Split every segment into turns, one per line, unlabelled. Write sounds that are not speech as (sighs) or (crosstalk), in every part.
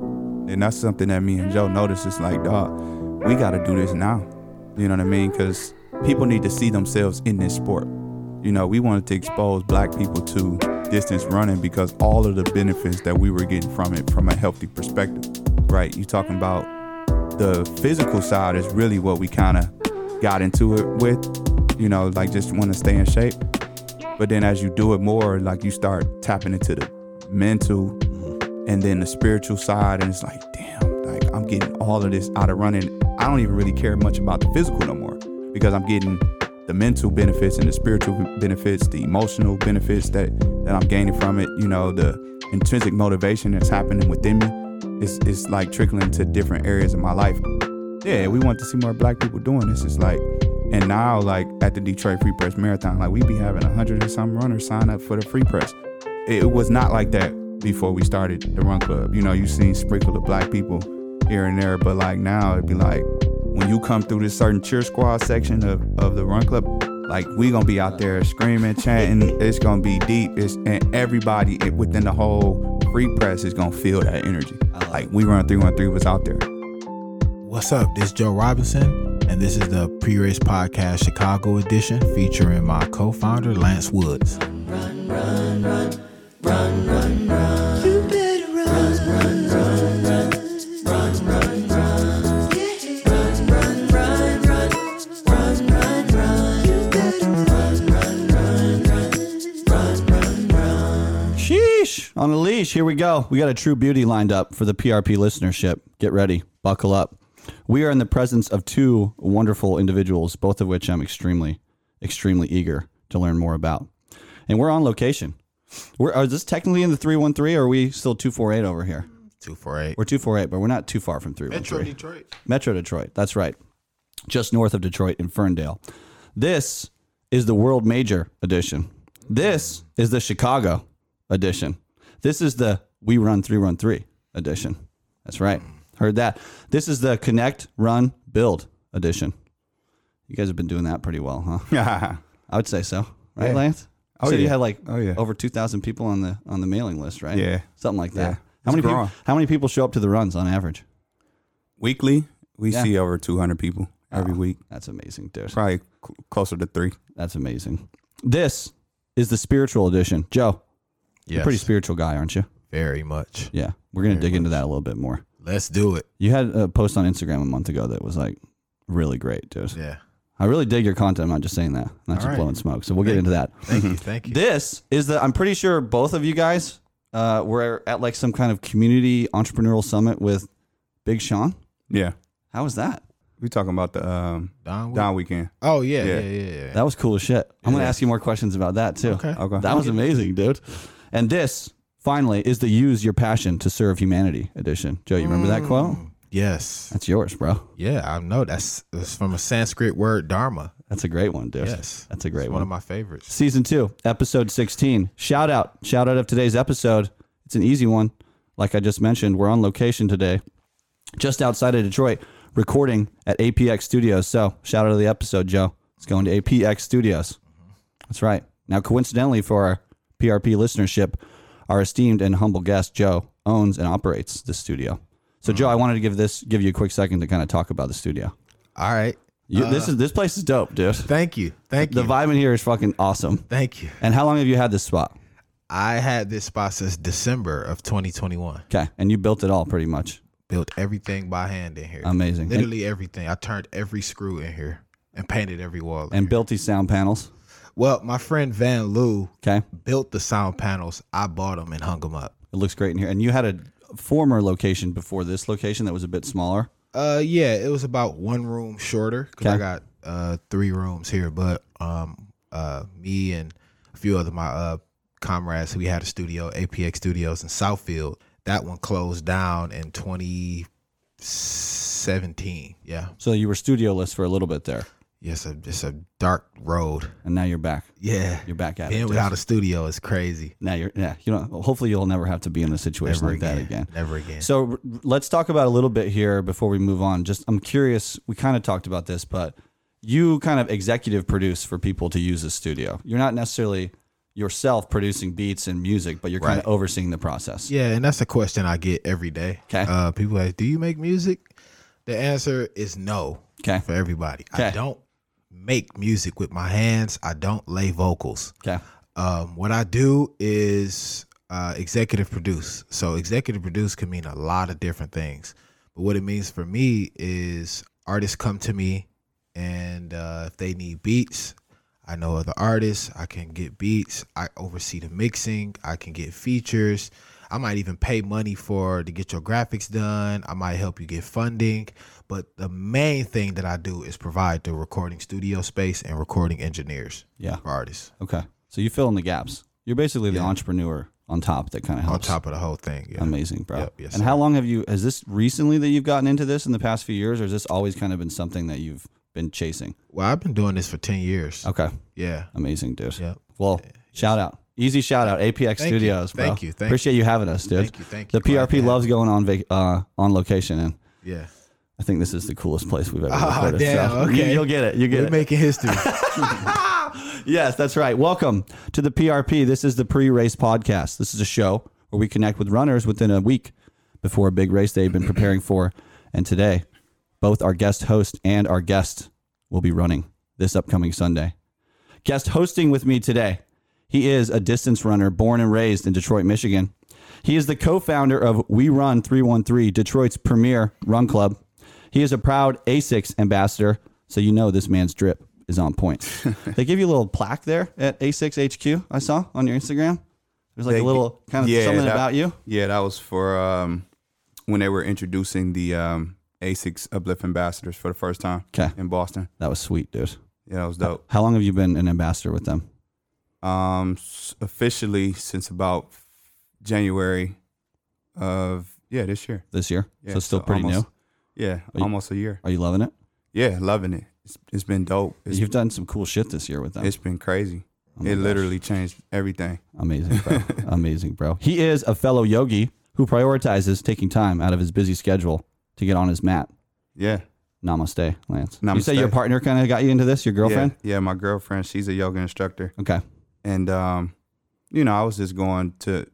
And that's something that me and Joe noticed. It's like, dog, we got to do this now. You know what I mean? Because people need to see themselves in this sport. You know, we wanted to expose black people to distance running because all of the benefits that we were getting from it from a healthy perspective, right? you talking about the physical side is really what we kind of got into it with, you know, like just want to stay in shape. But then as you do it more, like you start tapping into the mental and then the spiritual side. And it's like, damn, like I'm getting all of this out of running. I don't even really care much about the physical no more because I'm getting the mental benefits and the spiritual benefits, the emotional benefits that, that I'm gaining from it. You know, the intrinsic motivation that's happening within me. It's, it's like trickling to different areas of my life. Yeah, we want to see more black people doing this. It's like, and now, like at the Detroit Free Press Marathon, like we be having a hundred and some runners sign up for the Free Press. It was not like that before we started the Run Club. You know, you seen sprinkle of black people here and there, but like now, it'd be like when you come through this certain cheer squad section of, of the Run Club, like we gonna be out there screaming, chanting. It's gonna be deep. It's and everybody within the whole Free Press is gonna feel that energy. Like we run three one three was out there.
What's up? This is Joe Robinson, and this is the Pre Race Podcast Chicago edition featuring my co founder, Lance Woods.
Sheesh. On a leash. Here we go. We got a true beauty lined up for the PRP listenership. Get ready. Buckle up. We are in the presence of two wonderful individuals, both of which I'm extremely, extremely eager to learn more about. And we're on location. We're, is this technically in the 313 or are we still 248 over here?
248.
We're 248, but we're not too far from 313. Metro Detroit. Metro Detroit. That's right. Just north of Detroit in Ferndale. This is the World Major edition. This is the Chicago edition. This is the We Run 313 edition. That's right. Heard that. This is the Connect, Run, Build edition. You guys have been doing that pretty well, huh?
(laughs)
I would say so. Right, Lance? Oh, so you
yeah.
had like
Oh, yeah.
over 2,000 people on the on the mailing list, right?
Yeah.
Something like that.
Yeah.
How
It's
many people,
growing.
how many people show up to the runs on average?
Weekly, we
Yeah.
see over 200 people every week.
That's amazing, dude.
Probably cl- closer to three.
That's amazing. This is the spiritual edition. Joe, you're
Yes.
a pretty spiritual guy, aren't you?
very much.
Yeah. We're going to dig into that a little bit more.
Let's do it.
You had a post on Instagram a month ago that was like really great, dude.
Yeah.
I really dig your content. I'm not just saying that. I'm not just
right.
blowing smoke. So we'll get into that.
Thank you. Thank you.
Mhm. This is the, I'm pretty sure both of you guys uh, were at like some kind of community entrepreneurial summit with Big Sean.
Yeah.
How was that?
We talking about the um,
Don,
down weekend.
Oh, yeah.
Yeah.
Yeah, yeah, yeah.
That was cool as shit. I'm going to ask you more questions about that too.
Okay.
Okay.
That was amazing, dude. And this, finally, is the use your passion to serve humanity edition. Joe, you remember
Mm.
that quote?
Yes.
That's yours, bro.
Yeah, I know. That's, that's from a Sanskrit word, dharma.
That's a great one, dude.
Yes.
That's a great
It's
one.
one of my favorites.
Season two, episode 16. Shout out. Shout out of today's episode. It's an easy one. Like I just mentioned, we're on location today, just outside of Detroit, recording at APX Studios. So shout out of the episode, Joe. It's going to APX Studios. That's right. Now, coincidentally, for our PRP listenership, our esteemed and humble guest Joe owns and operates this studio. So, Joe, I wanted to give this give you a quick second to kind of talk about the studio.
All right.
You, this is this place is dope, dude.
Thank you. Uh, Thank
The
you.
vibe in here is fucking awesome.
Thank you.
And how long have you had this spot?
I had this spot since December of 2021.
Okay, and you built it all pretty much.
Built everything by hand in here.
Amazing.
Literally everything. I turned every screw in here and painted every wall. in
And
here.
built these sound panels.
well, my friend Van Lou
Okay,
built the sound panels. I bought them and hung them up.
it looks great in here. And you had a former location before this location that was a bit smaller.
Uh, yeah, it was about one room shorter because I
Okay.
got uh three rooms here. But um, uh, me and a few other my uh comrades, we had a studio, APX Studios in Southfield. That one closed down in 2017. Yeah,
So you were studioless for a little bit there,
yes, yeah, it's a- it's a dark road.
and now you're back.
Yeah,
You're back at
being
it.
without a studio is crazy.
Now you're yeah. You know, hopefully you'll never have to be in a situation
Never
like
again.
that again.
Never again.
So r- let's talk about a little bit here before we move on. Just I'm curious. We kind of talked about this, but you kind of executive produce for people to use this studio. You're not necessarily yourself producing beats and music, but you're kind
Right.
of overseeing the process.
Yeah, and that's a question I get every day.
'Kay.
Uh, people ask, "Do you make music?" The answer is no.
'Kay.
For everybody, I
'Kay.
don't make music with my hands. I don't lay vocals.
Okay.
Um, what I do is uh, executive produce. So executive produce can mean a lot of different things. But what it means for me is artists come to me, and uh, if they need beats, I know other artists. I can get beats. I oversee the mixing. I can get features. I might even pay money for to get your graphics done. I might help you get funding. But the main thing that I do is provide the recording studio space and recording engineers
Yeah.
for artists.
Okay. So you fill in the gaps. You're basically the
Yeah.
entrepreneur on top that kind of
on
helps.
top of the whole thing. Yeah.
Amazing, bro.
Yep, yes,
and
sir.
how long have you, is this recently that you've gotten into this in the past few years, or has this always kind of been something that you've been chasing?
well, I've been doing this for ten years.
Okay.
Yeah.
Amazing, dude.
Yep.
Well, shout out. Easy shout out, APX
Thank you.
Studios, bro.
Thank you. Thank
Appreciate you having us, dude.
Thank you. Thank you.
The
Glad to
PRP
have
loves going on vac- uh, on location, and
you. Yeah.
I think this is the coolest place we've ever
(laughs) Oh,
recorded.
damn,
so
okay.
(laughs) you, will get it. You get
We're
it.
making history.
Yes, that's right. Welcome to the PRP. This is the pre race podcast. This is a show where we connect with runners within a week before a big race they've been preparing for. And today, both our guest host and our guest will be running this upcoming Sunday. Guest hosting with me today, he is a distance runner born and raised in Detroit, Michigan. He is the co founder of We Run 313, Detroit's premier run club. He is a proud ASICS ambassador, so you know this man's drip is
(laughs)
on point. they give you a little plaque there at A6 HQ, I saw on your Instagram. There's like
They
a
gi-
little kind of something
that-
about you.
Yeah, that was for um, when they were introducing the um, ASICS Uplift Ambassadors for the first time
'Kay.
in Boston.
That was sweet, dude.
Yeah, that was dope.
How long have you been an ambassador with them?
Um, s- officially since about January of yeah this year.
This year?
Yeah,
so still pretty
almost-
new.
Yeah,
you-
almost a year.
Are you loving it?
Yeah, loving it. It's, it's been dope. It's,
You've done some cool shit this year with them.
it's been crazy.
Oh my
it
gosh.
literally changed everything.
Amazing, bro.
(laughs)
Amazing, bro. He is a fellow yogi who prioritizes taking time out of his busy schedule to get on his mat.
Yeah.
Namaste, Lance. You say
Namaste.
your partner kind of got you into this, your girlfriend?
Yeah, yeah, my girlfriend, she's a yoga instructor.
Okay.
And um, you know, I was just going to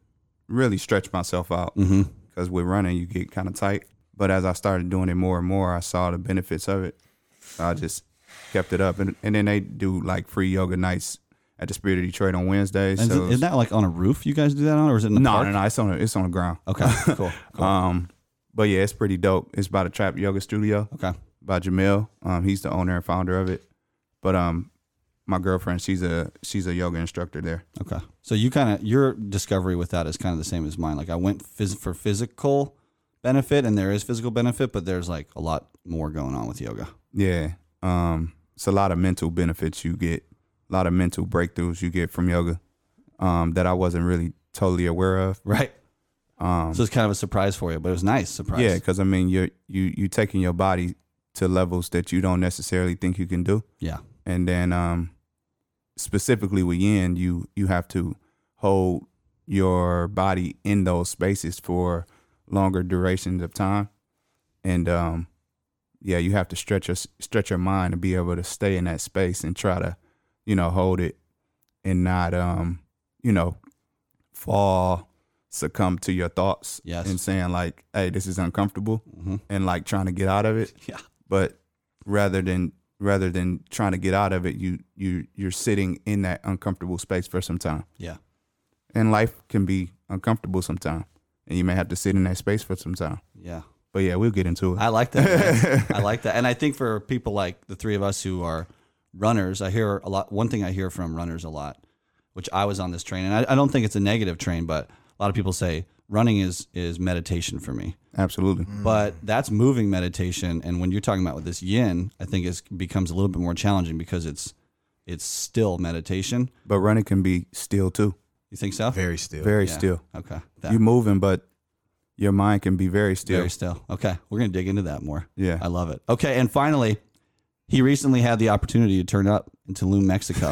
really stretch myself out
Mm-hmm.
because with running you get kind of tight. But as I started doing it more and more, I saw the benefits of it. So I just kept it up, and and then they do like free yoga nights at the Spirit of Detroit on Wednesdays.
Is,
so
it, is that like on a roof you guys do that on, or is it in the
no,
park?
no, no, it's on the, it's on the ground.
Okay,
(laughs)
cool. cool.
Um, but yeah, it's pretty dope. It's by the Trap Yoga Studio
okay.
by Jamil. Um, he's the owner and founder of it. But um, my girlfriend, she's a she's a yoga instructor there.
Okay. So you kind of your discovery with that is kind of the same as mine. Like I went phys- for physical benefit, and there is physical benefit, but there's like a lot more going on with yoga.
Yeah. Um, it's a lot of mental benefits you get, a lot of mental breakthroughs you get from yoga um, that I wasn't really totally aware of.
Right.
Um,
So it's kind of a surprise for you, but it was nice surprise.
yeah, because I mean, you're you you taking your body to levels that you don't necessarily think you can do,
Yeah.
and then um, specifically with yin, you you have to hold your body in those spaces for longer durations of time, and um, yeah, you have to stretch your stretch your mind to be able to stay in that space and try to, you know, hold it and not um, you know, fall succumb to your thoughts
Yes.
and saying like, hey, this is uncomfortable
Mm-hmm.
and like trying to get out of it.
(laughs) Yeah.
But rather than rather than trying to get out of it, you you you're sitting in that uncomfortable space for some time.
Yeah.
And life can be uncomfortable sometime. And you may have to sit in that space for some time.
Yeah.
But yeah, we'll get into it.
I like that.
(laughs)
man. I (laughs) like that. And I think for people like the three of us who are runners, I hear a lot. One thing I hear from runners a lot, which I was on this train, and I, I don't think it's a negative train, but a lot of people say running is is meditation for me.
Absolutely.
But that's moving meditation, and when you're talking about with this yin, I think it becomes a little bit more challenging because it's it's still meditation.
But running can be still too.
You think so?
Very still.
Very
Yeah.
still.
Okay. That,
You're moving, but your mind can be very still. (laughs)
Very still. Okay. We're going to dig into that more.
Yeah.
I love it. Okay. And finally, he recently had the opportunity to turn up in Tulum,
(laughs)
Mexico.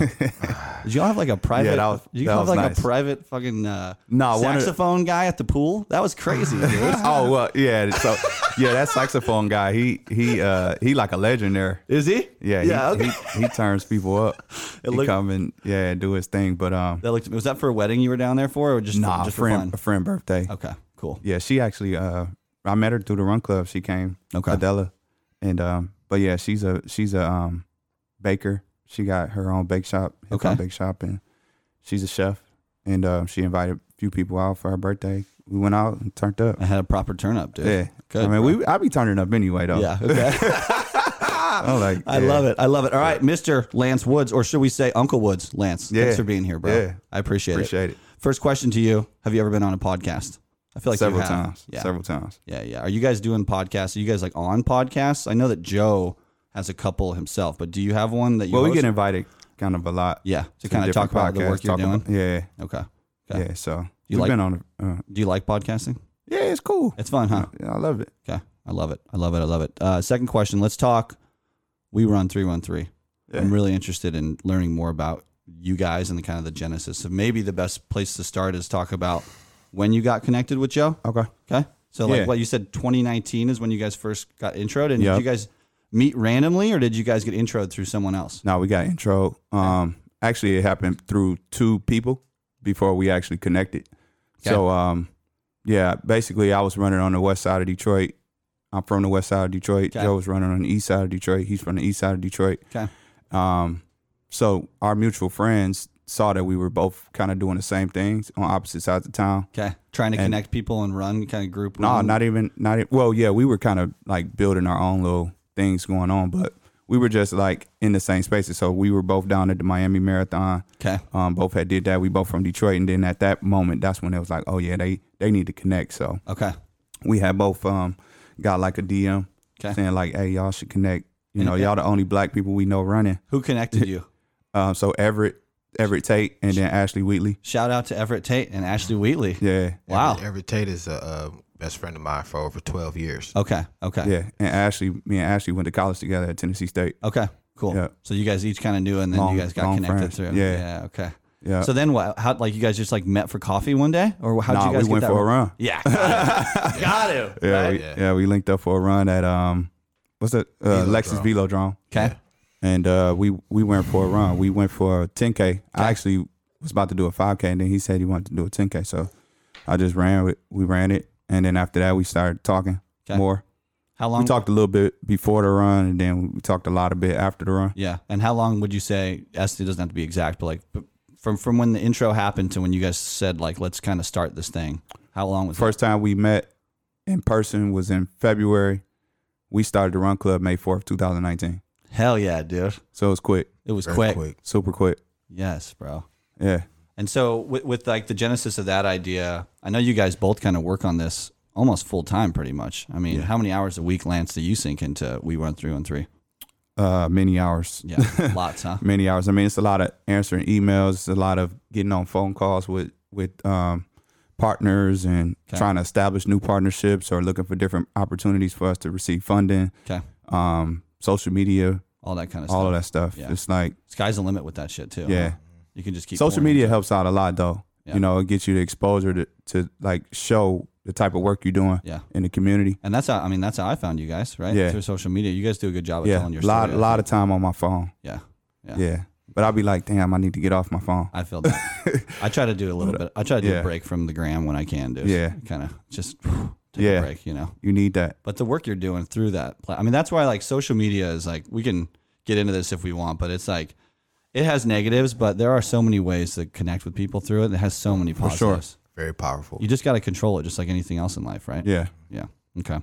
did y'all have like a private,
that was-
did you
that
have
was
like
nice.
a private fucking uh,
No, I wanted- (laughs)
saxophone guy at the pool? That was crazy, dude.
oh well, yeah. So yeah, that saxophone guy. He he uh he like a legend there.
Is he?
Yeah,
Yeah.
He,
okay.
he, he turns people
(laughs)
up. he
looked-
come and yeah, do his thing. But um,
That looked. Was that for a wedding you were down there for, or just
nah,
just
a friend,
For
a friend birthday.
fun? Okay. Cool.
Yeah, she actually. Uh, I met her through the Run Club. She came.
Okay.
Adela, and um, but yeah, she's a she's a um, baker. She got her own bake shop, hip hop
Okay.
bake shop, and she's a chef. And um, she invited a few people out for her birthday. We went out and turned up.
I had a proper turn up, dude.
Yeah,
Good,
I mean,
bro.
we I be turning up anyway though.
Yeah.
(laughs)
Okay.
I'm like,
(laughs) I love it. I love it. All right, Mr. Lance Woods, or should we say Uncle Woods? Lance,
Yeah.
thanks for being here, bro.
Yeah.
I appreciate,
Appreciate it.
First question to you: Have you ever been on a podcast? I feel like you
several
have.
times.
Yeah.
Several times.
Yeah, yeah. Are you guys doing podcasts? Are you guys like on podcasts? I know that Joe has a couple himself, but do you have one that you?
Well, we
host?
get invited kind of a lot.
yeah to
to
kind of talk
different
about the work
podcasts,
you're
talk
doing.
about- yeah,
okay.
yeah,
Okay.
So
You
we've
like-
been on. Uh,
Do you like podcasting?
yeah, it's cool.
It's fun, huh?
Yeah, I love it.
Okay. I love it. I love it. I love it. Uh, second question. Let's talk. We run three one three. I'm really interested in learning more about you guys and the kind of the genesis. So maybe the best place to start is talk about when you got connected with Joe.
Okay.
Okay. So like
Yeah.
what you said, 2019 is when you guys first got introed, and
Yeah.
did you guys meet randomly, or did you guys get introed through someone else?
No, we got intro. Um, actually, it happened through two people before we actually connected.
Okay.
So, um, yeah, basically, I was running on the west side of Detroit. I'm from the west side of Detroit.
Okay.
Joe was running on the east side of Detroit. He's from the east side of Detroit.
Okay.
Um, so our mutual friends saw that we were both kind of doing the same things on opposite sides of town.
Okay. Trying to
And-
connect people and run kind of group.
No,
run.
not even not e- well, yeah, we were kind of like building our own little things going on, but we were just like in the same spaces. So we were both down at the Miami Marathon.
Okay.
Um, both had did that. We both from Detroit, and then at that moment, that's when it was like, oh yeah, they they need to connect. So
Okay.
we had both um got like a DM
Okay.
saying like, hey, y'all should connect. You
And-
know, y'all the only black people we know running.
Who connected you?
Um, so Everett, Everett Tate, and then Ashley Wheatley.
Shout out to Everett Tate and Ashley Wheatley.
Yeah,
Wow.
Every Tate is a, uh best friend of mine for over 12 years.
Okay. Okay.
yeah, and Ashley, me and Ashley went to college together at Tennessee State.
Okay. Cool.
Yeah.
So you guys each kind of knew, and then
Long-
you guys got
long
connected
friends.
through.
Yeah.
Okay.
Yeah.
So then what? How like you guys just like met for coffee one day, or how would
Nah,
you guys
we
get
went
that?
for a run.
Yeah. Got it. Got it.
Yeah,
Right?
we,
Yeah.
yeah, we linked up for a run at um, what's that? Uh, Lexus Velodrome,
Okay.
and uh, we we went for a run. We went for a 10k. I actually was about to do a 5k, and then he said he wanted to do a 10k, so I just ran. with- We ran it, and then after that, we started talking
'Kay.
more.
How
We
long?
talked a little bit before the run, and then we talked a lot a bit after the run.
Yeah. And how long would you say? It doesn't have to be exact, but like b- from from when the intro happened to when you guys said like let's kind of start this thing. How long was
First time we met in person was in February. We started the run club May fourth, two thousand nineteen.
that? Hell yeah, dude.
So it was quick,
It was
Very
quick.
quick.
super quick.
Yes, bro.
Yeah,
And so with, with like the genesis of that idea, I know you guys both kind of work on this almost full time, pretty much. I mean, how many hours a week, Lance, do you sink into We Run Three One
(laughs)
Three?
uh, many hours.
Yeah, lots, huh?
many hours. I mean, it's a lot of answering emails, it's a lot of getting on phone calls with with um, partners and trying to establish new partnerships or looking for different opportunities for us to receive funding.
Okay,
Um, social media,
all that kind of
all
stuff.
of that stuff.
Yeah.
It's like
Sky's the limit with that shit too. huh?
yeah,
you can just keep
social
pouring
media
into
helps out a lot though.
Yeah.
You know, it gets you the exposure to to like show the type of work you're doing
it. Yeah,
in the community.
and that's how I mean that's how I found you guys, right?
Yeah.
through social media. You guys do a good job of
Yeah,
telling your
a lot,
story. I
lot
think.
of time on my phone.
yeah, Yeah.
Yeah. But I'll be like, damn, I need to get off my phone.
I feel that.
(laughs)
I try to do a little bit. I try to do a
yeah.
break from the gram when I can, dude.
Yeah.
kind of just (sighs) whew, take a
Yeah.
break, you know.
You need that.
but the work you're doing through that pla- i mean that's why like social media is like we can get into this if we want but it's like it has negatives but there are so many ways to connect with people through it it has so many positives
sure.
Very powerful.
you just got to control it just like anything else in life right
Yeah.
yeah okay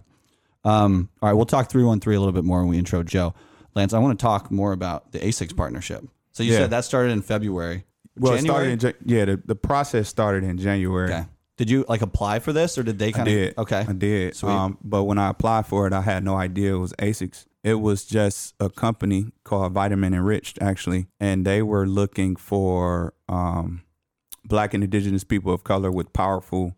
um, all right we'll talk 313 a little bit more when we intro joe lance i want to talk more about the asics partnership so you
Yeah.
said that started in february
Well,
January?
it started in Jan- yeah. The, the process started in January.
okay did you like apply for this or did they
I
kind
did.
of okay
I did.
Sweet.
Um, but when I applied for it, I had no idea it was Asics. It was just a company called Vitamin Enriched, actually, and they were looking for um, Black and Indigenous people of color with powerful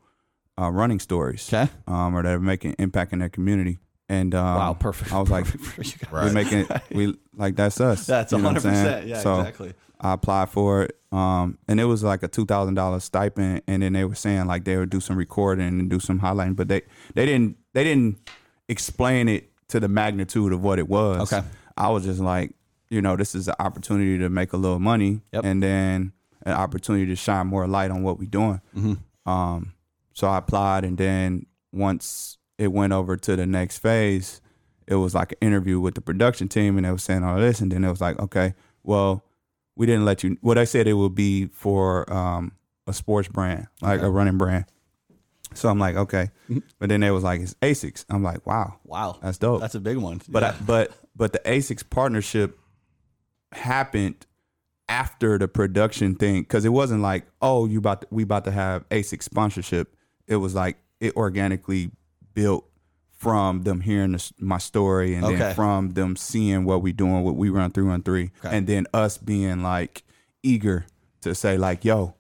uh, running stories,
okay
um, or that are making impact in their community. And um,
wow perfect
I was like,
(laughs) Perfect for you guys.
Right.
we're making it. We like that's us.
(laughs) that's
You know what I'm
100%
saying?
yeah
So,
exactly
I applied for it, um, and it was like a two thousand dollar stipend. And then they were saying like they would do some recording and do some highlighting, but they they didn't they didn't explain it to the magnitude of what it was.
Okay.
I was just like, you know, this is an opportunity to make a little money
Yep.
and then an opportunity to shine more light on what we're doing.
Mm-hmm.
Um, so I applied, and then once it went over to the next phase, it was like an interview with the production team, and they were saying all this, and then it was like, okay, well, we didn't let you. What I said it would be for um, a sports brand, like a running brand. So I'm like, okay, but then they was like, it's Asics. I'm like, wow,
Wow,
that's dope.
that's a big one.
But I, but but the Asics partnership happened after the production thing because it wasn't like oh you about to, we about to have Asics sponsorship. It was like it organically built from them hearing the, s- my story and
Okay.
then from them seeing what we doing, what we run through and three,
Okay.
and then us being like eager to say like yo.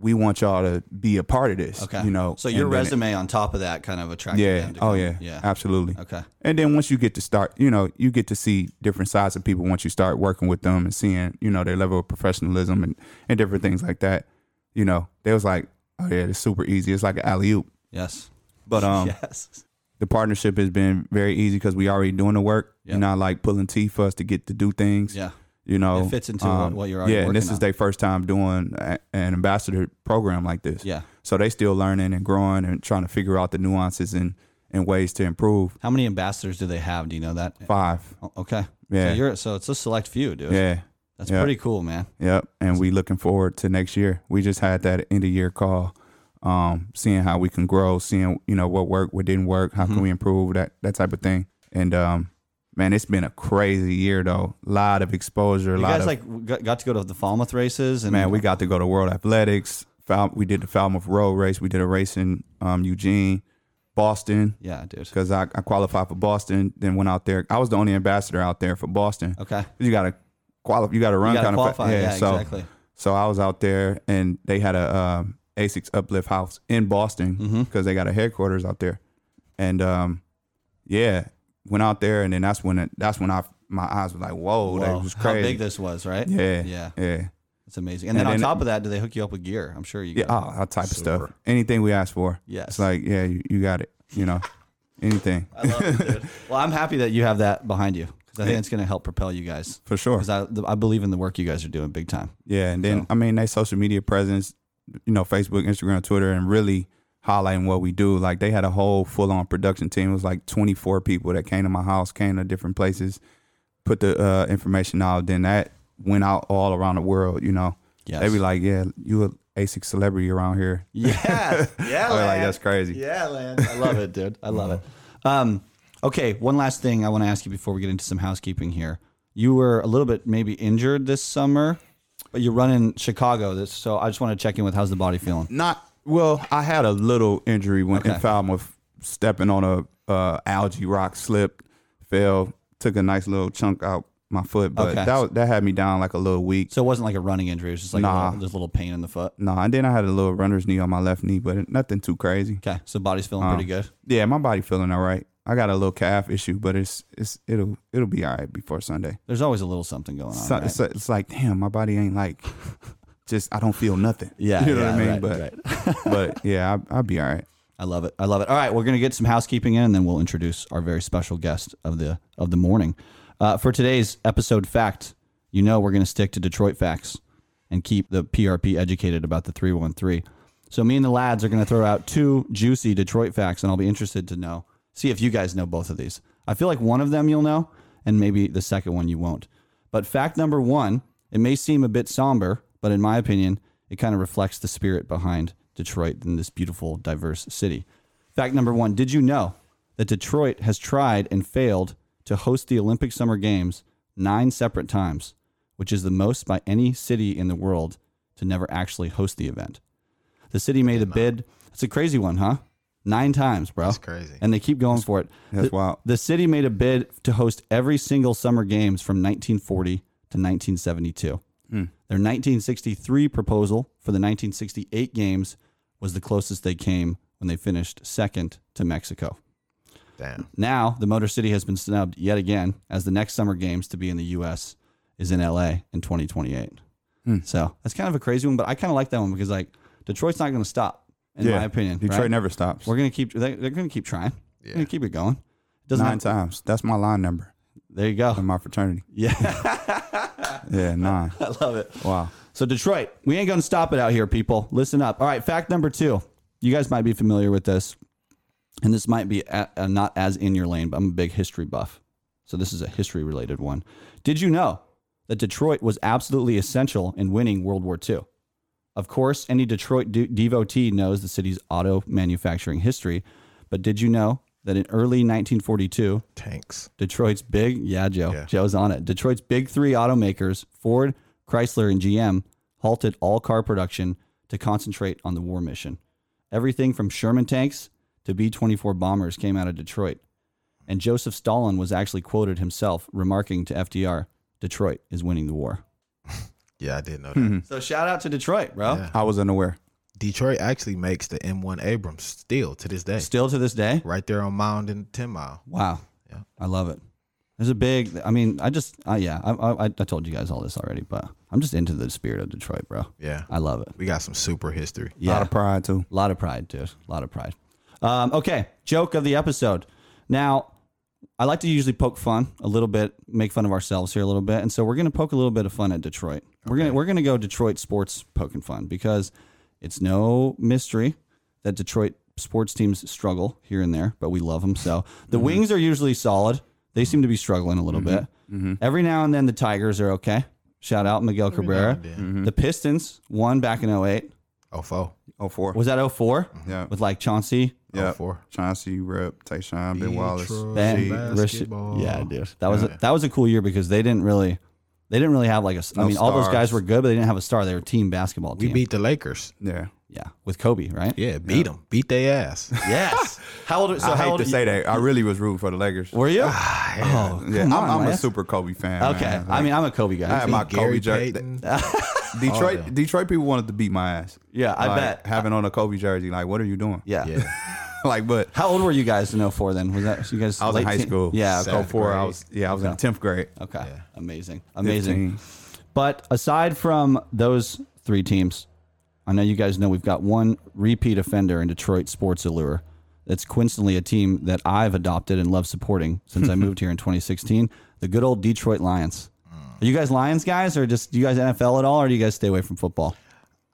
We want y'all to be a part of this,
okay,
you know.
so your
and then it-
resume on top of that kind of attracted
yeah.
them. to
Oh
come.
yeah.
yeah.
Absolutely.
Okay,
And then once you get to start, you know, you get to see different sides of people once you start working with them and seeing, you know, their level of professionalism and, and different things like that. You know, they was like, oh yeah, it's super easy. It's like an alley oop.
yes,
But um,
(laughs) yes,
the partnership has been very easy because we already doing the work.
Yeah.
You're not like pulling teeth for us to get to do things.
yeah,
You know, um,
It fits into what- what you're already
Yeah, and this
working on.
is their first time doing a, an ambassador program like this.
yeah.
So they still learning and growing and trying to figure out the nuances and and ways to improve.
How many ambassadors do they have? Do you know that?
Five.
Oh, Okay,
Yeah.
So you're so it's a select few, dude.
Yeah.
That's
yeah.
pretty cool, man.
Yep, and we looking forward to next year. We just had that end of year call, um, seeing how we can grow, seeing you know what worked, what didn't work, how can
Mm-hmm.
we improve that that type of thing. And um, man, it's been a crazy year though. A lot of exposure, a
You
lot
guys
of
like got, got to go to the Falmouth races, and
man.
(laughs)
We got to go to World Athletics. Fal- we did the Falmouth Road race. We did a race in um, Eugene, Boston,
yeah, dude.
because I, I qualified for Boston. Then went out there. I was the only ambassador out there for Boston.
Okay,
You got to qualify. You got to run
you got
kind
to
of
qualify. Yeah,
so-
exactly.
So I was out there, and they had a um, Asics Uplift house in Boston because
Mm-hmm.
they got a headquarters out there. And um, yeah, went out there, and then that's when it, that's when I my eyes were like, whoa,
Whoa,
that was
How
crazy.
big this was, right?
yeah,
yeah.
yeah,
It's amazing. And then,
And
on
then-
top of that, do they hook you up with gear? I'm sure you.
yeah, (laughs)
got-
all, all Oh, type of stuff.
Super.
Anything we asked for,
Yes. Uh,
it's like, yeah, you, you got it. You know, anything
I love it, dude. Well, I'm happy that you have that behind you because I think it's going to help propel you guys.
for sure.
Because I, th- I believe in the work you guys are doing big time.
Yeah, and then I mean they social media presence, you know, Facebook, Instagram, Twitter, and really highlighting what we do. Like they had a whole full on production team. It was like twenty four people that came to my house, came to different places, put the uh, information out. Then that went out all around the world. You know,
Yes.
they be like, "Yeah, you a ASIC celebrity around here."
(laughs) Yeah.
(laughs)
yeah.
I be like that's crazy.
Yeah, Lance. I love it, dude. I love it. Um, okay, one last thing I want to ask you before we get into some housekeeping here. You were a little bit maybe injured this summer, but you're running Chicago. This, so I just want to check in with how's the body feeling.
Not well. I had a little injury when
Okay.
in Falmouth, stepping on a uh, algae rock, slipped, fell, took a nice little chunk out my foot, but
Okay.
that was- that had me down like a little week.
So it wasn't like a running injury. It was just like a
Nah.
little, this little pain in the foot.
No, and then I had a little runner's knee on my left knee, but nothing too crazy.
Okay, so body's feeling pretty good.
Yeah, my body feeling all right. I got a little calf issue, but it's it's it'll it'll be all right before Sunday.
There's always a little something going on.
So,
right?
it's, it's like damn, my body ain't like just I don't feel nothing.
Yeah,
(laughs) you know
yeah,
what I mean.
right,
but but yeah, I, I'll be all right.
I love it. I love it. All right, we're gonna get some housekeeping in, and then we'll introduce our very special guest of the of the morning. Uh, for today's episode fact, you know we're gonna stick to Detroit facts and keep the PRP educated about the three one three. So me and the lads are gonna throw out two juicy Detroit facts, and I'll be interested to know see if you guys know both of these. I feel like one of them you'll know, and maybe the second one you won't. But fact number one, it may seem a bit somber, but in my opinion, it kind of reflects the spirit behind Detroit and this beautiful, diverse city. Fact number one Did you know that Detroit has tried and failed to host the Olympic Summer Games nine separate times, which is the most by any city in the world to never actually host the event? The city made a bid. It's a crazy one, huh? Nine times, bro.
That's crazy.
And they keep going for it.
That's
The-
wild.
the city made a bid to host every single summer games from 1940 to 1972.
Hmm.
Their 1963 proposal for the 1968 games was the closest they came when they finished second to Mexico.
Damn.
Now, the Motor City has been snubbed yet again as the next summer games to be in the U.S. is in L.A. in 2028.
Hmm.
So that's kind of a crazy one, but I kind of like that one because like Detroit's not going to stop, in
yeah,
my opinion.
Detroit
right?
never stops.
We're gonna keep. They, they're gonna keep trying. They're
Yeah.
gonna keep it going. doesn't
nine
have-
times. That's my line number
there you
in
go.
my fraternity.
Yeah,
(laughs) Yeah, nine.
(laughs) I love it.
Wow.
So Detroit, we ain't gonna stop it out here, people. Listen up. All right, fact number two. You guys might be familiar with this, and this might be a, uh not as in your lane, but I'm a big history buff, so this is a history related one. Did you know that Detroit was absolutely essential in winning World War II? Of course, any Detroit de- devotee knows the city's auto manufacturing history, but did you know that in early 1942,
Tanks.
Detroit's big, yeah, Joe.
Yeah.
Joe's on it. Detroit's big three automakers, Ford, Chrysler, and GM, halted all car production to concentrate on the war mission. Everything from Sherman tanks to B 24 bombers came out of Detroit. And Joseph Stalin was actually quoted himself remarking to FDR, Detroit is winning the war.
Yeah, I did know that.
So shout out to Detroit, bro.
Hmm. Yeah.
I was unaware.
Detroit actually makes the M1 Abrams still to this day,
Still to this day.
right there on Mound and Ten Mile.
Wow.
Yeah.
I love it. There's a big, I mean, I just, uh, yeah, I, I, I told you guys all this already, but I'm just into the spirit of Detroit, bro.
Yeah,
I love it.
we got some super history.
A
Uh, Yeah.
lot of pride too.
A lot of pride, dude. A lot of pride. Um, okay, joke of the episode. Now, I like to usually poke fun a little bit, make fun of ourselves here a little bit, and so we're gonna poke a little bit of fun at Detroit. We're gonna we're gonna go Detroit sports poking fun because it's no mystery that Detroit sports teams struggle here and there, but we love them. So the Wings are usually solid. They seem to be struggling a little bit. Every now and then, the Tigers are okay. Shout out Miguel Cabrera. The Pistons won back in 08.
Oh four,
Oh four.
Was that 04?
Yeah.
with like Chauncey,
oh
Yeah.
four.
Chauncey, Rip, Tayshawn, Ben Wallace.
Detroit
Ben,
Basketball.
Rish- yeah, dude, that was a, that was a cool year because they didn't really, they didn't really have like a. s- I
No
mean, all those guys
stars.
were good, but they didn't have a star. They were a team basketball
We
team.
beat the Lakers.
Yeah.
yeah, with Kobe, right?
Yeah, beat them. Beat their ass.
(laughs)
Yes. how old? So
I
how
hate
old
to say that. I really was rooting for the Lakers.
were you?
Ah, yeah.
yeah,
come
I'm,
on,
I'm a
Les.
super Kobe fan.
(sighs) okay,
man.
I mean, I'm a Kobe
I
guy.
had my Kobe
Gary
jersey.
Payton.
Detroit, Detroit people wanted to beat my ass.
Yeah, oh, I
Like,
bet.
having on a Kobe jersey. Like, what are you doing?
yeah.
yeah,
(laughs) like, but
How old were you guys in 04 then? Was that you guys?
I was in
late
high
teen-
school.
Yeah.
so
Okay.
Seventh
four. I
grade.
was. Yeah, I was in the tenth grade.
Okay.
Yeah.
Amazing. Amazing.
15.
But aside from those three teams, I know you guys know we've got one repeat offender in Detroit Sports Allure. That's coincidentally a team that I've adopted and love supporting since
(laughs)
I moved here in 2016. The good old Detroit Lions. Are you guys Lions guys, or just do you guys NFL at all, or do you guys stay away from football?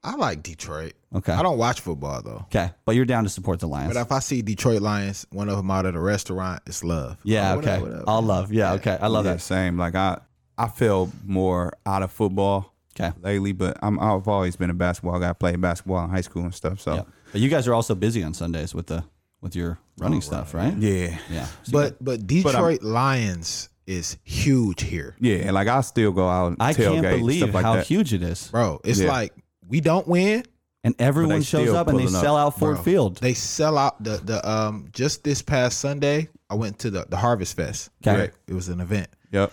I like Detroit.
Okay.
I don't watch football though.
Okay, but you're down to support the Lions.
But if I see Detroit Lions, one of them out at a restaurant, it's love.
yeah,
Oh, what
okay.
up, what up?
I'll love. Yeah, okay. I love
yeah, Same. Like I, I feel more out of football
that. Okay.
lately, but I'm. I've always been a basketball guy. I played basketball in high school and stuff. So
Yeah. But you guys are also busy on Sundays with the with your running stuff, right?
Oh, yeah,
Yeah.
But but Detroit Lions is huge here,
yeah. And like I still go out. And
I
tailgate,
can't believe
stuff like
how
that.
huge it is.
bro. It's
Yeah.
like we don't win,
And everyone
they
shows
still
up and they
pulling up,
sell out Ford
bro.
Field.
They sell out the the um just this past Sunday. I went to the the Harvest Fest.
Okay.
It was an event.
Yep.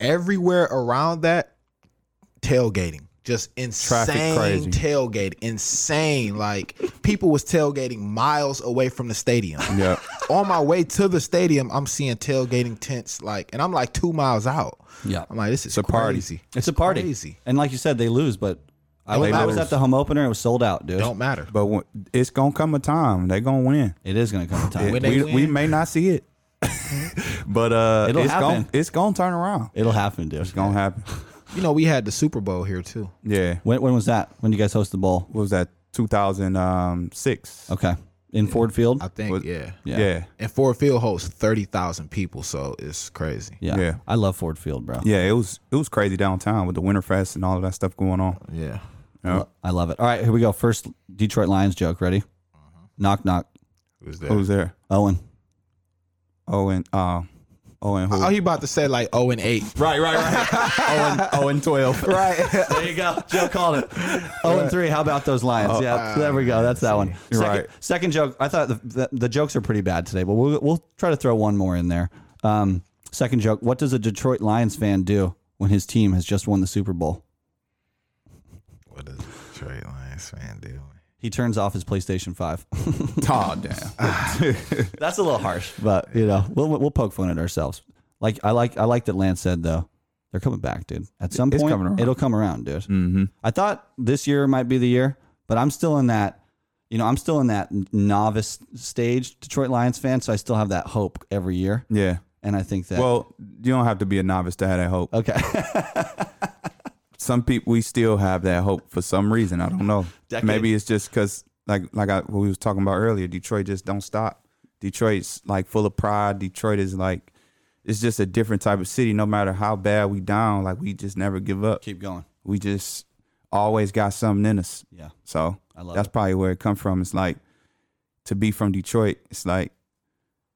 Everywhere around that tailgating, just insane
crazy.
tailgate, insane. Like people was tailgating miles away from the stadium.
Yep.
On my way to the stadium, I'm seeing tailgating tents like, and I'm like two miles out.
yeah.
I'm like, this is
a
crazy.
party.
It's a party.
crazy.
And like you said, they lose, but I,
Don't
when I was
matter.
at the home opener. It was sold out, dude.
Don't matter.
But when, it's gonna come a time they gonna win.
It is going to come a time.
When
It,
they
we,
win.
we may not see it, (laughs) but uh,
It'll
it's
happen.
gonna it's gonna turn around. It's
will happen, dude.
gonna happen.
You know, we had the Super Bowl here too.
Yeah.
When, when was that? When you guys host the bowl?
What was that? 2006.
Okay. In Ford Field?
I think,
Was-
yeah.
Yeah.
Oh, yeah.
yeah.
And Ford Field hosts thirty thousand people, so it's crazy.
Yeah.
Yeah.
I love Ford Field, bro.
it was it was crazy downtown with the Winterfest and all of that stuff going on.
Yeah.
you know?
I love it. All right, here we go. First Detroit Lions joke. Ready? Knock, knock.
Who's that?
Who was there?
Owen.
Owen. Uh, Owen. Who?
(laughs) Oh, he about to say like zero and eight.
right, right, right. Owen. Owen. (laughs) Twelve.
(laughs)
Right.
There you go. Joe called it. Oh and three. How about those lions? yeah, there we go. That's that one.
You're
Second,
right.
second joke. I thought the, the, the jokes are pretty bad today, but we'll we'll try to throw one more in there. Um, second joke. What does a Detroit Lions fan do when his team has just won the Super Bowl?
what is Detroit Lions fan doing?
He turns off his PlayStation Five. (laughs)
Aw, damn.
That's a little harsh, but you know we'll we'll poke fun at ourselves. Like I like I like that Lance said though. They're coming back, dude. At some
It's coming
point,
around.
it'll come around, dude.
Mm-hmm.
I thought this year might be the year, but I'm still in that. you know, I'm still in that novice stage, Detroit Lions fan, so I still have that hope every year.
Yeah.
And I think that
Well, you don't have to be a novice to have that hope. (laughs)
okay,
Some people we still have that hope for some reason. I don't know.
Decade.
Maybe it's just because like like I, what we was talking about earlier. Detroit just don't stop. Detroit's like full of pride. Detroit is like it's just a different type of city. No matter how bad we down, like we just never give up.
keep going.
We just always got something in us.
Yeah,
So
I love
that's probably where it come from. It's like to be from Detroit. It's like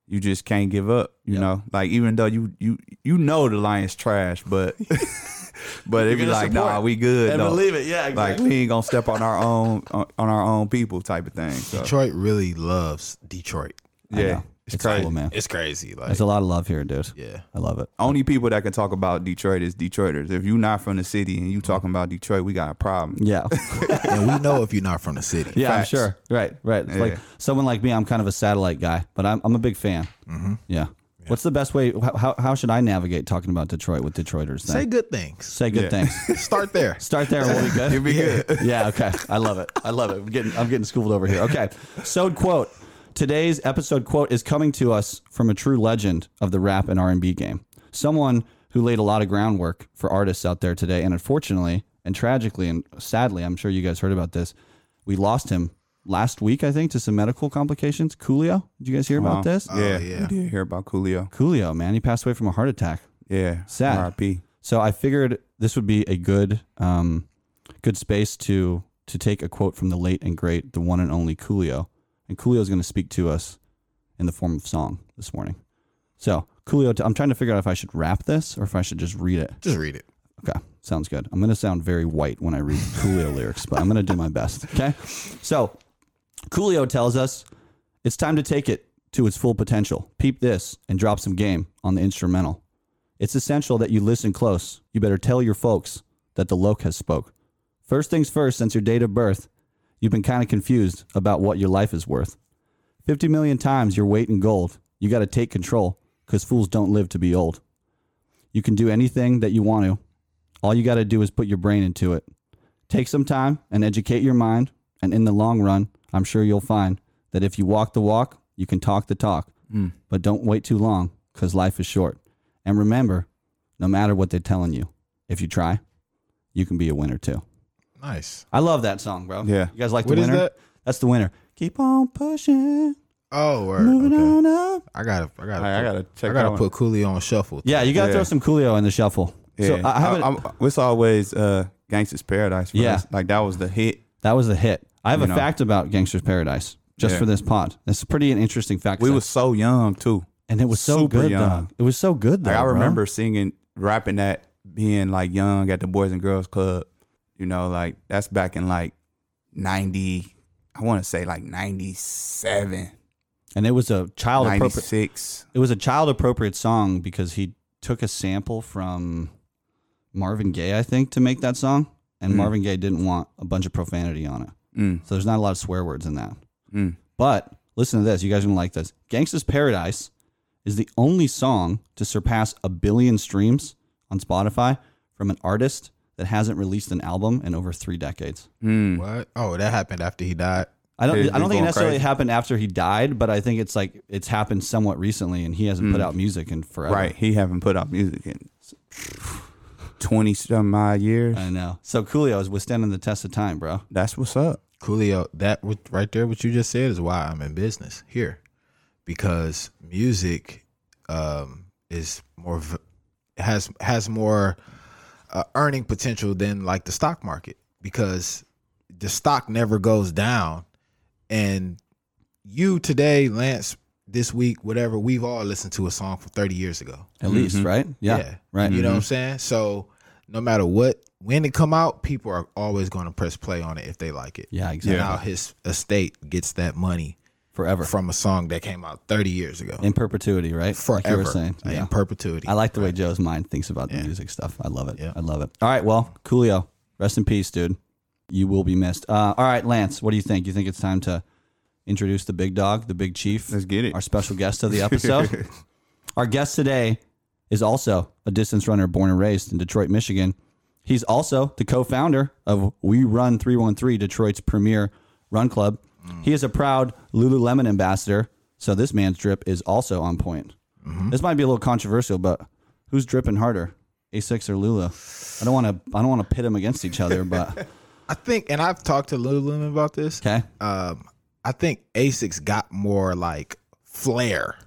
you just can't give up. You
Yep.
know, like even though you you you know the Lions trash,
(laughs)
but but
You're
it be
gonna
like,
support
nah, we good.
and
though.
believe it. Yeah,
like
exactly.
we ain't gonna step on our own on, on our own people type of thing. So
Detroit really loves Detroit.
I
yeah,
know.
it's, crazy.
cool, man.
It's crazy. Like
There's a lot of love here, dude.
yeah.
I love it.
Only people that can talk about Detroit is Detroiters. If you're not from the city and you
Mm-hmm.
talking about Detroit, we got a problem. (laughs)
Yeah,
and we know if you're not from the city.
yeah, I'm
Facts.
sure. Right, right. It's Like
Yeah.
someone like me, I'm kind of a satellite guy, but I'm I'm a big fan. Yeah. What's the best way? How, how how should I navigate talking about Detroit with Detroiters? Then?
Say good things.
Say good
Yeah.
things.
Start there.
Start there, and we'll be
(laughs)
good.
You'll be good.
(laughs) yeah, okay. I love it. I love it. I'm getting I'm getting schooled over here. Okay. So quote. Today's episode quote is coming to us from a true legend of the rap and R&B game. Someone who laid a lot of groundwork for artists out there today and unfortunately and tragically and sadly, I'm sure you guys heard about this. We lost him last week, I think, to some medical complications. Coolio, did you guys hear about this?
Oh, yeah,
yeah.
yeah. Did hear about Coolio?
Coolio, man, he passed away from a heart attack.
Yeah,
Sad.
R.I.P.
So I figured this would be a good um, good space to to take a quote from the late and great, the one and only Coolio. And Coolio is going to speak to us in the form of song this morning. So Coolio, i I'm trying to figure out if I should rap this or if I should just read it.
Just read it.
Okay, sounds good. I'm going to sound very white when I read Coolio lyrics, but I'm going to do my best. Okay. So Coolio tells us it's time to take it to its full potential. Peep this and drop some game on the instrumental. It's essential that you listen close. You better tell your folks that the Loke has spoke. First things first, since your date of birth, you've been kind of confused about what your life is worth. 50 million times your weight in gold. You got to take control because fools don't live to be old. You can do anything that you want to. All you got to do is put your brain into it. Take some time and educate your mind. And in the long run, I'm sure you'll find that if you walk the walk, you can talk the talk. But don't wait too long because life is short. And remember, no matter what they're telling you, if you try, you can be a winner too.
Nice.
I love that song, bro.
Yeah.
You guys like
What
the
is
winner?
that?
That's the winner. Keep on pushing,
Oh, word.
moving
Okay.
on up.
I gotta, I gotta,
Alright, I gotta check
I
that
gotta
one.
put Cooley on shuffle.
Yeah, you got to
Yeah.
throw some Coolio in the shuffle. So
Yeah,
I have a-
I- I'm- it's always uh, Gangsta's Paradise. For
Yeah.
us. like that was the hit.
That was a hit. I have
You
a
know.
fact about Gangster's Paradise just
Yeah.
for this pod. That's pretty an interesting fact.
We
set.
were so young too.
and it was so
super
good,
young.
dog. It was so good, though.
Like I
bro.
remember singing, rapping that, being like young at the Boys and Girls Club. You know, like that's back in like ninety. I want to say like 97,
and it was a child appropriate.
96.
It was a child appropriate song because he took a sample from Marvin Gaye, I think, to make that song. And Marvin Gaye didn't want a bunch of profanity on it,
Mm.
so there's not a lot of swear words in that.
Mm.
But listen to this. You guys are gonna like this. Gangsta's Paradise is the only song to surpass a billion streams on Spotify from an artist that hasn't released an album in over three decades.
Mm.
What? Oh, that happened after he died.
I don't.
Dude, you're
I don't think it
going
necessarily
crazy.
happened after he died, but I think it's like it's happened somewhat recently, and he hasn't put out music in forever.
Right, he haven't put out music in twenty some odd years.
(laughs) I know. So Coolio is withstanding the test of time, bro.
That's what's up.
Coolio, that what- right there, what you just said is why I'm in business here, because music um, is more v- has has more uh, earning potential than like the stock market because the stock never goes down, and you today, Lance, this week, whatever, we've all listened to a song from 30 years ago.
At least, right? Mm-hmm. Yeah. Right. Mm-hmm.
You know what I'm saying? So no matter what, when it come out, people are always going to press play on it if they like it.
Yeah, exactly.
Now his estate gets that money
Forever.
from a song that came out 30 years ago.
in perpetuity, right? Like you
Forever.
were saying.
Like,
yeah.
In perpetuity.
I like the way Joe's mind thinks about the music stuff. I love it.
Yeah.
I love it. All right. Well, Coolio, rest in peace, dude. You will be missed. Uh, all right, Lance, what do you think? You think it's time to introduce the big dog, the big chief?
Let's get it.
our special guest of
(laughs)
the episode. our guest today is also a distance runner born and raised in Detroit, Michigan. He's also the co founder of We Run 313, Detroit's premier run club.
Mm.
He is a proud Lululemon ambassador, so this man's drip is also on point.
Mm-hmm.
This might be a little controversial, but who's dripping harder, A6 or Lula? I don't want to. I don't want to pit them against each
(laughs)
other, but
I think, and I've talked to Lululemon about this.
okay.
um, I think Asics got more like flair.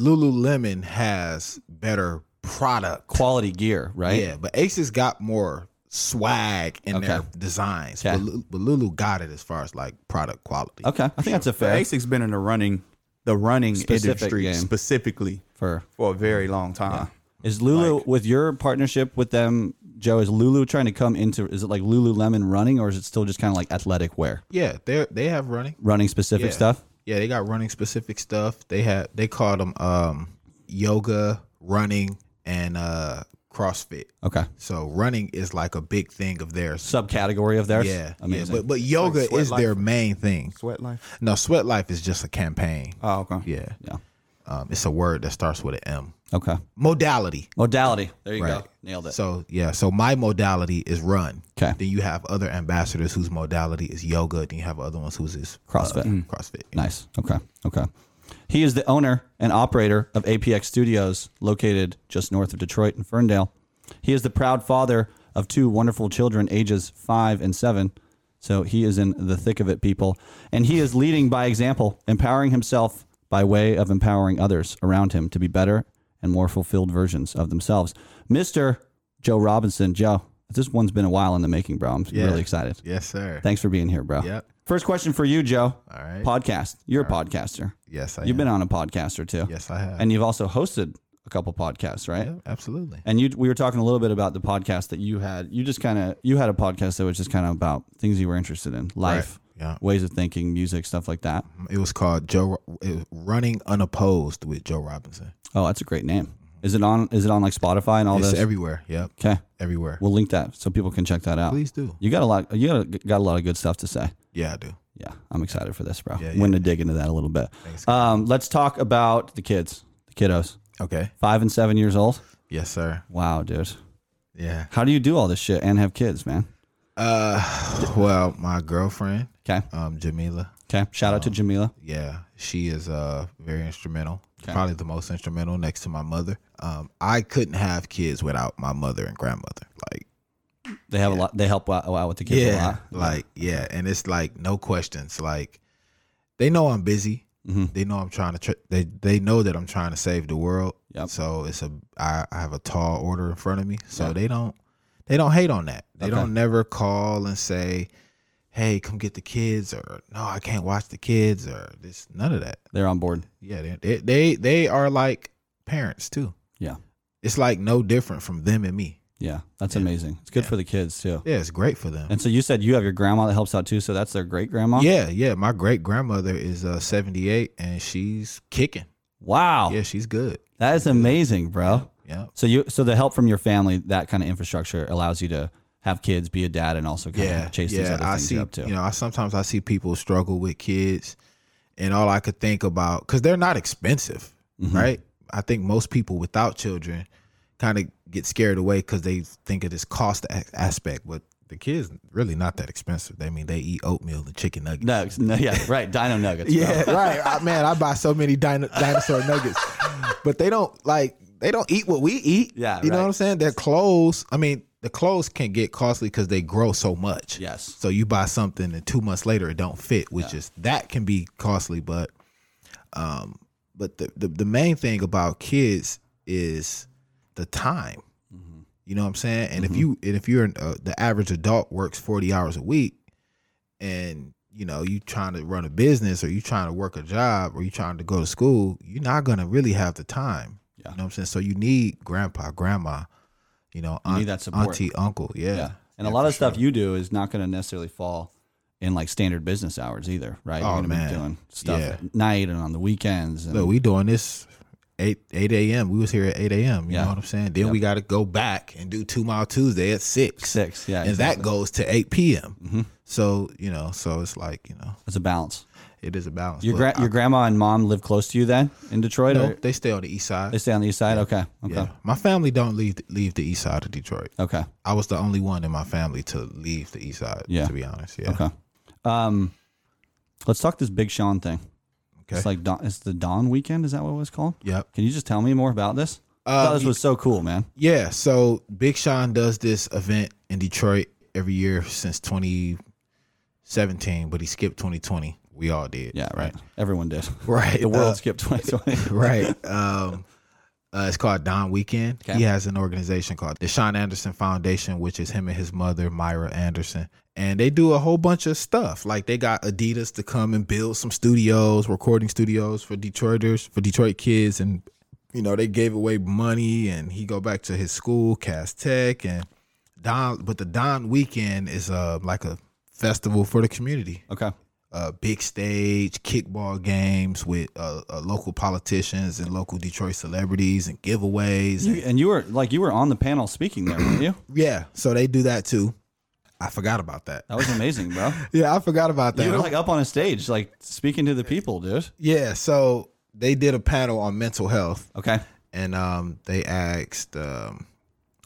Lululemon has better product.
Quality gear, right?
Yeah, but Asics got more swag in their designs.
Okay.
But, Lu- but Lulu got it as far as like product quality.
Okay, I think that's a
The
fair
ASIC's been in the running, the running
Specific
industry
game.
specifically
for.
for a very long time.
Is Lulu with your partnership with them, Joe? Is Lulu trying to come into? Is it like Lululemon running, or is it still just kind of like athletic wear,
Yeah, they they have running.
running specific
Yeah.
stuff?
Yeah, they got running specific stuff. They have they call them um, yoga, running, and uh, CrossFit.
Okay,
So running is like a big thing of theirs.
subcategory of theirs.
yeah, yeah,
amazing.
but but yoga
sweat
is their main thing.
Sweat life.
No, sweat life is just a campaign.
Oh, okay.
Yeah.
Yeah.
Um, it's a word that starts with an M.
okay,
Modality.
modality. There you
Right.
go. Nailed it.
So yeah, so my modality is run.
'Kay.
Then you have other ambassadors whose modality is yoga. Then you have other ones whose is uh,
CrossFit.
CrossFit.
Nice. Okay. Okay. He is the owner and operator of APX Studios, located just north of Detroit in Ferndale. He is the proud father of two wonderful children, ages five and seven. So he is in the thick of it, people. And he is leading by example, empowering himself by way of empowering others around him to be better and more fulfilled versions of themselves. Mr. Joe Robinson. Joe, this one's been a while in the making, bro. I'm really excited.
Yes, sir.
Thanks for being here, bro.
Yep.
First question for you, Joe.
All right.
Podcast. You're a podcaster.
Yes, I
You've
am.
been on a podcast or two.
Yes, I have.
And you've also hosted a couple podcasts, right?
Yeah, absolutely.
And you we were talking a little bit about the podcast that you had. You just kind of you had a podcast that was just kind of about things you were interested in, life,
Yeah.
ways of thinking, music, stuff like that.
It was called Joe it was Running Unopposed with Joe Robinson.
Oh, that's a great name. Is it on is it on like Spotify and all
Mm-hmm. It's
this?
everywhere. Yep.
okay.
Everywhere.
We'll link that so people can check that out.
Please do.
You got a lot you got a, got a lot of good stuff to say.
Yeah, I do.
Yeah, I'm excited for this, bro.
Yeah,
I'm going to dig into that a little bit. Um, let's talk about the kids, the kiddos.
Okay.
5 and 7 years old.
Yes, sir.
Wow, dude.
Yeah.
How do you do all this shit and have kids, man?
Uh, (sighs) well, my girlfriend,
Okay.
um, Jamila.
Okay. Shout
Oh.
out to Jamila.
Yeah, she is uh very instrumental. Probably the most instrumental next to my mother. Um, I couldn't have kids without my mother and grandmother. Like,
They have a lot. They help out, out with the kids a lot.
like yeah, and it's like no questions. Like, they know I'm busy.
Mhm.
They know I'm trying to. Tr- they they know that I'm trying to save the world.
Yep.
So it's a I, I have a tall order in front of me. So they don't they don't hate on that. They
Okay.
don't never call and say, "Hey, come get the kids," or "No, I can't watch the kids," or this none of that.
They're on board.
Yeah, they, they they they are like parents too.
Yeah.
It's like no different from them and me.
Yeah. That's amazing. It's good for the kids too.
Yeah, it's great for them.
And so you said you have your grandma that helps out too. So that's their great grandma.
Yeah, yeah. My great grandmother is uh, seventy eight and she's kicking.
Wow.
Yeah, she's good.
That is amazing, bro.
Yeah,
So you so the help from your family, that kind of infrastructure allows you to have kids, be a dad, and also kind
yeah.
of chase
yeah,
these other
I
things
see.
you're up to.
You know, I sometimes I see people struggle with kids, and all I could think about because they're not expensive,
Mm-hmm.
right? I think most people without children kind of get scared away because they think of this cost a- aspect, but the kids really not that expensive. They mean they eat oatmeal and chicken nuggets.
no, no, (laughs) yeah, right. Dino nuggets. bro.
(laughs) Yeah, right. I, man, I buy so many dino, dinosaur nuggets, but they don't like they don't eat what we eat.
Yeah,
you know
right.
what I'm saying. Their clothes. I mean, the clothes can get costly because they grow so much.
Yes.
So you buy something and two months later it don't fit, which is that can be costly. But, um, but the the, the main thing about kids is the time.
Mm-hmm.
You know what I'm saying? And if you and if you're an, uh, the average adult works 40 hours a week, and you know you trying to run a business or you trying to work a job or you trying to go to school, you're not gonna really have the time.
Yeah.
You know what I'm saying? So you need grandpa, grandma, you know,
You need
aunt,
that support.
auntie, uncle. Yeah.
Yeah. And
Yeah,
a lot
for
of stuff
sure.
you do is not going to necessarily fall in like standard business hours either, right?
Oh,
You're gonna
man.
be doing stuff
Yeah.
at night and on the weekends. And
So we doing this eight eight a.m. We was here at eight a.m. You
Yeah.
know what I'm saying? Then we got to go back and do two mile Tuesday at six,
six. Yeah.
and
exactly. Mm-hmm.
that goes to eight p.m. So you know, so it's like you know,
It's a balance.
it is a balance.
Your,
But
gra- your grandma and mom live close to you then in Detroit?
I- no,
Or
they stay on the east side.
they stay on the east side? Okay. Okay.
Yeah, my family don't leave leave the east side of Detroit.
Okay.
I was the only one in my family to leave the east side.
Yeah.
to be honest. Yeah,
Okay. Um, Let's talk this Big Sean thing.
Okay.
It's like Don, it's the Dawn weekend. Is that what it was called?
Yep.
Can you just tell me more about this? I thought
Uh,
this was so cool, man.
yeah. So Big Sean does this event in Detroit every year since 2017, but he skipped 2020. We all did.
Yeah, right. Everyone did.
(laughs) Right.
The world
Uh,
skipped (laughs)
(laughs)
2020.
right. Um, uh, it's called Don Weekend.
Okay.
He has an organization called the Sean Anderson Foundation, which is him and his mother, Myra Anderson. And they do a whole bunch of stuff. Like they got Adidas to come and build some studios, recording studios for Detroiters, for Detroit kids. And, you know, they gave away money and he go back to his school, Cast Tech. And Don, but the Don Weekend is uh, like a festival for the community
okay.
uh, big stage kickball games with uh, uh, local politicians and local Detroit celebrities and giveaways.
You, and you were like you were on the panel speaking there,
(clears throat)
weren't you?
yeah, so they do that too. I forgot about that.
That was amazing, bro.
Yeah, I forgot about that.
Oh. You were like up on a stage, like speaking to the people, dude.
yeah, so they did a panel on mental health
Okay.
and um, they asked um,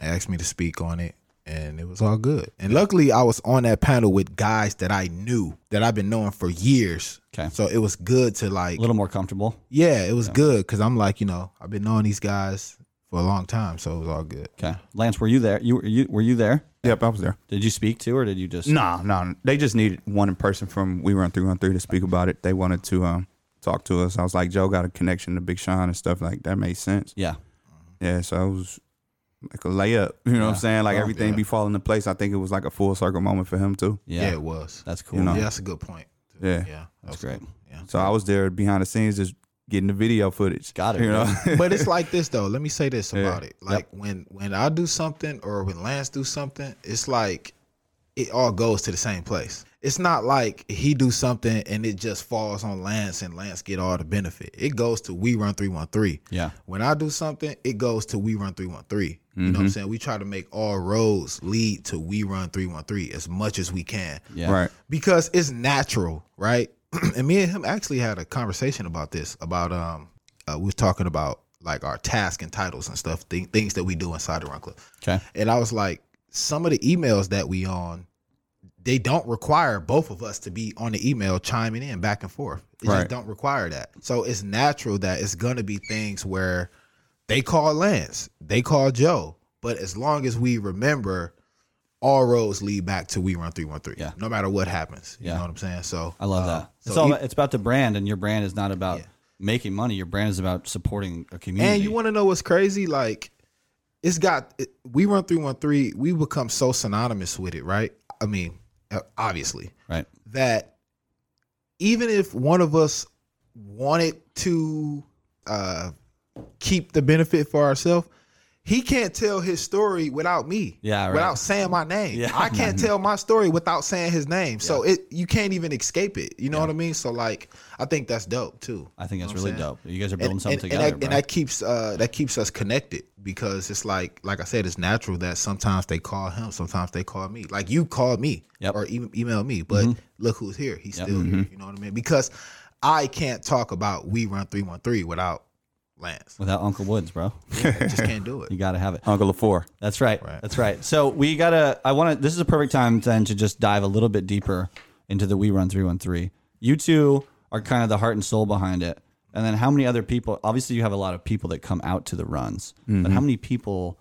they asked me to speak on it. And it was all good. And luckily, I was on that panel with guys that I knew that I've been knowing for years.
Okay.
So it was good to like
A little more comfortable.
Yeah, it was good because I'm like, you know, I've been knowing these guys for a long time, so it was all good.
Okay. Lance, were you there? You were you were you there?
Yep, I was there.
Did you speak to or did you just
Nah, nah. They just needed one person from We Run Three One Three to speak about it. They wanted to um talk to us. I was like, Joe got a connection to Big Sean and stuff like that. Made sense.
Yeah.
Yeah, so it was like a layup. You know what I'm saying? Like everything be falling into place. I think it was like a full circle moment for him too.
Yeah,
Yeah.
it was.
That's cool.
You know.
yeah, that's a good point.
Yeah.
Yeah,
That's great.
Yeah.
So I was there behind the scenes, just getting the video footage.
Got it,
You know? (laughs)
but it's like this though. Let me say this about it.
Yep.
Like when when I do something or when Lance do something, it's like it all goes to the same place. It's not like he do something and it just falls on Lance and Lance get all the benefit. It goes to we run three one three.
Yeah.
When I do something, it goes to we run three one three. You know what I'm saying? We try to make all roads lead to we run three one three as much as we can
Yeah.
Right.
because it's natural, right? (clears throat) and me and him actually had a conversation about this. About um, uh, we was talking about like our task and titles and stuff, th- things that we do inside the Run Club.
Okay.
And I was like, some of the emails that we on, they don't require both of us to be on the email chiming in back and forth. They
Right.
just don't require that. So it's natural that it's gonna be things where they call Lance, they call Joe. But as long as we remember, all roads lead back to we run three one three.
Yeah.
No matter what happens. You
Yeah.
know what I'm saying? So
I love
uh,
that. It's
so
all
e-
about, it's about the brand, and your brand is not about
Yeah.
making money. Your brand is about supporting a community.
And you want to know what's crazy? Like, it's got it, we run three one three. We become so synonymous with it, right? I mean, uh, obviously
right?
that even if one of us wanted to uh, keep the benefit for ourselves, he can't tell his story without me.
Yeah, right.
Without saying my name,
Yeah.
I
(laughs)
can't tell my story without saying his name. So it you can't even escape it. You know what I mean? So like, I think that's dope too.
I think that's
You know what
really
I'm saying?
dope. You guys are building something
and,
together,
that,
bro.
and that keeps uh, that keeps us connected because it's like like I said, it's natural that sometimes they call him, sometimes they call me. Like you called me
Yep. Mm-hmm.
or e- email me, but look who's here. He's still here. You know what I mean? Because I can't talk about we run three one three without
(laughs)
Lance.
Without Uncle Woods, bro,
I just can't do it.
you got to have it.
Uncle of four.
That's right.
Right.
That's right. So we gotta. I want to. This is a perfect time then to just dive a little bit deeper into the We Run Three One Three. You two are kind of the heart and soul behind it. And then how many other people? Obviously, you have a lot of people that come out to the runs, but
Mm-hmm.
how many people?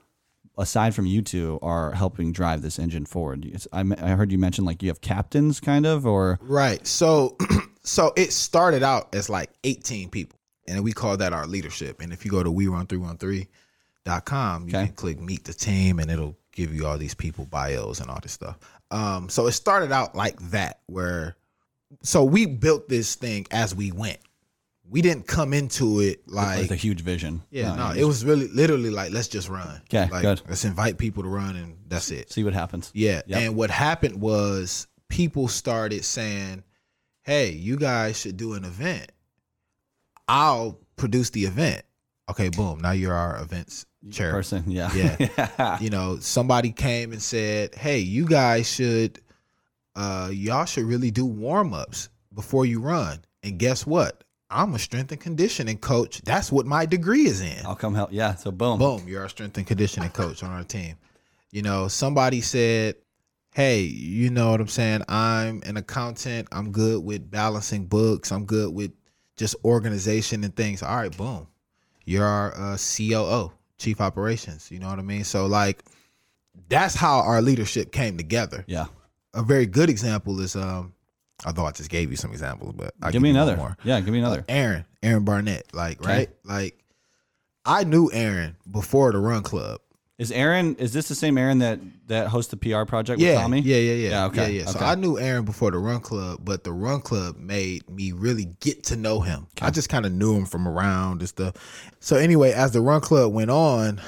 Aside from you two, are helping drive this engine forward. It's- I, me- I heard you mention like you have captains, kind of, or
Right. So (clears throat) so it started out as like eighteen people, and we call that our leadership. And if you go to we run three one three dot com, you
Okay.
can click meet the team and it'll give you all these people bios and all this stuff. Um, so it started out like that where so we built this thing as we went. We didn't come into it like
with a huge vision.
yeah, no,
you
it was really literally like let's just run.
'Kay,
like,
good.
Let's invite people to run and that's it.
see what happens.
Yeah.
Yep.
And what happened was people started saying, hey, you guys should do an event. I'll produce the event. Okay, boom. Now you're our events chair.
Person, yeah,
Yeah.
(laughs) yeah.
You know, somebody came and said, hey, you guys should, uh, y'all should really do warm ups before you run. And guess what? I'm a strength and conditioning coach. That's what my degree is in
I'll come help. Yeah, so boom.
boom, you're our strength and conditioning coach on our team. You know, somebody said, hey, you know what I'm saying? I'm an accountant. I'm good with balancing books. I'm good with just organization and things. All right, boom. You're our uh, COO, Chief Operations. You know what I mean? So, like, that's how our leadership came together.
Yeah.
A very good example is, um, although I just gave you some examples, but I'll
give me
you one
another.
more. Uh,
Yeah, give me another.
Aaron, Aaron Barnett, like,
Okay.
right? Like, I knew Aaron before the Run Club.
Is Aaron? Is this the same Aaron that that hosts the PR project with
yeah,
Tommy?
Yeah, yeah, yeah.
Yeah,
Yeah,
okay,
yeah, So
okay.
I knew Aaron before the Run Club, but the Run Club made me really get to know him. I just kind of knew him from around and stuff. So anyway, as the Run Club went on,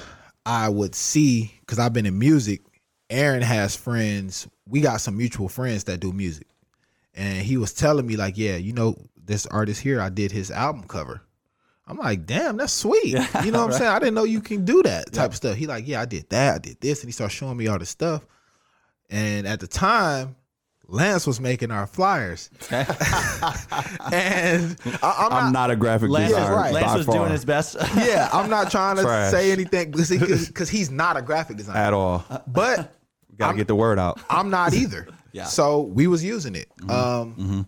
I would see because I've been in music. Aaron has friends. We got some mutual friends that do music, and he was telling me like, yeah, you know, this artist here, I did his album cover. I'm like, damn, that's
(laughs)
sweet. you know what I'm saying? I didn't know you can do that type of stuff. He like, yeah, I did that, I did this, and he started showing me all this stuff. And at the time, Lance was making our flyers,
Okay.
and I, I'm,
I'm
not.
not a graphic
Lance,
Yeah,
designer
right.
by
Lance was
far
doing his best.
(laughs)
(laughs)
yeah, I'm not trying to
Trash. Uh,
say anything because he's not a graphic designer,
at all.
Uh,
but
Gotta get the word out.
I'm not
(laughs)
either.
Yeah. Mm-hmm.
So we was using it. Um,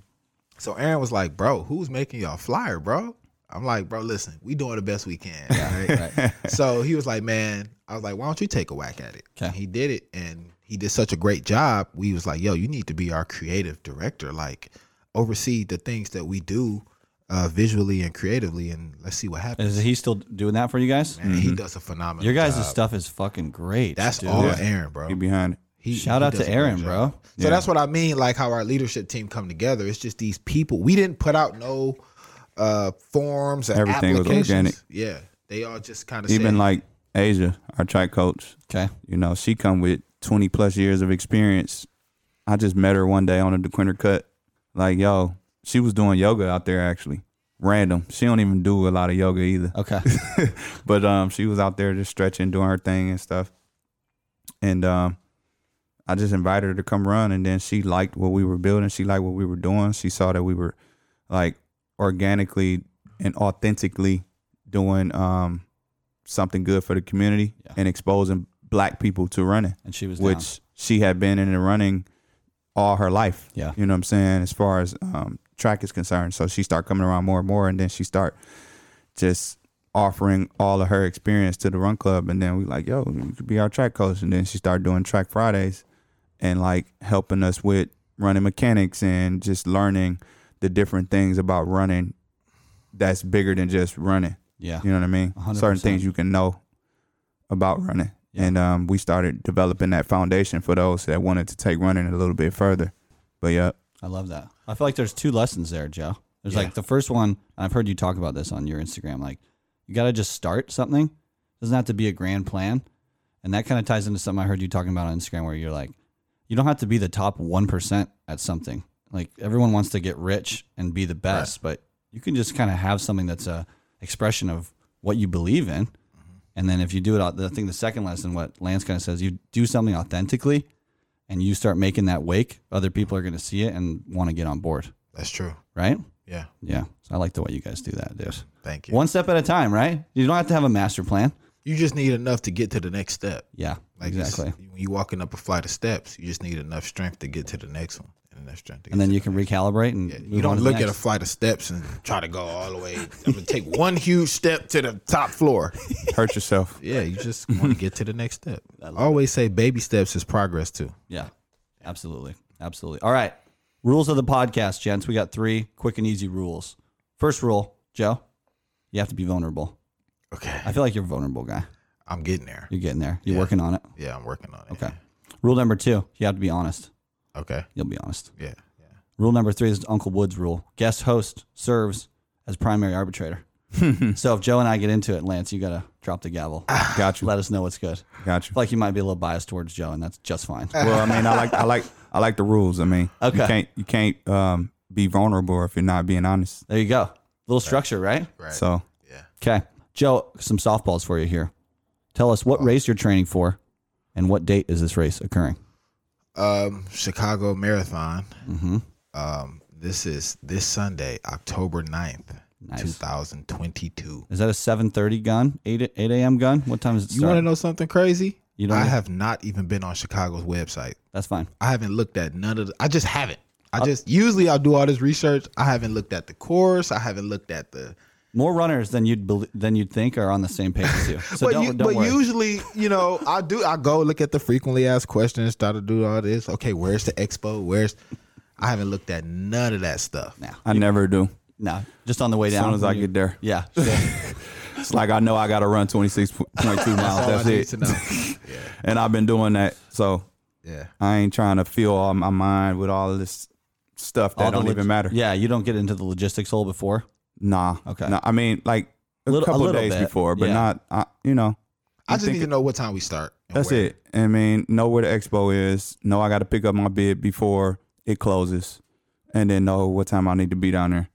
So Aaron was like, "Bro, who's making y'all flyer, bro?" I'm like, "Bro, listen, we doing the best we can." right? (laughs) So he was like, "Man," I was like, "Why don't you take a whack at it?"
Okay.
He did it, and he did such a great job. We was like, "Yo, you need to be our creative director, like oversee the things that we do." Uh, visually and creatively, and let's see what happens.
is he still doing that for you guys?
And he does a phenomenal.
Mm-hmm. Your guys'
job.
stuff is fucking great.
uh, That's
dude.
all
Yeah.
Aaron, bro.
You behind it.
He-
Shout
he
out
does a
to
great
Aaron,
job.
bro.
So that's what I mean, like how our leadership team come together. It's just these people. We didn't put out no uh forms. Or
Everything was
applications.
organic.
Yeah, they all just kind of
Even
said,
like Asia, our track coach,
Okay.
you know, she come with 20 plus years of experience. I just met her one day on a DeQuinter cut. Like, yo, she was doing yoga out there actually. Random. She don't even do a lot of yoga
(laughs)
either.
Okay.
But um she was out there just stretching, doing her thing and stuff. And um I just invited her to come run and then she liked what we were building. She liked what we were doing. She saw that we were like organically and authentically doing um something good for the community
Yeah.
and exposing black people to running
And she was
which she had been in the running all her life.
Yeah.
You know what I'm saying? As far as um, track is concerned. So she started coming around more and more and then she start just offering all of her experience to the run club and then we like, yo, you could be our track coach. And then she started doing track Fridays and like helping us with running mechanics and just learning the different things about running that's bigger than just running.
Yeah.
You know what I mean?
hundred
Certain
percent.
things you can know about running. And um, we started developing that foundation for those that wanted to take running a little bit further. But yeah,
I love that. I feel like there's two lessons there, Joe. There's like the first one, and I've heard you talk about this on your Instagram. Like, you got to just start something. doesn't have to be a grand plan. And that kind of ties into something I heard you talking about on Instagram where you're like, you don't have to be the top 1% at something. Like, everyone wants to get rich and be the best, but you can just kind of have something that's a expression of what you believe in. And then if you do it, I think the second lesson, what Lance kind of says, you do something authentically and you start making that wake, other people are going to see it and want to get on board,
"That's true."
right?
Yeah,
Yeah. So I like the way you guys do that, dude.
thank you.
One step at a time, right? You don't have to have a master plan.
You just need enough to get to the next step.
Yeah,
Like it's-
exactly.
when you walking up a flight of steps, you just need enough strength to get to the next one, and enough strength. To get
And then
to
you can recalibrate and
the-
move
you
on
don't
to the
look at a
next.
flight of steps and try to go all the way. I'm gonna take one huge step to the top floor.
hurt
(laughs)
yourself.
Yeah, you just want to get to the next step. I always say baby steps is progress too.
Yeah, absolutely. Absolutely. All right. Rules of the podcast, gents. We got three quick and easy rules. First rule, Joe, you have to be vulnerable.
Okay.
I feel like you're a vulnerable guy.
I'm getting there.
You're getting there. You're working on it.
Yeah, I'm working on it.
Okay. Rule number two, you have to be honest.
Okay.
You'll be honest.
Yeah. yeah.
Rule number three is Uncle Wood's rule. Guest host serves as primary arbitrator. so if Joe and I get into it, Lance, you gotta drop the gavel.
Got you.
Let us know what's good. I
Got you.
feel like you might be a little biased towards Joe, and that's just fine.
Well, I mean, I
(laughs)
like I like I like the rules. I mean,
Okay.
you can't you can't um, be vulnerable if you're not being honest.
There you go. Little structure, right?
Right.
So
yeah.
Okay. Joe, some softballs for you here. Tell us what race you're training for and what date is this race occurring?
Um, Chicago Marathon. Um, this is this Sunday, October 9th,
Nice.
2022.
Is that a 7:30 gun? 8 a- 8 a.m. gun? What time is it
You want to
start?
know something crazy?
You don't
I
know?
have not even been on Chicago's website.
That's fine.
I haven't looked at none of the I just haven't. I just usually I'll do all this research. I haven't looked at the course. I haven't looked at the
More runners than you'd bel than you'd think are on the same page as you. So
but
don't,
you,
don't
but
worry.
usually, you know, I do. I go look at the frequently asked questions, try to do all this. Okay, where's the expo? Where's? I haven't looked at none of that stuff.
Nah.
I never do.
no, just on the way
As
down.
soon as I
you-
get there, (laughs)
yeah, sure.
it's like I know I got to run 26.2 miles.
All I
That's
need
it.
to
(laughs)
know.
And I've been doing that. So
yeah,
I ain't trying to fill all my mind with all this stuff that
All the
don't
log-
even matter.
Yeah, you don't get into the logistics hole before.
Nah.
Okay.
Nah, I mean, like a,
Little- a
couple of
little
days
bit,
before, but
yeah.
not, I, you know.
I
You
just
think-
need to know what time we start. and
That's
where.
it. I mean, know where the expo is. Know I got to pick up my bid before it closes, and then know what time I need to be down there,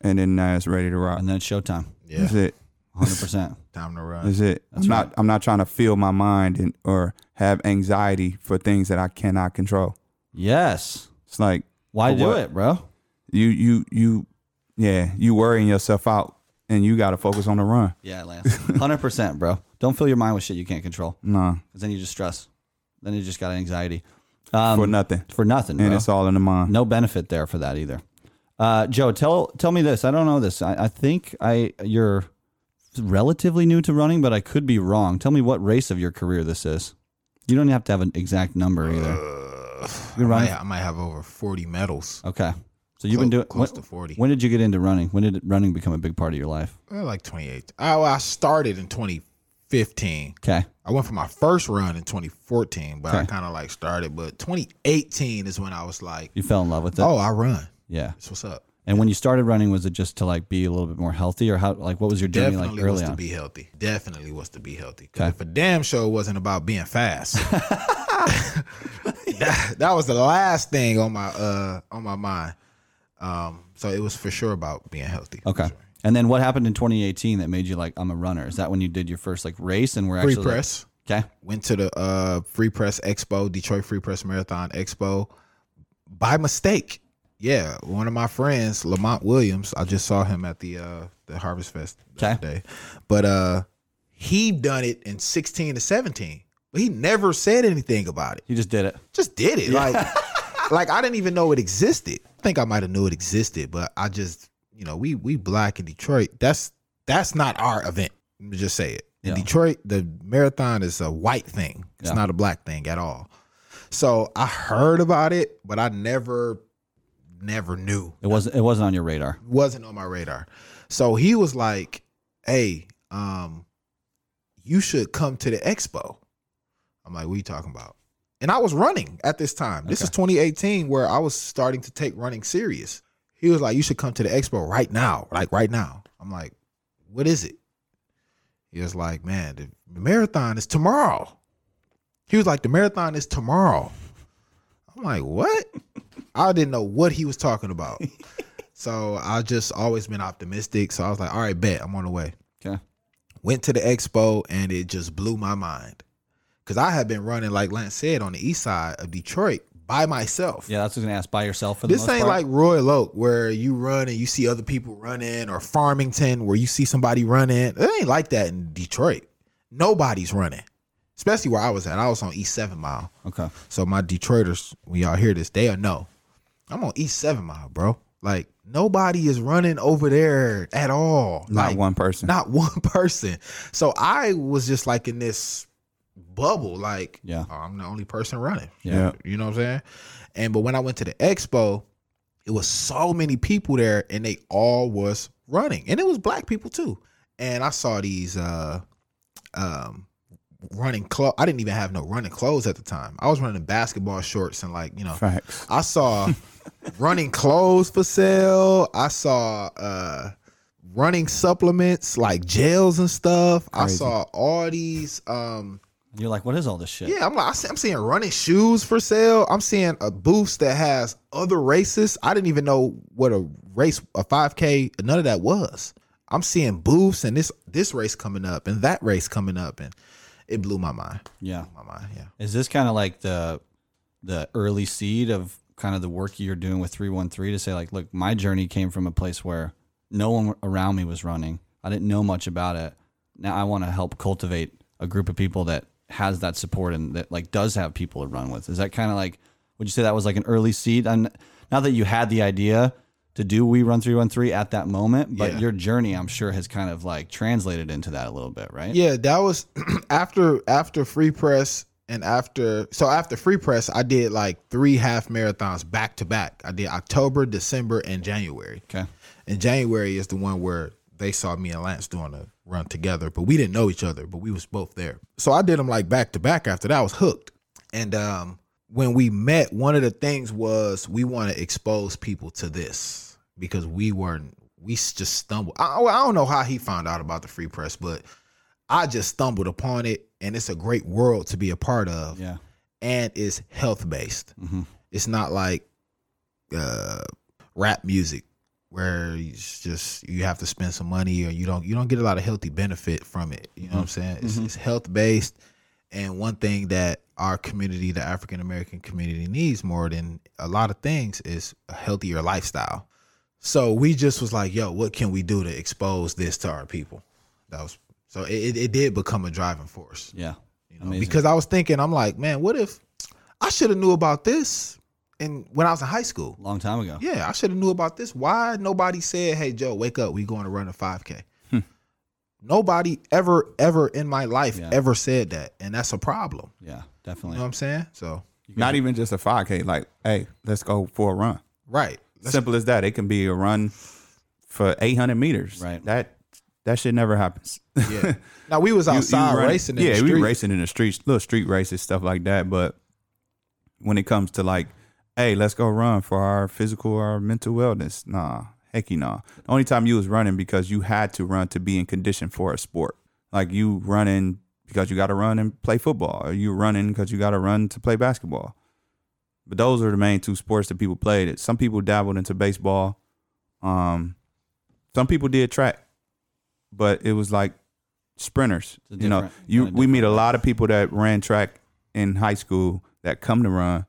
and then now it's ready to rock.
And then it's showtime.
(laughs)
Yeah,
That's it.
100%.
time to run.
That's it. I'm not. I'm not trying to fill my mind and or have anxiety for things that I cannot control.
yes.
It's like
Why
For
do
what?
it, bro?
you, you, you. Yeah, you worrying yourself out, and you got to focus on the run.
Yeah, (laughs) Lance. 100%, bro. Don't fill your mind with shit you can't control.
Nah,
Because then you just stress. Then you just got anxiety. Um,
for
Um,
nothing.
For nothing,
And
bro.
it's all in the mind.
no benefit there for that either. Uh, Joe, tell tell me this. I don't know this. I, I think I you're relatively new to running, but I could be wrong. Tell me what race of your career this is. You don't have to have an exact number either.
I,
Uh,
You're
might,
running.
I might have over forty medals.
Okay. So you've been
Clo-
doing
close
when,
to 40.
When did you get into running? When did running become a big part of your life?
Well, like twenty eight. Oh, I started in twenty fifteen.
Okay.
I went for my first run in 2014, but I
Okay.
kind of like started. But 2018 is when I was like,
You fell in love with it.
"Oh, I run.
Yeah.
That's what's up."
And when you started running, was it just to like be a little bit more healthy or how like what was your journey
Definitely
like
was
early
to
on?
be healthy. Definitely was to be healthy. 'Cause
Okay.
if a damn show wasn't about being
(laughs)
fast, (laughs) that, that was the last thing on my uh on my mind. Um, so it was for sure about being healthy.
Okay. And then what happened in 2018 that made you like I'm a runner? Is that when you did your first like race and we're
Free
actually like-
press.
okay.
Went to the uh Free Press Expo, Detroit Free Press Marathon Expo, by mistake. Yeah, one of my friends, Lamont Williams, I just saw him at the uh the Harvest Fest the
Okay.
other day. But uh he done it in 16 to 17. But he never said anything about it.
You just did it.
Just did it. Like (laughs) like I didn't even know it existed. I think I might have knew it existed, but I just, you know, we we black in Detroit. That's that's not our event. Let me just say it. In
Yeah.
Detroit, the marathon is a white thing. It's
Yeah.
not a black thing at all. So I heard about it, but I never never knew
It wasn't it wasn't on your radar.
wasn't on my radar. So he was like, "Hey, um, you should come to the expo." I'm like, "What are you talking about?" And I was running at this time. This is 2018, where I was starting to take running serious. He was like, "You should come to the expo right now, like right now." I'm like, "What is it?" He was like, "Man, the marathon is tomorrow." He was like, "The marathon is tomorrow." I'm like, "What?" I didn't know what he was talking about. So I just always been optimistic. So I was like, all right, bet I'm on the way.
Okay.
Went to the expo and it just blew my mind. Cause I had been running, like Lance said, on the east side of Detroit by myself.
Yeah, that's what I was gonna ask by yourself for the
This
most
ain't
part?
like Royal Oak where you run and you see other people running or Farmington where you see somebody running. It ain't like that in Detroit. Nobody's running. Especially where I was at. I was on East Seven Mile.
Okay.
So my Detroiters, when y'all hear this, they'll know. I'm on East Seven Mile, bro. Like nobody is running over there at all.
Not
like,
one person.
Not (laughs) one person. So I was just like in this bubble, like,
Yeah.
oh, I'm the only person running.
yeah.
You know what I'm saying? And but when I went to the expo, it was so many people there and they all was running. And it was black people too. And I saw these uh um running clothes. I didn't even have no running clothes at the time. I was running basketball shorts and like, you know,
Facts.
I saw running clothes for sale. I saw uh running supplements like gels and stuff. I
Crazy.
saw all these um
You're like, what is all this shit?
yeah, I'm like, I see, I'm seeing running shoes for sale. I'm seeing a booth that has other races. I didn't even know what a race, a 5K, none of that was. I'm seeing booths and this this race coming up and that race coming up, and it blew my mind.
Yeah.
My mind, yeah.
Is this kind of like the the early seed of kind of the work you're doing with 313 to say like, look, my journey came from a place where no one around me was running. I didn't know much about it. Now I want to help cultivate a group of people that has that support and that like does have people to run with. Is that kind of like would you say that was like an early seed? And now that you had the idea to do we run three one three at that moment, but
Yeah.
your journey I'm sure has kind of like translated into that a little bit, right?
Yeah, that was (clears throat) after after free press and after so after free press, I did like three half marathons back to back. I did October, December, and January.
Okay.
And January is the one where they saw me and Lance doing a run together, but we didn't know each other, but we was both there. So I did them like back to back after that. I was hooked. And um when we met, one of the things was we want to expose people to this because we weren't we s- just stumbled. I, I don't know how he found out about the free press, but I just stumbled upon it and it's a great world to be a part of
Yeah.
and it's health based.
Mhm.
It's not like uh, rap music where it's just you have to spend some money or you don't you don't get a lot of healthy benefit from it. You know what I'm saying? It's, it's health based, and one thing that our community, the African American community, needs more than a lot of things is a healthier lifestyle. So we just was like, yo, what can we do to expose this to our people? That was so it, it, it did become a driving force.
Yeah.
You know,
Amazing.
because I was thinking, I'm like, man, what if I should have knew about this and when I was in high school?
Long time ago.
Yeah, I should have knew about this. Why nobody said, "Hey Joe, wake up, we going to run a 5K."
Hmm.
Nobody ever, ever in my life
Yeah.
ever said that, and that's a problem.
Yeah,
You
definitely.
know what I'm saying? So,
Not even just a 5K. Like, hey, let's go for a run.
right,
(laughs)
Let's-
Simple as that. It can be a run for 800 meters.
Right.
That that shit never happens.
yeah. now we was
You- you
outside
run-
racing. In
yeah,
the
we
street.
racing in the streets, little street races, stuff like that. But when it comes to like, hey, let's go run for our physical or our mental wellness, nah, hecky nah. The only time you was running because you had to run to be in condition for a sport. Like you running because you got to run and play football, or you running because you got to run to play basketball. But those are the main two sports that people played. It- Some people dabbled into baseball. Um, some people did track, but it was like sprinters.
It's a
You know,
different-
you
kinda
we meet a lot of people that ran track in high school that come to run,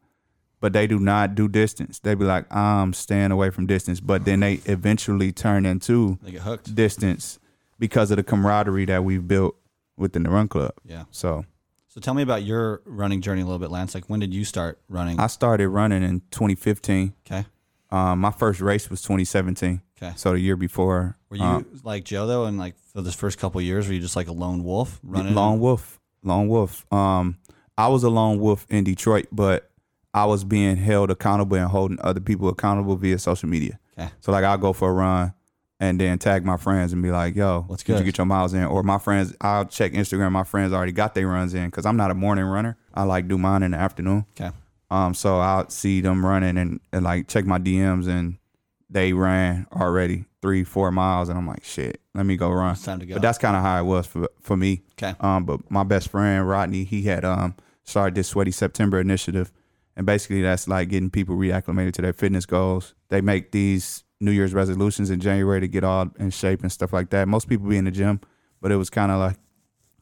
but they do not do distance. They be like, I'm staying away from distance, but then they eventually turn into
They get hooked.
distance because of the camaraderie that we've built within the run club.
Yeah.
So
So tell me about your running journey a little bit, Lance. Like when did you start running?
I started running in 2015.
okay.
Um, my first race was 2017.
Okay.
So the year before, um,
Were you like Joe though, and like for this first couple of years, were you just like a lone wolf running?
Lone Wolf. Lone Wolf. Um, I was a lone wolf in Detroit, but I was being held accountable and holding other people accountable via social media.
Okay.
So like I'll go for a run and then tag my friends and be like, yo,
What's
did
good?
you get your miles in? Or my friends, I'll check Instagram. My friends already got their runs in because I'm not a morning runner. I like do mine in the afternoon.
Okay.
Um, so I'll see them running and, and like check my DMs and they ran already three, four miles and I'm like, shit, let me go run.
It's time to go.
But that's kind of how it was for for me.
Okay. (laughs)
Um, but my best friend Rodney, he had um started this Sweaty September initiative, and basically that's like getting people reacclimated to their fitness goals. They make these New Year's resolutions in January to get all in shape and stuff like that. Most people be in the gym, but it was kind of like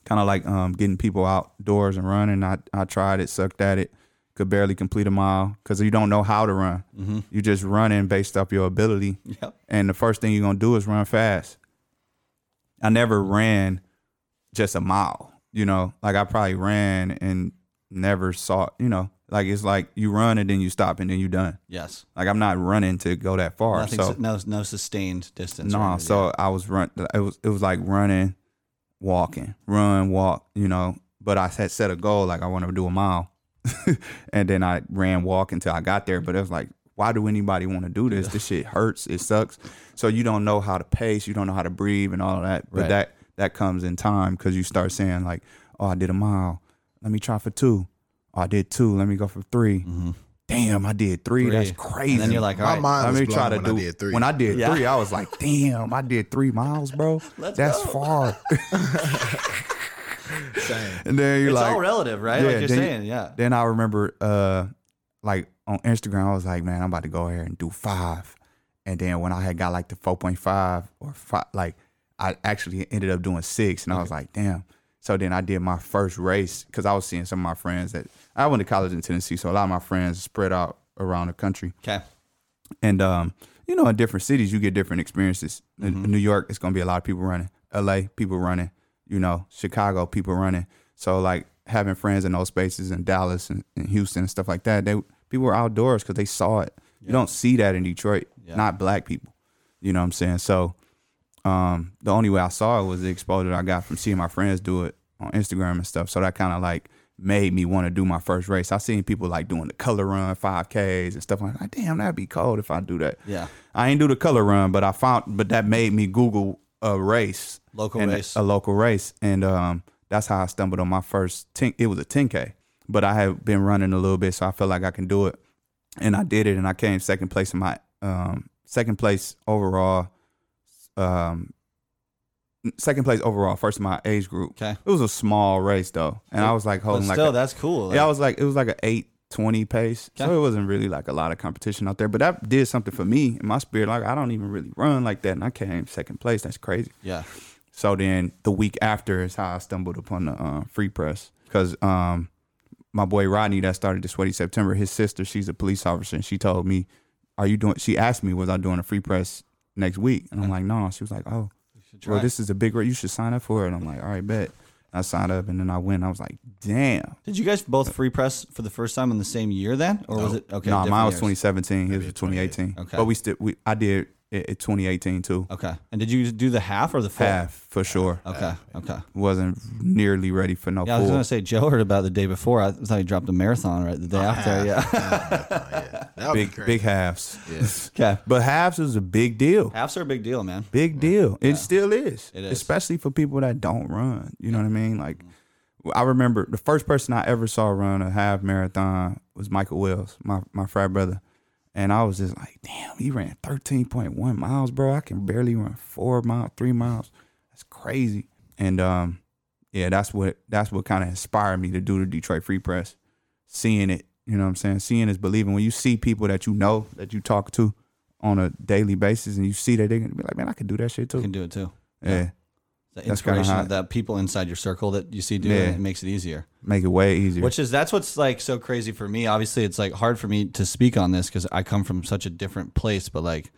kind of like um getting people outdoors and running. I I tried it, sucked at it, could barely complete a mile because you don't know how to run. You're just running based off your ability.
Yep.
And the first thing you're gonna do is run fast. I never ran just a mile, you know. Like I probably ran and never saw, you know, like it's like you run and then you stop and then you done.
Yes.
Like I'm not running to go that far.
Nothing,
so
no, no sustained distance.
no,
right?
so I was run. It was it was like running, walking, run, walk. You know, but I had set a goal like I want to do a mile, (laughs) and then I ran, walk until I got there. But it was like, why do anybody want to do this? This shit hurts. It sucks. So you don't know how to pace. You don't know how to breathe and all of that. But
Right.
that that comes in time because you start saying like, oh, I did a mile. Let me try for two. Oh, I did two. Let me go for 3 Damn, I did three. That's crazy.
Mm-hmm. and then you're like, all
My
right,
mind
I
was
mean,
blown
try to
when
do
I did three.
when I did
Yeah.
three, I was like, damn, I did three miles,
(laughs)
bro. That's far. (laughs)
Same.
and then you're
it's
like,
all relative, right?
Yeah,
like you're
then you-
saying, yeah.
then I remember, uh, like on Instagram, I was like, man, I'm about to go here and do five. And then when I had got like the 4.5 or five, like I actually ended up doing six, and I was like, damn. So then I did my first race because I was seeing some of my friends that I went to college in Tennessee, so a lot of my friends spread out around the country.
Okay.
And um, you know, in different cities, you get different experiences. In- In New York, it's gonna be a lot of people running. L.A. people running. You know, Chicago people running. So like having friends in those spaces in Dallas and, and Houston and stuff like that, they people were outdoors because they saw it. You don't see that in Detroit,
Yeah.
not black people. You know what I'm saying? So um, the only way I saw it was the exposure I got from seeing my friends do it on Instagram and stuff. So that kind of like made me want to do my first race. I seen people like doing the color run, 5Ks and stuff like that. Damn, that'd be cold if I do that.
Yeah.
I ain't do the color run, but I found, but that made me Google a race,
Local
and-
race.
a local race, and um, that's how I stumbled on my first ten. It was a 10k, but I had been running a little bit, so I felt like I can do it, and I did it, and I came second place in my um second place overall, um, second place overall, first in my age group.
Okay.
It was a small race though, and I was like
But
holding like
still,
a-
that's cool. Like,
yeah, I was like, it was like an eight twenty pace,
Okay.
so it wasn't really like a lot of competition out there. But that did something for me in my spirit. Like I don't even really run like that, and I came second place. That's crazy.
yeah.
So then the week after is how I stumbled upon the uh, free press because um, my boy Rodney that started the Sweaty September. His sister, she's a police officer, and she told me, "Are you doing?" She asked me, "Was I doing a free press next week?" And I'm like, "No." She was like, "Oh."
Try
Well,
it.
this is a big rate. You should sign up for it. And I'm like, all right, bet. I signed up and then I went. I was like, damn.
Did you guys both free press for the first time in the same year then, or was
No.
it okay?
no,
different
mine was
years?
2017. His
Maybe
was
it's 2018.
2018.
Okay.
But we still, we I did it, it 2018 too.
Okay, and did you do the half or the full?
Half for sure.
Okay, okay.
Wasn't nearly ready for no
Yeah, I was
full.
gonna say Joe heard about it the day before. I thought he dropped a marathon right the
Oh,
day after. Yeah. (laughs)
yeah. That would
big
be crazy.
big halves.
Okay.
(laughs) But halves is a big deal.
Halves are a big deal, man.
Big deal. It still is.
It is.
Especially for people that don't run. You know what I mean? Like I remember the first person I ever saw run a half marathon was Michael Wells, my my frat brother. And I was just like, damn, he ran 13.1 miles, bro. I can barely run four miles, three miles. That's crazy. And um, yeah, that's what that's what kind of inspired me to do the Detroit Free Press. Seeing it, you know what I'm saying? Seeing is believing. When you see people that you know, that you talk to on a daily basis, and you see that they're gonna be like, Man, I could do that shit
You
too.
can do it too.
Yeah.
The
That's kinda
inspiration
hot.
of that people inside your circle that you see doing
Yeah.
it, it makes it easier.
Make it way easier.
Which is that's what's like so crazy for me. Obviously, it's like hard for me to speak on this because I come from such a different place. But like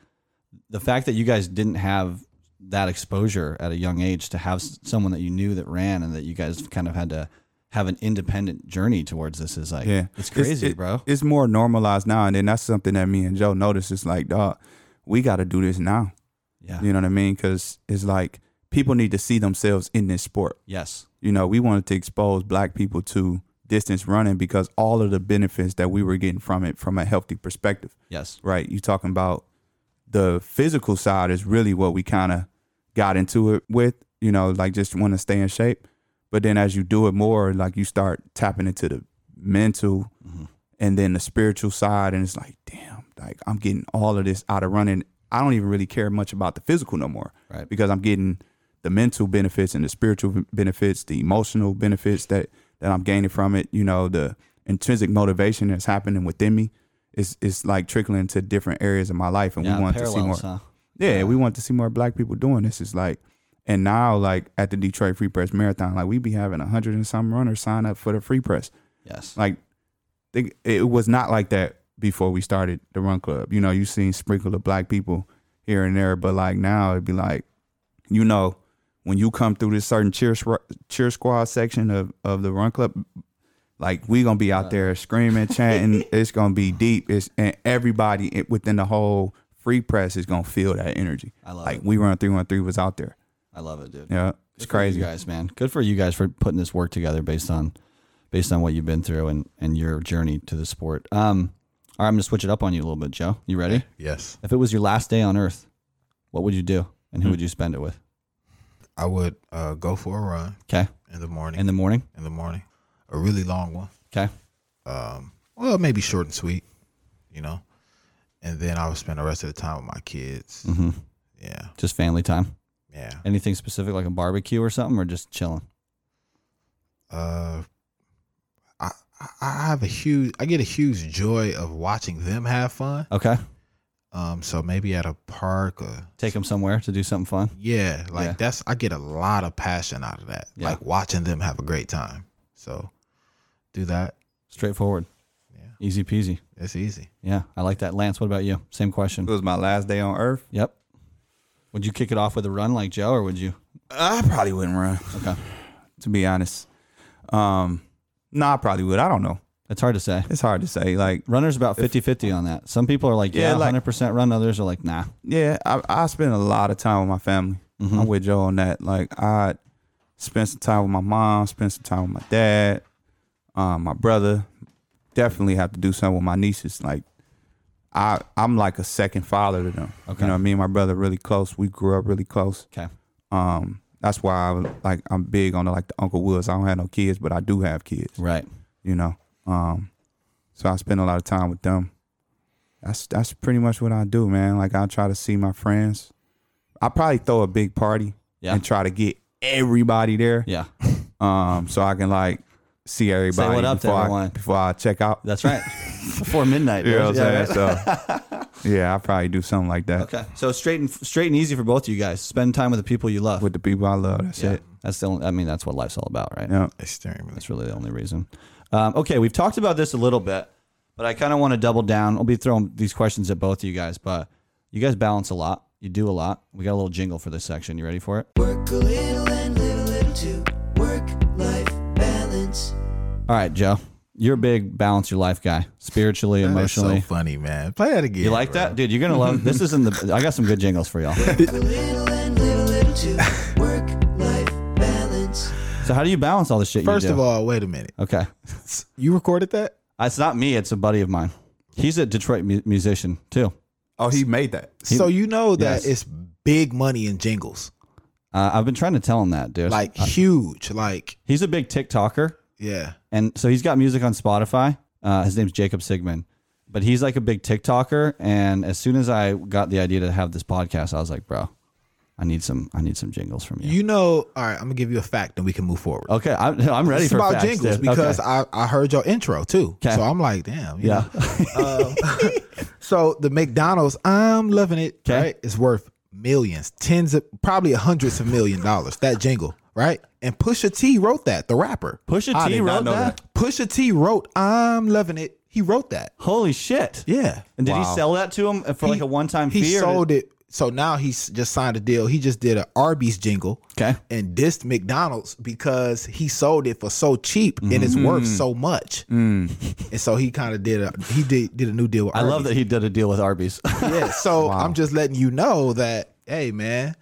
the fact that you guys didn't have that exposure at a young age to have s- someone that you knew that ran and that you guys kind of had to have an independent journey towards this is like
Yeah.
it's crazy,
it-
bro.
It's more normalized now. And then that's something that me and Joe noticed. It's like, dog, we gotta do this now.
yeah.
You know what I mean? Cause it's like people need to see themselves in this sport.
Yes.
you know, we wanted to expose black people to distance running because all of the benefits that we were getting from it from a healthy perspective,
Yes.
right? You talking about the physical side is really what we kind of got into it with, you know, like just want to stay in shape. But then as you do it more, like you start tapping into the mental
Mm-hmm.
and then the spiritual side and it's like, damn, like I'm getting all of this out of running. I don't even really care much about the physical no more
Right.
because I'm getting the mental benefits and the spiritual benefits, the emotional benefits that that I'm gaining from it. You know, the intrinsic motivation that's happening within me is is like trickling to different areas of my life, and
Yeah,
we want to see more.
parallels, huh?
Yeah, we want to see more black people doing this. It's like, and now like at the Detroit Free Press Marathon, like we be having a hundred and some runners sign up for the free press.
Yes.
Like, think it was not like that before we started the Run Club. You know, you seen sprinkle of black people here and there, but like now it'd be like, you know, when you come through this certain cheer squ- cheer squad section of of the Run Club, like we gonna be out there screaming, (laughs) chanting. it's gonna be deep. It's and everybody i- within the whole free press is gonna feel that energy.
I love
like
it.
we run three one three was out there.
I love it, dude.
Yeah, it's
Good for you
crazy.
guys, man. Good for you guys for putting this work together based on based on what you've been through and and your journey to the sport. Um, all right, I'm gonna switch it up on you a little bit, Joe. You ready?
Yes.
If it was your last day on Earth, what would you do, and who
Hmm.
would you spend it with?
I would uh, go for a run
Okay,
in the morning.
in the morning.
in the morning, a really long one.
Okay,
Um, well, maybe short and sweet, you know. And then I would spend the rest of the time with my kids.
hmm
Yeah,
just family time.
yeah.
Anything specific like a barbecue or something, or just chilling?
Uh, I I- I have a huge I get a huge joy of watching them have fun.
Okay,
Um, so maybe at a park or
take them somewhere to do something fun.
yeah, like
Yeah.
that's I get a lot of passion out of that.
Yeah.
Like watching them have a great time. So do that.
Straightforward.
Yeah.
Easy peasy.
It's easy.
Yeah, I like that. Lance, what about you? Same question.
It was my last day on Earth.
Yep. Would you kick it off with a run like Joe, or would you?
I probably wouldn't run.
Okay.
to be honest. Um, Nah, I probably would. I don't know.
It's hard to say.
It's hard to say. Like,
Runners about 50-50 on that. Some people are like,
Yeah,
yeah,
like-
100% run. Others are like, nah.
yeah, I, I spend a lot of time with my family. I'm with Joe on that. Like, I spent some time with my mom, spent some time with my dad, um, my brother. Definitely have to do something with my nieces. Like, I I'm like a second father to them.
Okay.
You know, me and my brother really close. We grew up really close.
Okay.
Um, that's why I was, like I'm big on the, like the Uncle Woods. I don't have no kids, but I do have kids.
Right.
You know, um, so I spend a lot of time with them. That's that's pretty much what I do, man. Like I try to see my friends. I probably throw a big party
Yeah.
and try to get everybody there.
Yeah.
Um, so I can like see everybody
what up to
before I,
everyone.
before I check out.
That's right. (laughs) Before midnight.
You know
dude.
what
Yeah,
I'm
right?
saying? So (laughs) yeah, I probably do something like that
Okay. So straight and straight and easy for both of you guys. Spend time with the people you love.
with the people I love. That's
yeah.
it.
That's the only I mean, that's what life's all about, right?
Yeah.
Extremely.
That's really the only reason. Um, okay, we've talked about this a little bit, but I kind of want to double down. I'll be throwing these questions at both of you guys, but you guys balance a lot. You do a lot. We got a little jingle for this section. You ready for it?
Work a little and live a little too. Work life balance.
All right, Joe. You're a big balance your life guy, spiritually,
Emotionally.
emotionally.
so funny, man. Play that again.
you like that? Dude, you're going
(laughs)
to love this. Isn't the I got some good jingles for y'all.
Work a little and live a little too. Work life balance.
So, how do you balance all this shit
First
you do?
of all, wait a minute.
okay. Uh,
You recorded that?
It's not me, it's a buddy of mine. He's a Detroit mu- musician, too.
Oh, he made that.
so you know that
Yes.
it's big money in jingles.
Uh, I've been trying to tell him that, dude.
Like huge. Like,
he's a big TikToker.
yeah.
And so he's got music on Spotify. Uh, his name's Jacob Sigmund, but he's like a big TikToker. And as soon as I got the idea to have this podcast, I was like, bro, I need some, I need some jingles from you.
You know, all right, I'm gonna give you a fact and we can move forward.
okay, I'm, (laughs) I'm Oh, ready
it's
for
about
facts,
jingles
dude.
because
Okay.
I, I heard your intro too.
'Kay.
So I'm like, damn. you
yeah, (laughs)
know. Um, (laughs) So the McDonald's, I'm loving it.
'Kay.
Right, it's worth millions, tens of probably hundreds of million dollars. That jingle, right? And Pusha T wrote that. The rapper
Pusha
I
T
did not
wrote
know
that?
Pusha T wrote, "I'm loving it." He wrote that.
Holy shit!
Yeah,
And did
Wow.
he sell that to him for like
He-
a one-time
he
fee? or did-
sold it. So now he's just signed a deal. He just did an Arby's jingle.
Okay.
And dissed McDonald's because he sold it for so cheap and
Mm.
it's worth so much. And so he kind of did a he did did a new deal with
I
Arby's.
love that he did a deal with Arby's. (laughs)
(laughs) Yeah. So I'm just letting you know that, hey man,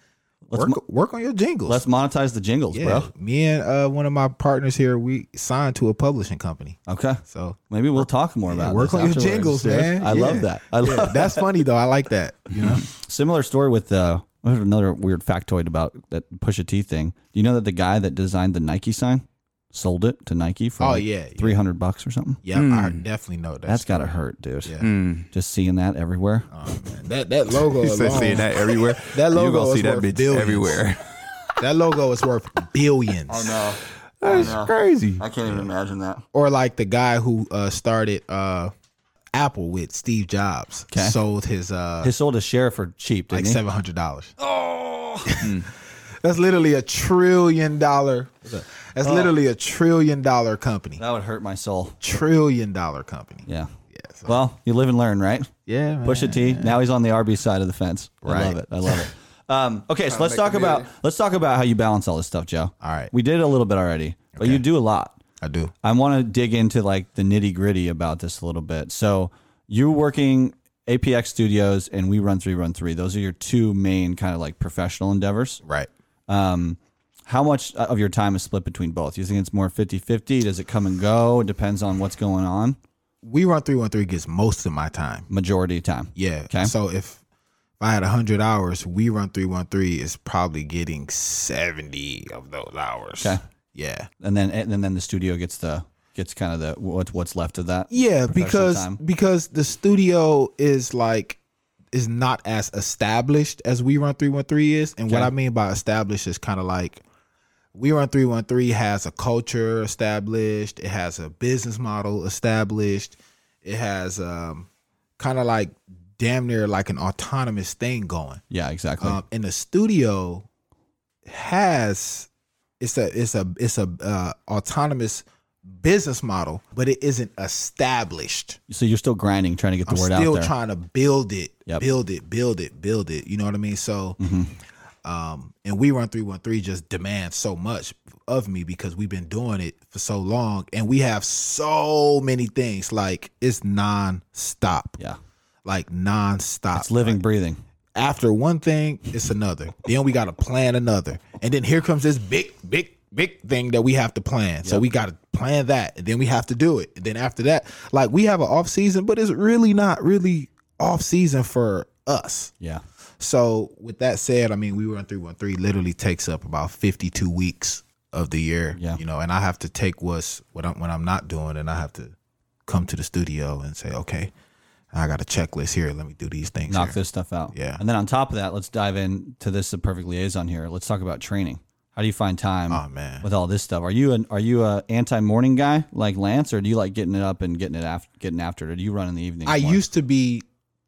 work work on your jingles.
Let's monetize the jingles,
yeah.
bro.
Me and uh, one of my partners here, we signed to a publishing company.
Okay,
So
maybe we'll talk more about
work
this
on your
afterwards,
jingles,
dude.
man.
I
Yeah.
love that. I love
yeah, that's funny though. I like that. You
(laughs)
know?
Similar story with uh, what was another weird factoid about that Pusha T thing. Do you know that the guy that designed the Nike sign sold it to Nike for
Oh,
like
yeah, yeah.
three hundred bucks or something?
Yeah, I definitely know that.
Mm. That's gotta hurt, dude.
Yeah.
Just seeing that everywhere.
Oh, man. That that logo (laughs)
He said
alone,
seeing that everywhere.
That
you
logo
gonna see
is
that
worth
bitch
billions.
everywhere. (laughs)
that logo is worth billions.
no,
That's crazy.
I can't even imagine that.
Or like the guy who uh, started uh, Apple with Steve Jobs sold his uh,
He sold a share for cheap, didn't
like
he?
seven hundred dollars. Oh, (laughs) that's literally a trillion dollar. That's literally a trillion dollar company.
That would hurt my soul.
Trillion dollar company.
Yeah.
so-
Well, you live and learn, right?
Yeah, man.
Pusha T. Now he's on the RB side of the fence. I love
Right.
it. I love it.
(laughs)
Um, okay, so let's talk about let's talk about how you balance all this stuff, Joe.
All right.
we did it a little bit already, but you do a lot.
I do.
I want to dig into like the nitty gritty about this a little bit. So you're working APX Studios and we run three run three. Those are your two main kind of like professional endeavors.
Right.
How much uh, of your time is split between both? You think it's more 50 50? Does it come and go? It depends on what's going on.
We run three one three gets most of my time.
Majority of time.
Yeah.
Okay.
So if if I had hundred hours, we run three one three is probably getting seventy of those hours.
Okay.
Yeah.
And then and then the studio gets the gets kind of the what's what's left of that.
Yeah, because
time.
because the studio is like is not as established as we run 313 is. And what
Okay.
I mean by established is kind of like we run 313 has a culture established, it has a business model established, it has um kind of like damn near like an autonomous thing going.
Yeah, exactly.
Um, and the studio has it's a it's a it's a uh, autonomous business model, but it isn't established.
so you're still grinding, trying to get the
I'm
word out
still
there.
trying to build it,
Yep.
build it, build it, build it. You know what I mean? So
Mm-hmm.
Um, and we run 313 just demands so much of me because we've been doing it for so long and we have so many things. Like it's non-stop.
Yeah.
Like non-stop.
It's living, breathing.
After one thing, it's another. then we gotta plan another. And then here comes this big, big, big thing that we have to plan. So we gotta plan that. And then we have to do it. And then after that, like we have an off season, but it's really not really off season for us.
Yeah.
So with that said, I mean we run three one three literally takes up about fifty two weeks of the year.
Yeah.
You know, and I have to take what's what I'm when I'm not doing and I have to come to the studio and say, Okay, I got a checklist here, let me do these things.
Knock
here.
this stuff out.
Yeah.
And then on top of that, let's dive into this is a perfect liaison here. Let's talk about training. How do you find time
Oh man.
with all this stuff? Are you an are you a anti morning guy like Lance, or do you like getting it up and getting it after getting after it? Or do you run in the evening?
I used to be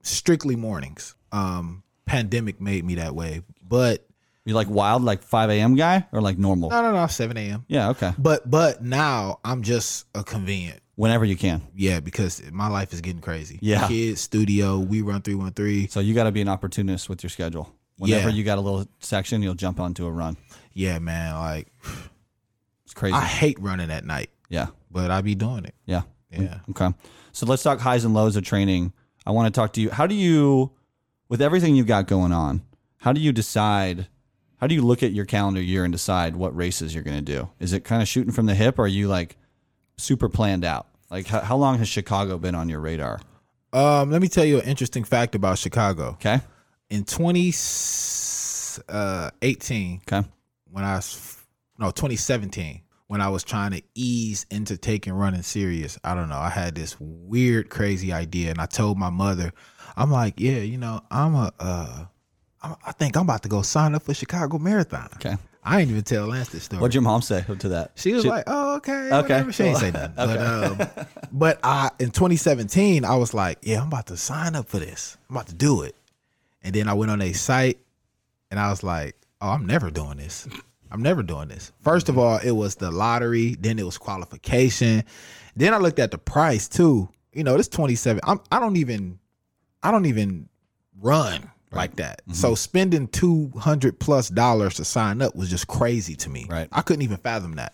strictly mornings. Um pandemic made me that way. But
you like wild like five a.m. guy or like normal?
no no no seven AM.
yeah. Okay.
But but now I'm just a convenient
Whenever you can.
yeah, because my life is getting crazy.
Yeah.
Kids, studio, we run 313.
So you got to be an opportunist with your schedule. Whenever
Yeah.
you got a little section, you'll jump onto a run.
Yeah, man. Like,
It's crazy.
I hate running at night,
yeah.
but I be doing it.
Yeah.
Yeah.
Okay. So let's talk highs and lows of training. I want to talk to you. How do you, with everything you've got going on, how do you decide? How do you look at your calendar year and decide what races you're going to do? Is it kind of shooting from the hip? Or are you like super planned out? Like, how, how long has Chicago been on your radar?
Um, let me tell you an interesting fact about Chicago.
Okay.
In uh, 2018,
Okay.
when I was, f- no, 2017, when I was trying to ease into taking running serious, I don't know. I had this weird, crazy idea, and I told my mother, I'm like, yeah, you know, I'm a, uh, I'm- I think I'm about to go sign up for Chicago Marathon.
Okay.
I ain't even tell Lance this story.
What'd your mom say to that?
She was like, "Oh, okay,
Okay,
okay." Whatever. She ain't say (laughs) nothing. But um, but I in 2017, I was like, "Yeah, I'm about to sign up for this. I'm about to do it." And then I went on a site, and I was like, "Oh, I'm never doing this. I'm never doing this." First of all, it was the lottery. Then it was qualification. Then I looked at the price too. You know, this 27. I'm I don't even I don't even run like that. So spending 200 plus dollars to sign up was just crazy to me.
Right.
I couldn't even fathom that.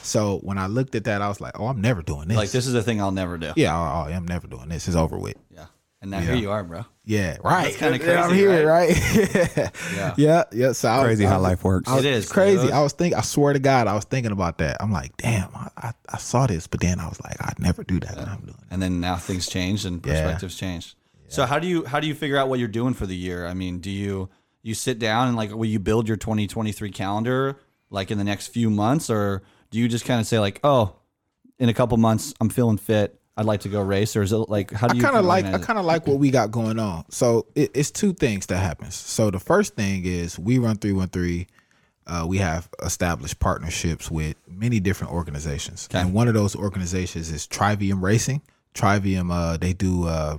So when I looked at that, I was like, "Oh, I'm never doing this."
Like, this is a thing I'll never do.
Yeah, oh, oh, I'm never doing this. It's over with.
Yeah. And now here you are, bro.
Yeah, right.
That's kinda
Yeah, I'm
crazy,
here, right? (laughs)
Yeah.
yeah. yeah, So I was-
Crazy
I
how
was-
life works.
I was-
It is,
it's crazy.
dude.
I was thinking. I swear to God, I was thinking about that. I'm like, damn, I, I, I saw this, but then I was like, I'd never do that. and I'm doing it.
and then now things changed and
Yeah.
perspectives changed. So how do you how do you figure out what you're doing for the year? I mean, do you you sit down and like will you build your 2023 calendar like in the next few months or do you just kind of say like, "Oh, in a couple months I'm feeling fit. I'd like to go race." Or is it like how do
I
you
kind of like. I
organize it?
kind of like what we got going on. So it, it's two things that happens. So the first thing is we run three one three. Uh, we have established partnerships with many different organizations, and one of those organizations is Trivium Racing. Trivium, uh, they do uh,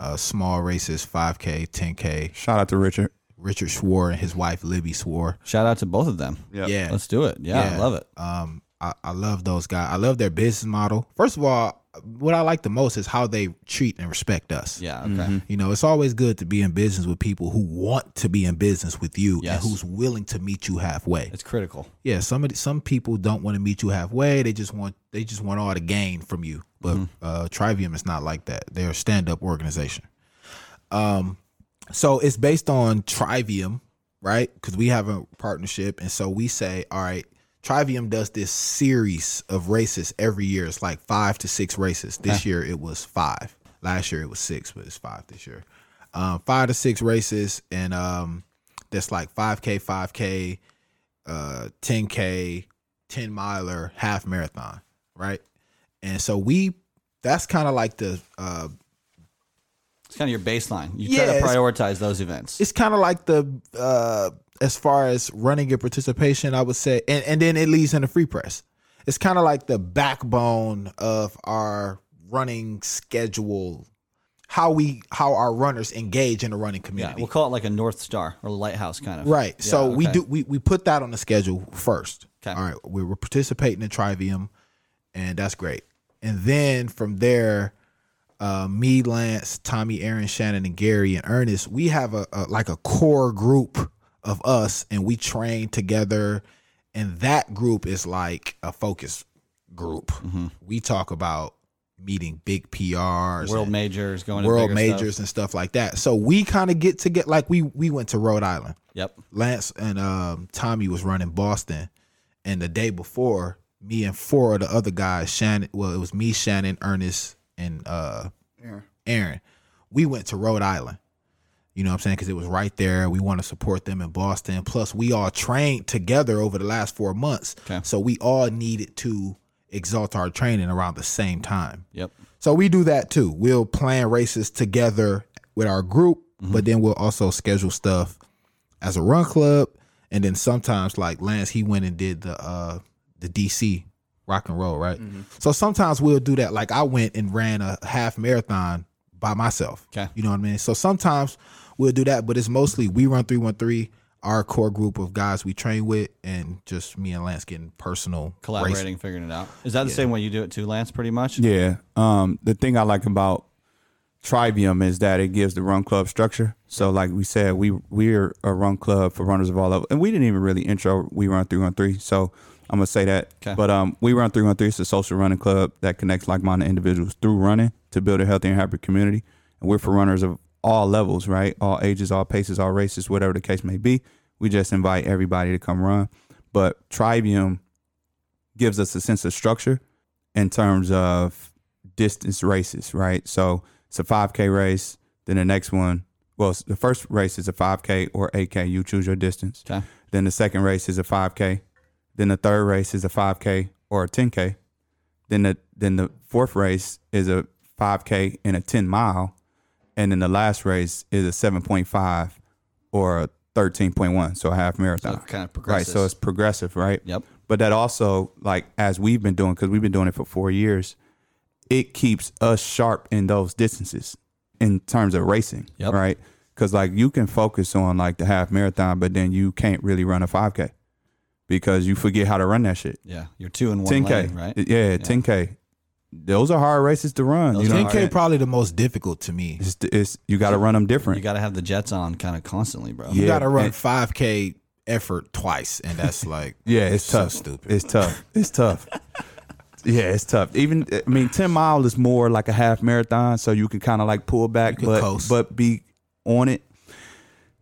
uh, small races, five k, ten k.
Shout out to Richard.
Richard Swore and his wife Libby Swore.
Shout out to both of them.
Yeah.
Let's do it. Yeah, I
Yeah.
love it.
Um, I, I love those guys. I love their business model. First of all, what I like the most is how they treat and respect us.
Yeah, okay.
You know, it's always good to be in business with people who want to be in business with you
Yes.
and who's willing to meet you halfway.
It's critical.
Yeah, some of the, some people don't want to meet you halfway. They just want they just want all the gain from you. But uh, Trivium is not like that. They're a stand up organization. Um, so it's based on Trivium, right? Because we have a partnership, and so we say, all right, Trivium does this series of races every year. It's like five to six races. This year it was five. Last year it was six, but it's five this year. Um, five to six races, and um, that's like five k, five k uh 10k 10 miler half marathon right and so we that's kind of like the uh
It's kind of your baseline. You
Yeah,
try to
it's-
prioritize those events.
it's kind of like the uh as far as running your participation i would say and, and then it leads into free press it's kind of like the backbone of our running schedule how we how our runners engage in the running
Yeah,
community
we'll call it like a north star or lighthouse kind of.
Right.
Yeah,
so we
okay.
do we, we put that on the schedule first.
Okay.
All right. We were participating in Trivium, and that's great. And then from there, uh, me, Lance, Tommy, Aaron, Shannon, and Gary, and Ernest, we have a, a like a core group of us and we train together and that group is like a focus group
Mm-hmm.
we talk about meeting big prs
World
and
majors going to
world
bigger stuff.
majors and stuff like that so we kind of get to get like we we went to rhode island
Yep.
Lance and um, Tommy was running Boston, and the day before, me and four of the other guys, Shannon, well, it was me, Shannon, Ernest, and uh, Aaron, we went to Rhode Island. You know what I'm saying? Because it was right there. We want to support them in Boston. Plus, we all trained together over the last four months,
Okay.
so we all needed to exalt our training around the same time.
Yep.
So we do that too. We'll plan races together with our group,
Mm-hmm.
but then we'll also schedule stuff as a run club. And then sometimes, like Lance, he went and did the uh the DC rock and roll, right?
Mm-hmm.
So sometimes we'll do that. Like I went and ran a half marathon by myself.
Okay.
You know what I mean? So sometimes we'll do that, but it's mostly we run 313, our core group of guys we train with, and just me and Lance getting personal race-
Collaborating, figuring it out. Is that the same way you do it too, Lance? Pretty much.
Yeah. Um, the thing I like about Trivium is that it gives the run club structure. So, like we said, we we're a run club for runners of all levels, and we didn't even really intro. We run three one three. So I'm gonna say that.
'Kay.
But um, we run three one three. It's a social running club that connects like-minded individuals through running to build a healthy and happy community. And we're for runners of all levels, right? All ages, all paces, all races, whatever the case may be. We just invite everybody to come run. But Trivium gives us a sense of structure in terms of distance races, right? So it's a 5K race. Then the next one, well, the first race is a 5K or 8K. You choose your distance.
Okay.
Then the second race is a 5K. Then the third race is a 5K or a 10K. Then the then the fourth race is a 5K and a 10 mile, and then the last race is a 7.5 or a 13.1, so a half marathon.
So it kinda
Right, so
progresses.
it's progressive, right?
Yep.
But that also, like as we've been doing, because we've been doing it for four years, it keeps us sharp in those distances in terms of racing,
Yep.
right? Because like you can focus on like the half marathon, but then you can't really run a five k because you forget how to run that shit.
Yeah. You're two in one
Ten k,
lane, right?
Yeah, ten k. Those are hard races to run.
Those
you know,
are
10K probably the most difficult to me.
it's, it's you got to run them different.
You got to have the jets on kind of constantly, bro.
Yeah.
You gotta run
and-
five k effort twice, and that's
(laughs)
like
Yeah, it's,
so
tough.
stupid.
It's tough. It's tough. yeah, it's tough. Even I mean, ten mile is more like a half marathon, so you can kind of like pull back,
can
but
coast.
but be on it.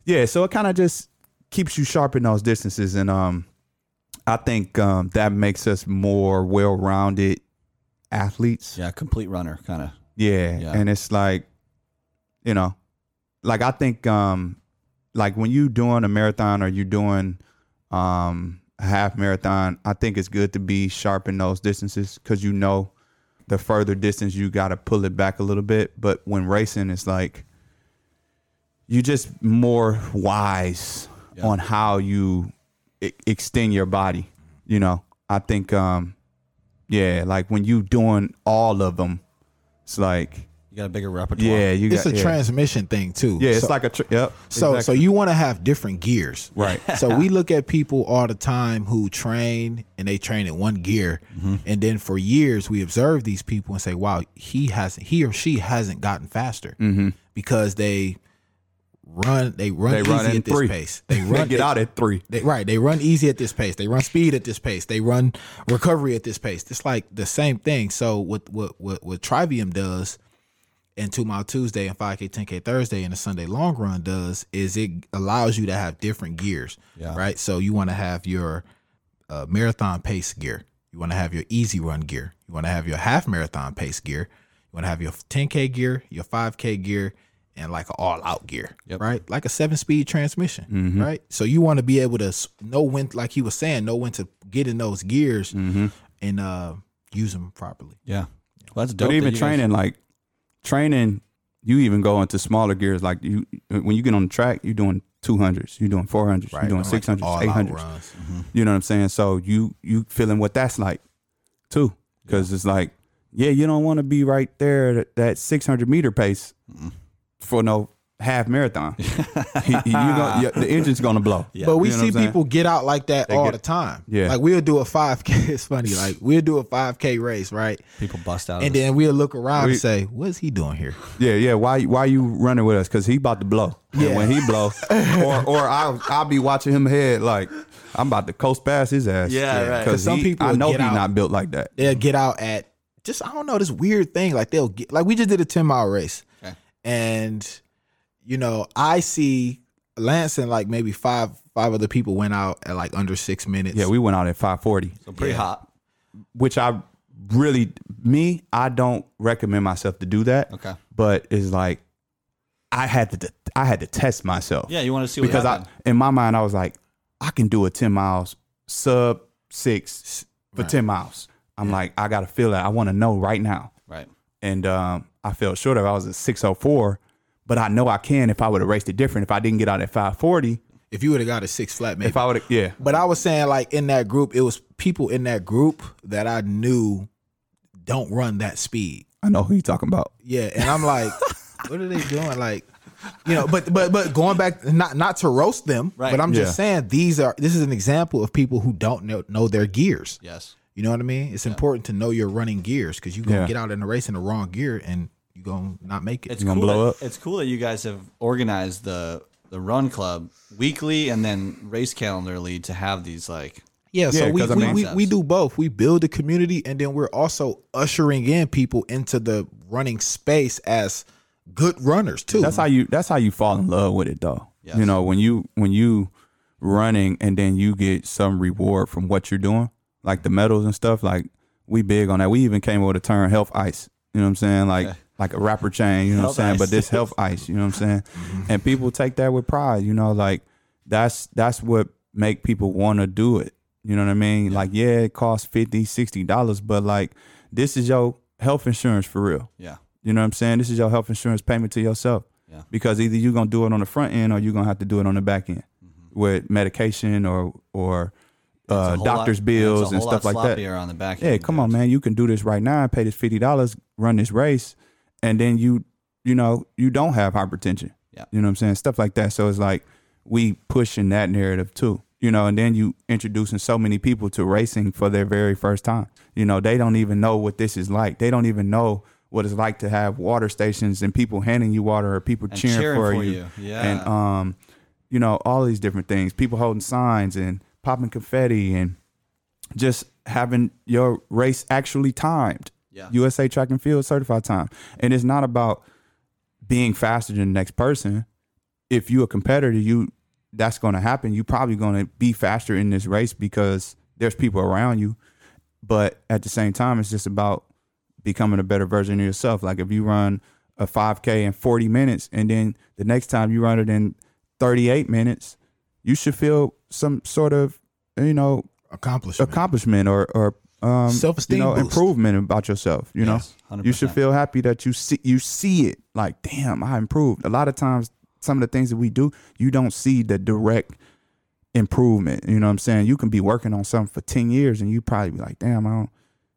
Yeah, so it kind of just keeps you sharp in those distances, and um, I think um that makes us more well rounded athletes.
Yeah. Complete runner, kind of.
Yeah.
Yeah.
And it's like, you know, like I think um like when you doing a marathon or you doing um a half marathon, I think it's good to be sharp in those distances because you know the further distance you gotta pull it back a little bit. But when racing it's like you just more wise on how you e- extend your body. You know, I think um yeah, like when you doing all of them, it's like,
You got a bigger repertoire.
yeah, you
It's
got
a
yeah.
transmission thing too.
Yeah, it's
so,
like a tr- yep.
so so
exactly.
you want to have different gears,
right.
(laughs) so we look at people all the time who train and they train in one gear,
Mm-hmm.
and then for years we observe these people and say, "Wow, he hasn't, he or she hasn't gotten faster because they run, they run
Mm-hmm. They
easy
run in
at this
three.
pace.
(laughs)
They
They
run,
get out at three.
They, right, they run easy at this pace. They run speed at this pace. They run recovery at this pace. It's like the same thing. So what what what what Trivium does, and Two Mile Tuesday and Five K, Ten K Thursday, and the Sunday Long Run does is it allows you to have different gears.
Yeah.
Right. So you want to have your uh, marathon pace gear. You want to have your easy run gear. You want to have your half marathon pace gear. You want to have your 10K gear, your 5K gear, and like an all out gear,
Yep.
right? Like a seven speed transmission,
Mm-hmm.
right? So you want to be able to s- know when, like he was saying, know when to get in those gears
Mm-hmm.
and uh, use them properly.
Yeah. Well, that's dope.
But
that
even
you guys-
training, like training, you even go into smaller gears. Like you, when you get on the track, you're doing two hundreds, you're doing four hundreds, you're doing
Like
six hundreds,
all-out
eight hundreds.
runs.
You know what I'm saying? So you you feeling what that's like too, because it's like yeah, you don't want to be right there at that 600 meter pace for no half marathon. you gonna, you- the engine's gonna blow.
Yeah.
But we
You know what
see
I'm saying?
people get out like that all
get-
the time.
Yeah.
Like we'll do a 5K. (laughs) It's funny. Like we'll do a 5K race, right?
People bust out.
And then we'll look around
We-
and say, "What's he doing here?"
Yeah, yeah. Why why you running with us? Cause he about to blow. Yeah.
Yeah.
when he
(laughs)
blow, or or I'll I'll be watching him head like I'm about to coast past his ass.
Yeah, right.
'Cause
Some
he-
people
I know
get
he
out-
not built like that.
They'll get out at just I don't know this weird thing. Like they'll get like we just did a 10 mile race,
Okay.
and you know I see Lance and like maybe five five other people went out at like under six minutes.
Yeah, we went out at 540,
so pretty hot.
which I really me I don't recommend myself to do that.
Okay.
but it's like I had to I had to test myself.
Yeah, you want to see what
because I
happened.
in my mind I was like, I can do a ten miles sub six for
Right.
ten miles. I'm like, I gotta feel that. I want to know right now.
right.
And um, I felt short of. it. I was at six oh four, but I know I can if I would have raced it different. If I didn't get out at five forty,
If you would have got a six flat, maybe.
if I would, yeah,
But I was saying, like in that group, it was people in that group that I knew don't run that speed.
I know who you talking about.
Yeah, and I'm like, what are they doing? Like, you know, but but but going back, not not to roast them,
Right.
but I'm
Yeah.
just saying these are this is an example of people who don't know know their gears.
Yes.
You know what I mean? It's important to know your running gears because you gonna
Yeah.
get out in the race in the wrong gear and you gonna not make it.
It's
You gonna
cool
blow
that, It's cool that you guys have organized the the run club weekly and then race calendarly to have these like
Yeah, so
Yeah,
we,
'cause I
we,
mean-
we, we do both. We build the community and then we're also ushering in people into the running space as good runners too.
That's how you. That's how you fall in love with it, though.
Yes.
You know, when you when you running and then you get some reward from what you're doing, like the medals and stuff. Like we big on that. We even came up with a term, health ice. You know what I'm saying? Like like a rapper chain. You know
Health
what I'm saying?
ice. Mm-hmm.
But this health ice. You know what
(laughs)
I'm saying? And people take that with pride. You know, like that's that's what make people want to do it. You know what I mean? Like yeah, it costs 50 dollars, but like this is your health insurance for real.
yeah.
You know what I'm saying? This is your health insurance payment to yourself.
Yeah.
Because either you're gonna do it on the front end or you're gonna have to do it on the back end with medication or or
It's Mm-hmm. a
uh,
whole
doctor's
lot- it's
bills
a
and
whole
stuff
lot
like that.
sloppier on the back.
Yeah,
end,
come
dude.
on, man. You can do this right now, pay this fifty dollars, run this race, and then you you know, you don't have hypertension.
Yeah.
You know what I'm saying? Stuff like that. So it's like we pushing that narrative too. You know, and then you introducing so many people to racing for their very first time. You know, they don't even know what this is like. They don't even know what it's like to have water stations and people handing you water or people
And
cheering,
cheering
for,
for
you.
you. Yeah.
And um, you know, all these different things. People holding signs and popping confetti and just having your race actually timed.
Yeah.
USA track and field certified time. And it's not about being faster than the next person. If you're a competitor, you that's gonna happen. You're probably gonna be faster in this race because there's people around you. But at the same time, it's just about becoming a better version of yourself. Like if you run a 5K in 40 minutes and then the next time you run it in 38 minutes, you should feel some sort of, you know,
accomplishment.
accomplishment or or um,
Self-esteem
you know,
boost.
improvement about yourself. You
Yes,
know,
100%.
you should feel happy that you see you see it. Like, damn, I improved. A lot of times, some of the things that we do, you don't see the direct improvement. You know what I'm saying? You can be working on something for ten years, and you probably be like, damn, I don't.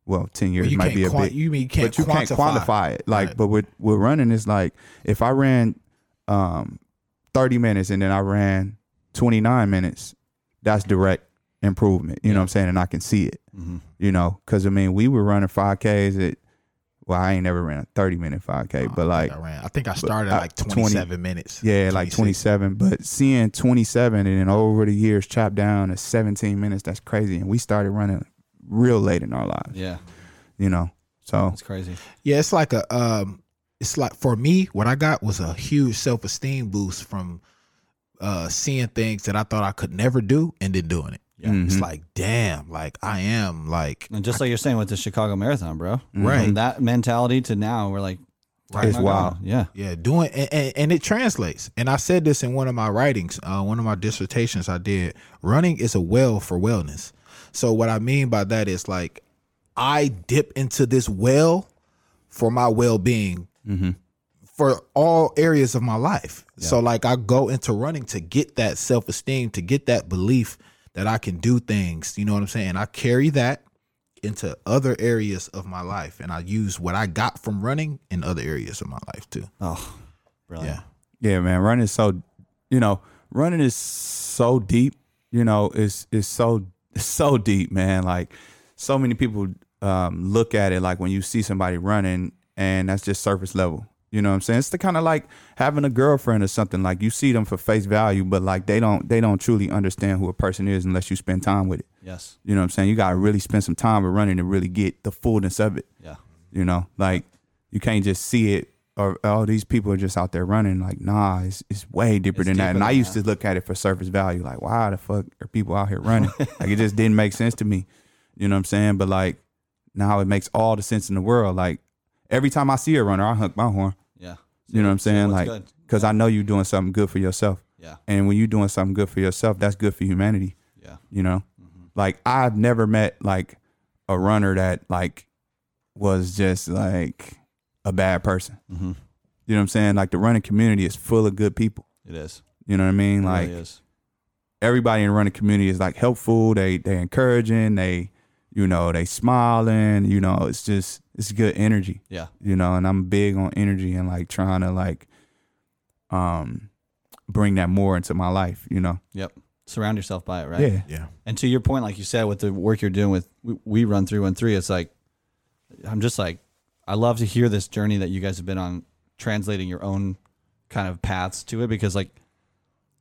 Well, ten years
you
might
can't
be a
quan-
bit.
you mean you can't
but you can't
quantify.
quantify it. Like,
Right.
but with with running, it's like if I ran um 30 minutes and then I ran 29 minutes, that's direct improvement. You know what I'm saying? And I can see it,
Mm-hmm.
you know, because I mean, we were running 5Ks at, well, I ain't never ran a 30 minute 5K, but like,
I ran. I think I started at
I-
like
20
27 minutes.
yeah, like
26.
27. But seeing 27 and then over the years chopped down to 17 minutes, that's crazy. And we started running real late in our lives,
Yeah,
you know? So,
that's crazy.
Yeah, it's like a um it's like for me, what I got was a huge self-esteem boost from uh seeing things that I thought I could never do and then doing it.
Yeah.
Mm-hmm.
It's like, damn, like I am like
And just like you're saying with the Chicago Marathon, bro.
Right.
From that mentality to now, we're like,
Right.
Mm-hmm. It's
oh my God,
wild.
Yeah.
Yeah, doing and, and, and it translates. And I said this in one of my writings, uh, one of my dissertations I did. Running is a well for wellness. So what I mean by that is like I dip into this well for my well being
mm-hmm.
for all areas of my life. So like I go into running to get that self esteem, to get that belief that I can do things. You know what I'm saying? I carry that into other areas of my life and I use what I got from running in other areas of my life too.
Oh, brilliant.
Yeah.
Yeah, man, running is so you know, running is so deep. You know, it's it's so it's so deep, man. Like so many people um, look at it like when you see somebody running, and that's just surface level. You know what I'm saying? It's the kind of like having a girlfriend or something. Like you see them for face value, but like they don't they don't truly understand who a person is unless you spend time with it.
Yes.
You know what I'm saying? You gotta really spend some time with running to really get the fullness of it.
Yeah.
You know, like you can't just see it or oh these people are just out there running. Like nah, it's it's way deeper
It's
than that.
deeper
And I
than
used
that.
to look at it for surface value. Like why the fuck are people out here
(laughs)
running? like it just didn't make sense to me. You know what I'm saying? But like now it makes all the sense in the world. Like every time I see a runner, I hook my horn.
Yeah.
You know what I'm saying? Like
what's good.
because I know you're doing something good for yourself.
Yeah.
And when you're doing something good for yourself, that's good for humanity
Yeah. Mm-hmm.
you know like i've never met like a runner that like was just like a bad person
Mhm.
you know what i'm saying like the running community is full of good people
It is.
you know what i mean
It
like
really is.
everybody in the running community is like helpful they they encouraging they you know they smiling you know it's just it's good energy
Yeah.
you know and i'm big on energy and like trying to like um bring that more into my life you know
Yep. Surround yourself by it, right?
yeah
Yeah.
And to your point, like you said, with the work you're doing with we, we run three one three, it's like I'm just like I love to hear this journey that you guys have been on, translating your own kind of paths to it because like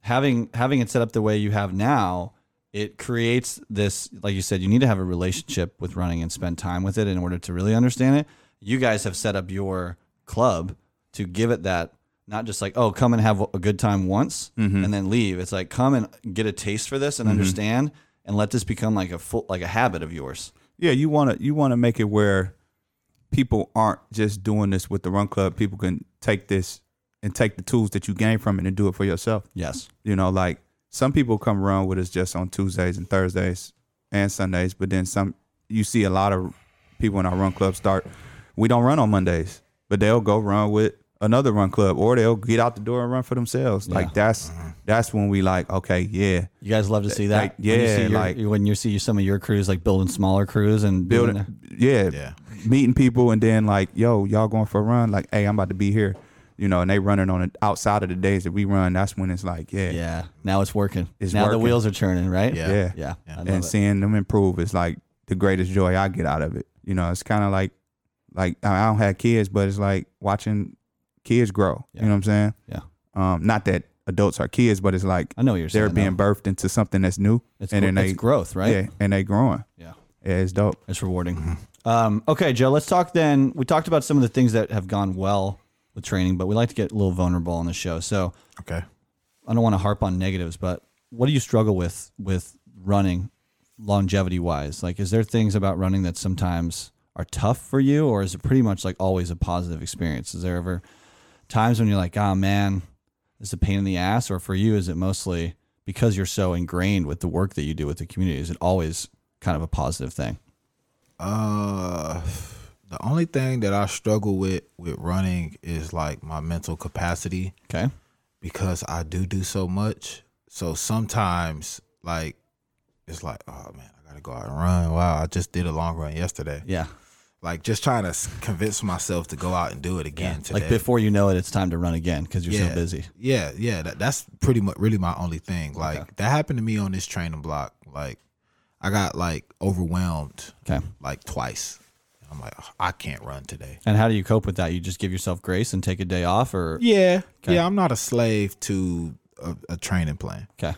having having it set up the way you have now, it creates this like you said, you need to have a relationship with running and spend time with it in order to really understand it. You guys have set up your club to give it that not just like oh come and have a good time once
Mm-hmm.
and then leave it's like come and get a taste for this and understand and let this become like a full like a habit of yours
Yeah, you want to you want to make it where people aren't just doing this with the run club. People can take this and take the tools that you gain from it and do it for yourself.
yes
You know, like some people come run with us just on Tuesdays and Thursdays and Sundays, but then some you see a lot of people in our run club start we don't run on Mondays, but they'll go run with another run club or they'll get out the door and run for themselves. Like that's that's when we like, okay, yeah.
you guys love to see that
Like,
when you see
yeah,
your-
like-
when you see some of your crews like building smaller crews and doing
building yeah,
Yeah.
meeting people and then like yo y'all going for a run like hey i'm about to be here you know and they running on it outside of the days that we run that's when it's like yeah
the- yeah now it's working
It's
now the
working.
wheels are turning right
Yeah.
yeah,
yeah, I love
and
it.
seeing them improve is like the greatest joy i get out of it you know it's kind of like like i I don't have kids but it's like watching kids grow
Yeah.
you know what i'm saying
Yeah.
um not that adults are kids but it's like
i know what you're saying
they're being
though.
birthed into something that's new
it's,
and
gro-
then
it's
they
growth right
yeah and they growing
yeah
yeah it's dope
It's rewarding.
Mm-hmm.
Um, okay, Joe, let's talk then. We talked about some of the things that have gone well with training, but we like to get a little vulnerable on the show. So
Okay.
I don't want to harp on negatives, but what do you struggle with with running longevity wise? Like, is there things about running that sometimes are tough for you, or is it pretty much like always a positive experience? Is there ever times when you're like, oh man, this is a pain in the ass? Or for you, is it mostly because you're so ingrained with the work that you do with the community? Is it always kind of a positive thing?
Uh, (sighs) the only thing that I struggle with with running is like my mental capacity
Okay.
because I do do so much. So sometimes, like, it's like, oh man, I gotta go out and run. Wow, I just did a long run yesterday.
Yeah.
Like, just trying to s- convince myself to go out and do it again today.
Like before you know it, it's time to run again because you're
yeah,
so busy.
Yeah, yeah. That, that's pretty much really my only thing. Like that happened to me on this training block. Like I got like overwhelmed
Okay.
like twice. I'm like, "Oh, I can't run today.
And how do you cope with that? You just give yourself grace and take a day off, or
Yeah,
Okay.
yeah. I'm not a slave to a, a training plan.
okay.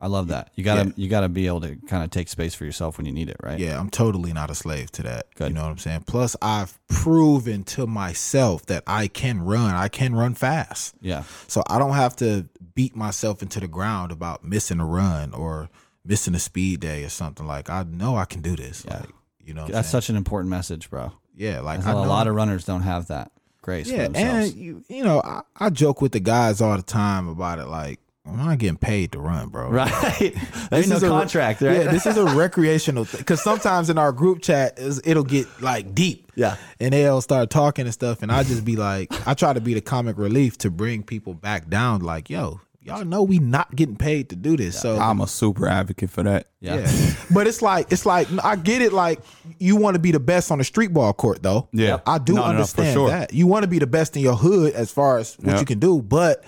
I love that. You gotta
Yeah.
you gotta be able to kind of take space for yourself when you need it, right?
Yeah, I'm totally not a slave to that.
Good.
You know what I'm saying? Plus, I've proven to myself that I can run. I can run fast.
Yeah.
So I don't have to beat myself into the ground about missing a run or missing a speed day or something. Like I know I can do this.
Yeah.
Like you know, what I'm
That's
saying?
such an important message, bro.
yeah. Like
A
I know
lot of runners don't have that grace for
yeah,
themselves.
(laughs) and you, you know, I, I joke with the guys all the time about it. Like I'm not getting paid to run, bro.
right. There's no
is a-
contract, right?
Yeah, this
(laughs)
is a recreational thing. Because sometimes in our group chat, is- it'll get like deep.
Yeah.
And they'll start talking and stuff. And I just be like, I try to be the comic relief to bring people back down. Like, yo, y'all know we not getting paid to do this. So
i'm a super advocate for that
yeah.
yeah. (laughs) but it's like it's like I get it. Like you want to be the best on the street ball court, though.
Yeah.
I do
No, no, no, for
understand
sure.
that. You want to be the best in your hood as far as what
Yeah.
you can do, but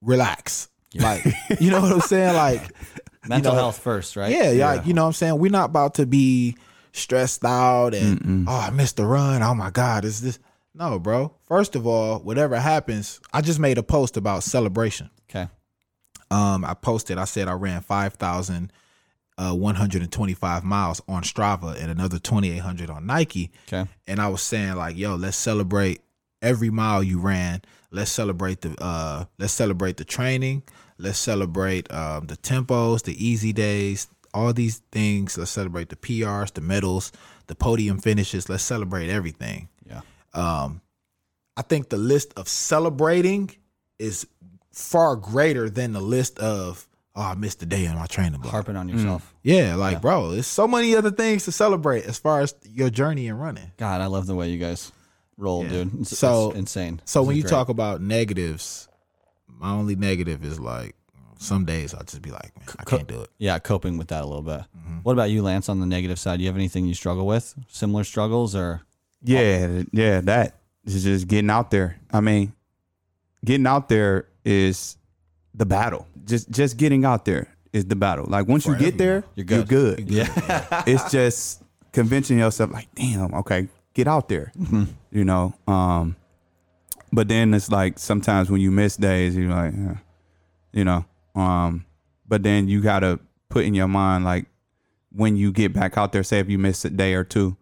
relax. Like, you know what
(laughs)
I'm saying? Like,
(laughs) Mental
know,
health first, right?
yeah, yeah, you know what I'm saying? We're not about to be stressed out and oh, I missed the run. Oh my God, is this no, bro. First of all, whatever happens, I just made a post about celebration.
Okay.
Um, I posted, I said I ran uh, 5,125 miles on Strava and another 2,800 on Nike.
Okay.
And I was saying, like, yo, let's celebrate every mile you ran. Let's celebrate the uh let's celebrate the training. Let's celebrate um the tempos, the easy days, all these things. Let's celebrate the PRs, the medals, the podium finishes. Let's celebrate everything.
Yeah.
Um I think the list of celebrating is far greater than the list of oh I missed a day on my training block.
Harping on yourself.
Yeah, like bro, there's so many other things to celebrate as far as your journey in running.
God, I love the way you guys roll,
Yeah.
dude. It's,
So-
it's insane.
So
This
when
is
you
great.
talk about negatives, my only negative is like some days I'll just be like, man, I can't do it.
yeah, coping with that a little bit.
Mm-hmm.
What about you, Lance? On the negative side, you have anything you struggle with? Similar struggles, or
Yeah, th- yeah, that is just getting out there. I mean, getting out there is the battle. Just just getting out there is the battle. Like once you get there,
You're
you're
good.
good. Yeah. (laughs) it's just convincing yourself like, damn, okay, get out there. You know, um but then it's like sometimes when you miss days, you're like, eh, you know, um but then you got to put in your mind like when you get back out there, say if you miss a day or two,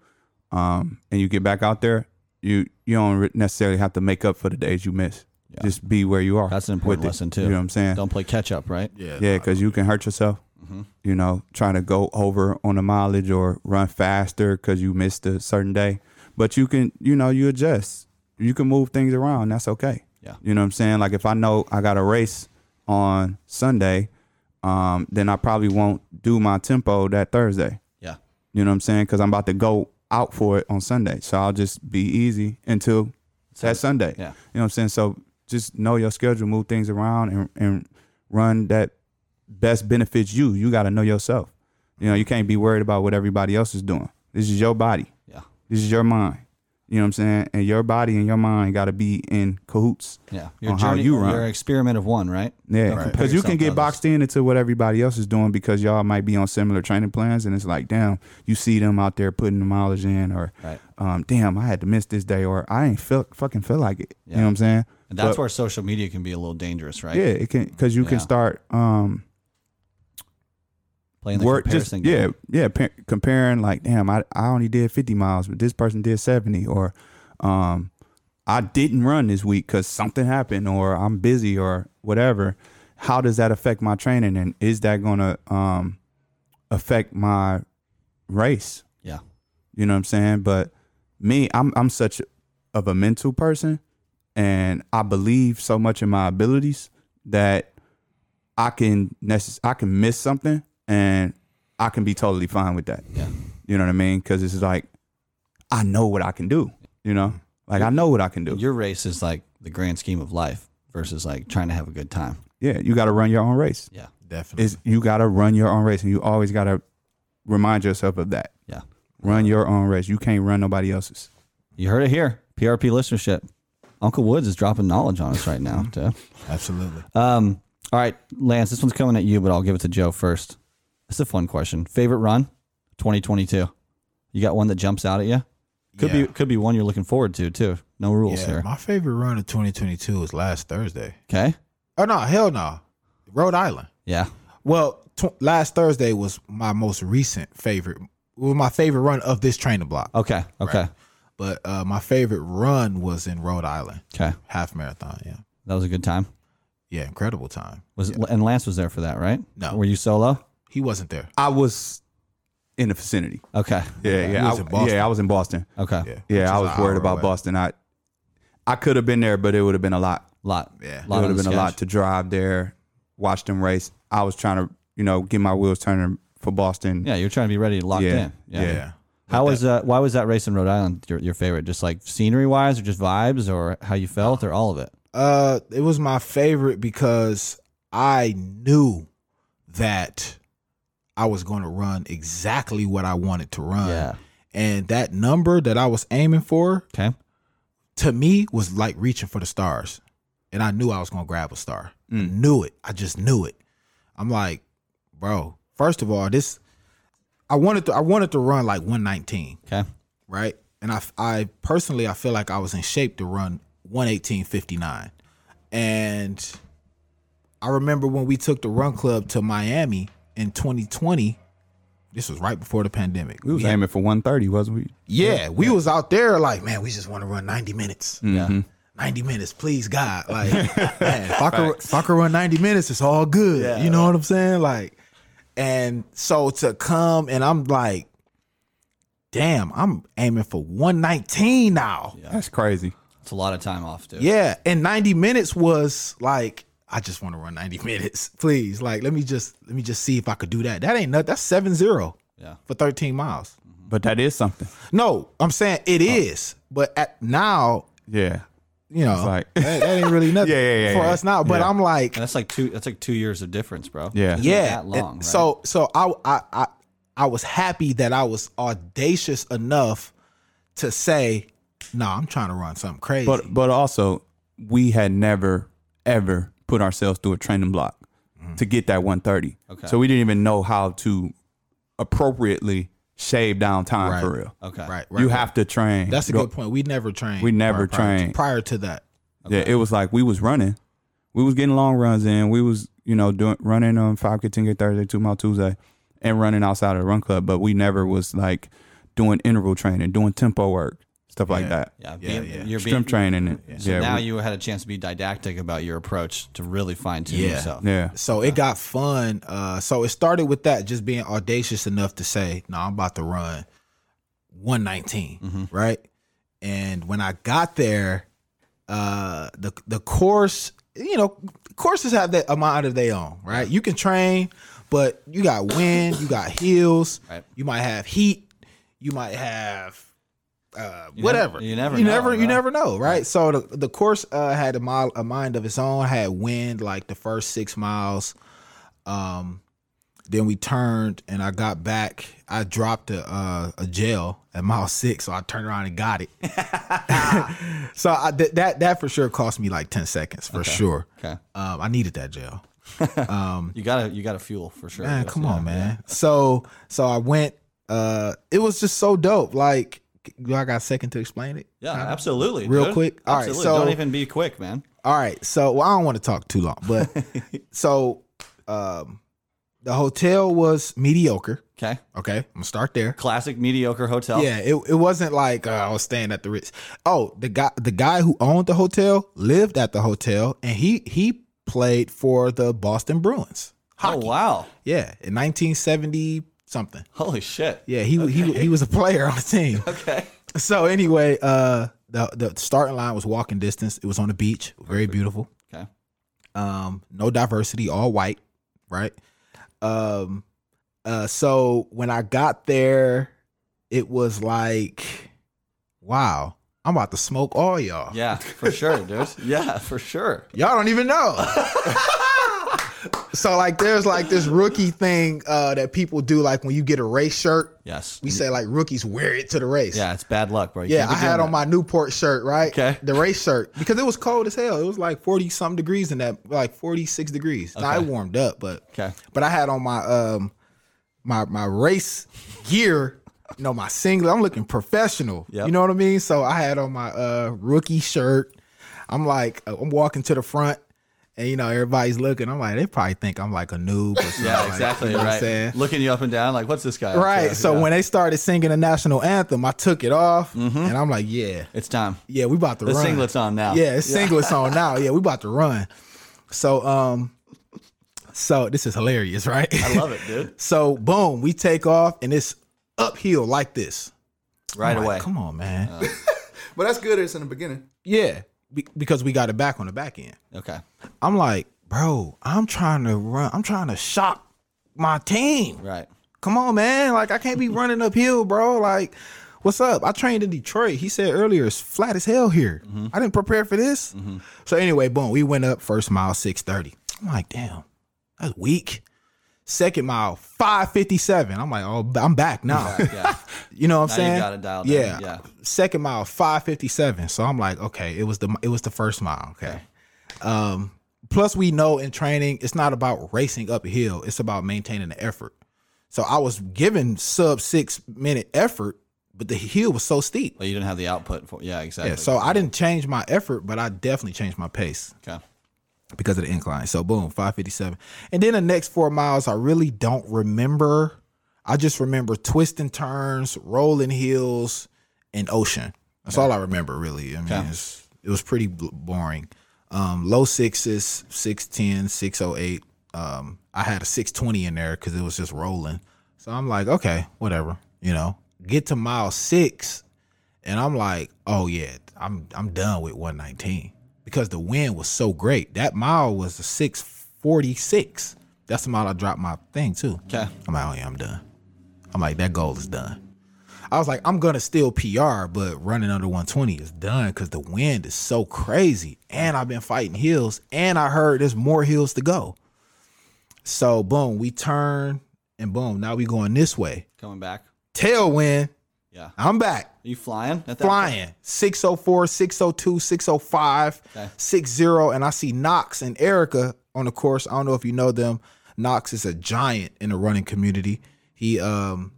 um, and you get back out there, you you don't re- necessarily have to make up for the days you miss. Just be where you are.
That's an
with
important
it.
lesson too.
You know what I'm saying?
Don't play catch up, right? Yeah.
yeah, because you can hurt yourself.
Mm-hmm.
You know, trying to go over on the mileage or run faster because you missed a certain day. But you can, you know, you adjust. You can move things around. That's okay.
Yeah.
You know what I'm saying? Like if I know I got a race on Sunday, um, then I probably won't do my tempo that Thursday.
Yeah.
You know what I'm saying? Because I'm about to go out for it on Sunday. So I'll just be easy until that Sunday.
yeah.
You know what I'm saying? So just know your schedule, move things around, and, and run that best benefits you. You got to know yourself. You know, you can't be worried about what everybody else is doing. This is your body.
Yeah.
This is your mind. You know what I'm saying? And your body and your mind got to be in cahoots.
Yeah. Your
on how
journey,
you run.
your experiment of one, right? Don't
Yeah,
compare
because you
yourself
can
to
get
others.
boxed in into what everybody else is doing because y'all might be on similar training plans, and it's like, damn, you see them out there putting the mileage in, or
Right.
um, damn, I had to miss this day, or I ain't feel fucking feel like it.
Yeah.
You know what I'm saying?
And that's
But-
where social media can be a little dangerous, right?
yeah, it can because you
Yeah.
can start um
Playing the
work just
comparison
yeah
game.
yeah pa- comparing like damn I I only did 50 miles, but this person did 70, or um I didn't run this week because something happened, or I'm busy, or whatever. How does that affect my training, and is that gonna um affect my race?
Yeah.
You know what I'm saying? But me, I'm I'm such of a mental person and I believe so much in my abilities that I can necess- I can miss something and I can be totally fine with that.
Yeah.
You know what I mean? Cuz it's like I know what I can do, you know? Like I know what I can do.
Your race is like the grand scheme of life versus like trying to have a good time.
Yeah, you got to run your own race.
Yeah.
Definitely.
Is you got to run your own race and you always got to remind yourself of that.
Yeah.
Run your own race. You can't run nobody else's.
You heard it here. PRP listenership. Uncle Woods is dropping knowledge on us
(laughs)
right now. dude.
Absolutely.
Oh,
Um, all right, Lance, this one's coming at you, but I'll give it to Joe first. It's a fun question. Favorite run, 2022. You got one that jumps out at you? Could
Yeah.
be could be one you're looking forward to too. No rules
Yeah,
here.
my favorite run of 2022 was last Thursday.
Okay.
Oh no, hell no, Rhode Island.
Yeah.
Well, tw- last Thursday was my most recent favorite. Was my favorite run of this training block.
Okay. Okay.
But uh, my favorite run was in Rhode Island,
Okay.
half marathon. Yeah,
That was a good time.
yeah, incredible time.
Was and Lance was there for that, right?
No.
Were you solo?
He wasn't there.
I was in the vicinity.
Okay.
Yeah, yeah,
He
I,
was in Boston.
yeah. I was in Boston.
Okay.
Yeah, which
Yeah, I
is
was
an
worried
hour
about
away.
Boston. I I could have been there, but it would have been a lot.
Lot.
Yeah.
it would
Lot on
have
the
been a lot
schedule.
to drive there, watch them race. I was trying to, you know, get my wheels turning for Boston.
Yeah, you're trying to be ready to lock
Yeah.
in.
Yeah.
Yeah.
How was uh why was that race in Rhode Island your, your favorite? Just like scenery wise or just vibes or how you felt or all of it?
Uh, it was my favorite because I knew that I was going to run exactly what I wanted to run.
Yeah.
And that number that I was aiming for
Okay.
to me was like reaching for the stars. And I knew I was going to grab a star. I knew it. I just knew it. I'm like, bro. First of all, this I wanted to I wanted to run like 119,
Okay.
right? And I I personally I feel like I was in shape to run 118.59, and I remember when we took the run club to Miami in 2020. This was right before the pandemic.
We was
had-
aiming for 130, wasn't we?
yeah, we was out there like, man, we just want to run 90 minutes.
Yeah.
90 minutes, please God. Like, man, if I, could, if I could run 90 minutes, it's all good. you know what I'm saying? Like, and so to come and I'm like, damn, I'm aiming for 119 now. Yeah.
That's crazy.
It's a lot of time off, dude.
And 90 minutes was like, I just want to run 90 (laughs) minutes. Please. Like, let me just let me just see if I could do that. That ain't nothing. That's 7-0
Yeah.
for 13 miles.
But that is something.
No, I'm saying it is, But at now,
Yeah.
you know,
like-
(laughs) that, that ain't really nothing
Yeah, yeah, yeah,
for
yeah.
us now. But
Yeah.
I'm like,
And that's like two. That's like two years of difference, bro.
Yeah.
It's not
yeah.
That long.
And
right?
So so I, I I I was happy that I was audacious enough to say, no, nah, I'm trying to run something
(laughs)
crazy.
But but also, we had never ever put ourselves through a training block to get that 130.
Okay.
So we didn't even know how to appropriately shave down time
Right.
for real.
okay.
right, right.
you
right.
have to train.
that's a
Go-
good point. We never trained.
We never
prior,
trained.
prior to that.
Yeah, it was like we was running. We was getting long runs in. We was, you know, doing running on five K, ten K Thursday, two mile Tuesday, and running outside of the run club. But we never was like doing interval training, doing tempo work, stuff like that.
Yeah.
Yeah,
being-
yeah.
You're being,
Strength training. And, yeah.
So now
we-
you had a chance to be didactic about your approach to really fine tune
Yeah.
yourself.
yeah.
So it got fun. Uh, so it started with that, just being audacious enough to say, "No, I'm about to run 119."
Mm-hmm.
Right. And when I got there, uh, the the course, you know, courses have that amount of their own, right? You can train, but you got wind, you got hills,
Right.
you might have heat, you might have uh, whatever.
you never
you
know,
never, you
right?
never know, right? So the the course uh, had a mile, a mind of its own. Had wind like the first six miles. Um, then we turned and I got back. I dropped a uh, a gel at mile six, so I turned around and
(laughs)
got it. (laughs) so I, th- that that for sure cost me like ten seconds for sure.
Okay.
Um, I needed that gel.
You gotta you gotta fuel for sure.
Man,
That's-
come
yeah,
on, man. So so I went. Uh, it was just so dope. Like, do I got a second to explain it?
Yeah, absolutely.
Real
dude.
quick? All right,
Absolutely.
so-
don't even be quick, man.
All right. So well, I don't want to talk too long,
(laughs)
but so um, the hotel was mediocre.
Okay.
Okay, I'm gonna start there.
Classic mediocre hotel.
Yeah, it, it wasn't like uh, I was staying at the Ritz. Oh, the guy the guy who owned the hotel lived at the hotel, and he he played for the Boston Bruins
Oh
hockey.
wow.
Yeah, in 1970 something.
Holy shit.
Yeah, he he he was a player on the team.
(laughs) Okay.
So anyway, uh, the the starting line was walking distance. It was on the beach, very beautiful.
Okay.
Um, no diversity, all white, right? Um, uh, so when I got there, it was like, wow, I'm about to smoke all y'all.
Yeah, for sure,
(laughs)
dude. Yeah, for sure.
Y'all don't even know. (laughs) so like, there's like this rookie thing uh, that people do, like when you get a race shirt,
Yes.
we say like rookies wear it to the race.
Yeah, it's bad luck, bro. You
Yeah,
can't
I
be
had
doing
on my Newport shirt, right?
Okay.
The race shirt because it was cold as hell. It was like 40 some degrees in that like 46 degrees. Now I
Okay.
warmed up, but
Okay.
But I had on my um my my race gear, you know, my singlet. I'm looking professional.
Yep.
You know what I mean? So I had on my uh rookie shirt. I'm like uh, I'm walking to the front and you know everybody's looking. I'm like they probably think I'm like a noob or something.
that.
like,
(laughs) Yeah, exactly.
you know what I'm saying?
right. Looking you up and down, like, what's this guy? up to?
Right. so
Yeah. Mm-hmm.
when they started singing the national anthem, I took it off and I'm like, yeah,
it's time.
yeah, we about to
The
run.
singlet's on now.
Yeah, it's singlets on
(laughs)
now. Yeah, we about to run. So um so this is hilarious, right?
I
(laughs)
love it, dude.
so boom, we take off and it's uphill like this.
Right
I'm like,
away. Uh.
Come on, man.
(laughs) But that's good. It's in the beginning.
yeah. be- because we got it back on the back end.
Okay.
I'm like, bro, I'm trying to run, I'm trying to shop my team.
Right.
come on, man. Like, I can't be running uphill, bro. Like, what's up? I trained in Detroit. He said earlier, it's flat as hell here. I didn't prepare for this. So anyway, boom, we went up first mile 630. I'm like, damn, that's weak. Second mile, 557. I'm like, oh, I'm back now.
Yeah.
You know what
Now
I'm
you
saying?
got it dialed in,
yeah.
yeah.
Second mile, five fifty seven. So I'm like, okay, it was the it was the first mile. Okay. Um, plus we know in training it's not about racing uphill it's about maintaining the effort so i was given sub six minute effort but the hill was so steep
But you didn't have the output for yeah, exactly.
yeah, so i didn't change my effort but i definitely changed my pace
okay.
because of the incline. So boom, 557. And then the next four miles, I really don't remember. I just remember twists and turns, rolling hills, and ocean. That's all I remember really. I mean,
Okay.
it's, it was pretty bl- boring. Um, low sixes, 610, 608. Um, I had a 620 in there because it was just rolling. So I'm like, okay, whatever, you know. Get to mile six, and I'm like, oh yeah, I'm I'm done with 119 because the wind was so great. That mile was a 646. That's the mile I dropped my thing too.
Okay.
I'm like, oh yeah, I'm done. I'm like, that goal is done. I was like, I'm gonna still PR, but running under 120 is done because the wind is so crazy. And I've been fighting hills, and I heard there's more hills to go. So boom, we turn and boom, now we going this way.
Coming back.
Tailwind,
Yeah. Are
I'm back
you flying? At that
flying 604 602 605
Okay.
60 oh, and i see knox and erica on the course i don't know if you know them knox is a giant in the running community he um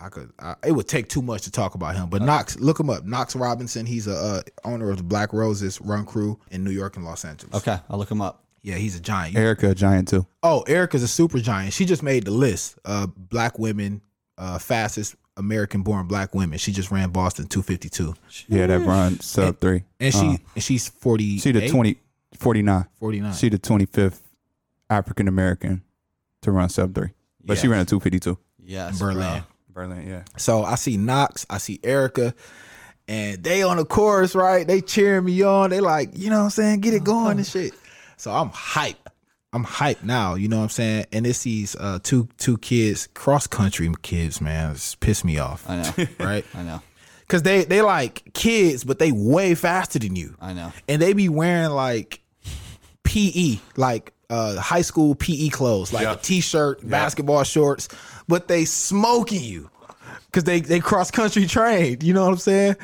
i could I, it would take too much to talk about him but knox look him up knox robinson he's a uh, owner of the black roses run crew in new york and los angeles
Okay. I'll look him up.
yeah he's a giant
Erica, a giant too.
Oh, Erica's a super giant. She just made the list. Uh, black women, uh, fastest American-born black women. She just ran Boston 252,
Yeah, that run sub three.
and she
Uh,
and she's 40.
she the 20, 49.
49.
She the twenty fifth African American to run sub three, but she
Yeah.
ran a two fifty two.
Yes.
Berlin.
bro.
Berlin, yeah.
So I see Knox, I see Erica, and they on the chorus, right? They cheering me on. They like, you know what I'm saying? Get
Oh,
it going and shit. So I'm hyped. I'm hyped now, you know what I'm saying? And it's these uh, two two kids, cross country kids, man. It's pissed me off,
I know.
(laughs)
right?
I know. (laughs)
Cause they they like kids, but they way faster than you.
I know.
and they be wearing like PE, like uh, high school PE clothes, like a t-shirt, basketball shorts, but they smoking you because they they cross country (laughs) trained. You know what I'm saying?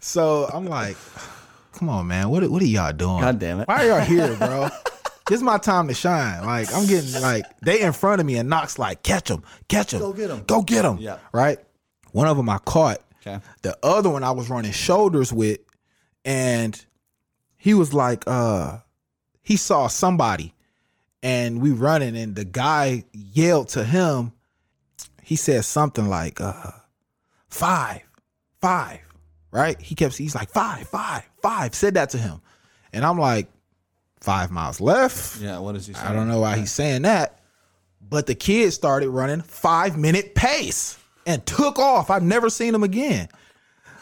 So I'm like, come on, man, what what are y'all doing?
God damn it.
Why are y'all
(laughs)
here, bro? This is my time to shine. Like I'm getting like they in front of me and Knox like catch them, catch them, go
get 'em.
go get them.
Yeah.
Right. One of them I caught.
Okay.
The other one I was running shoulders with, and he was like, uh, he saw somebody, and we running, and the guy yelled to him. He said something like, uh, five, five, right? He kept, he's like, five, five, five, said that to him. And I'm like, five miles left.
Yeah. What is he saying?
I don't know why he's saying that, but the kid started running five minute pace and took off. I've never seen him again.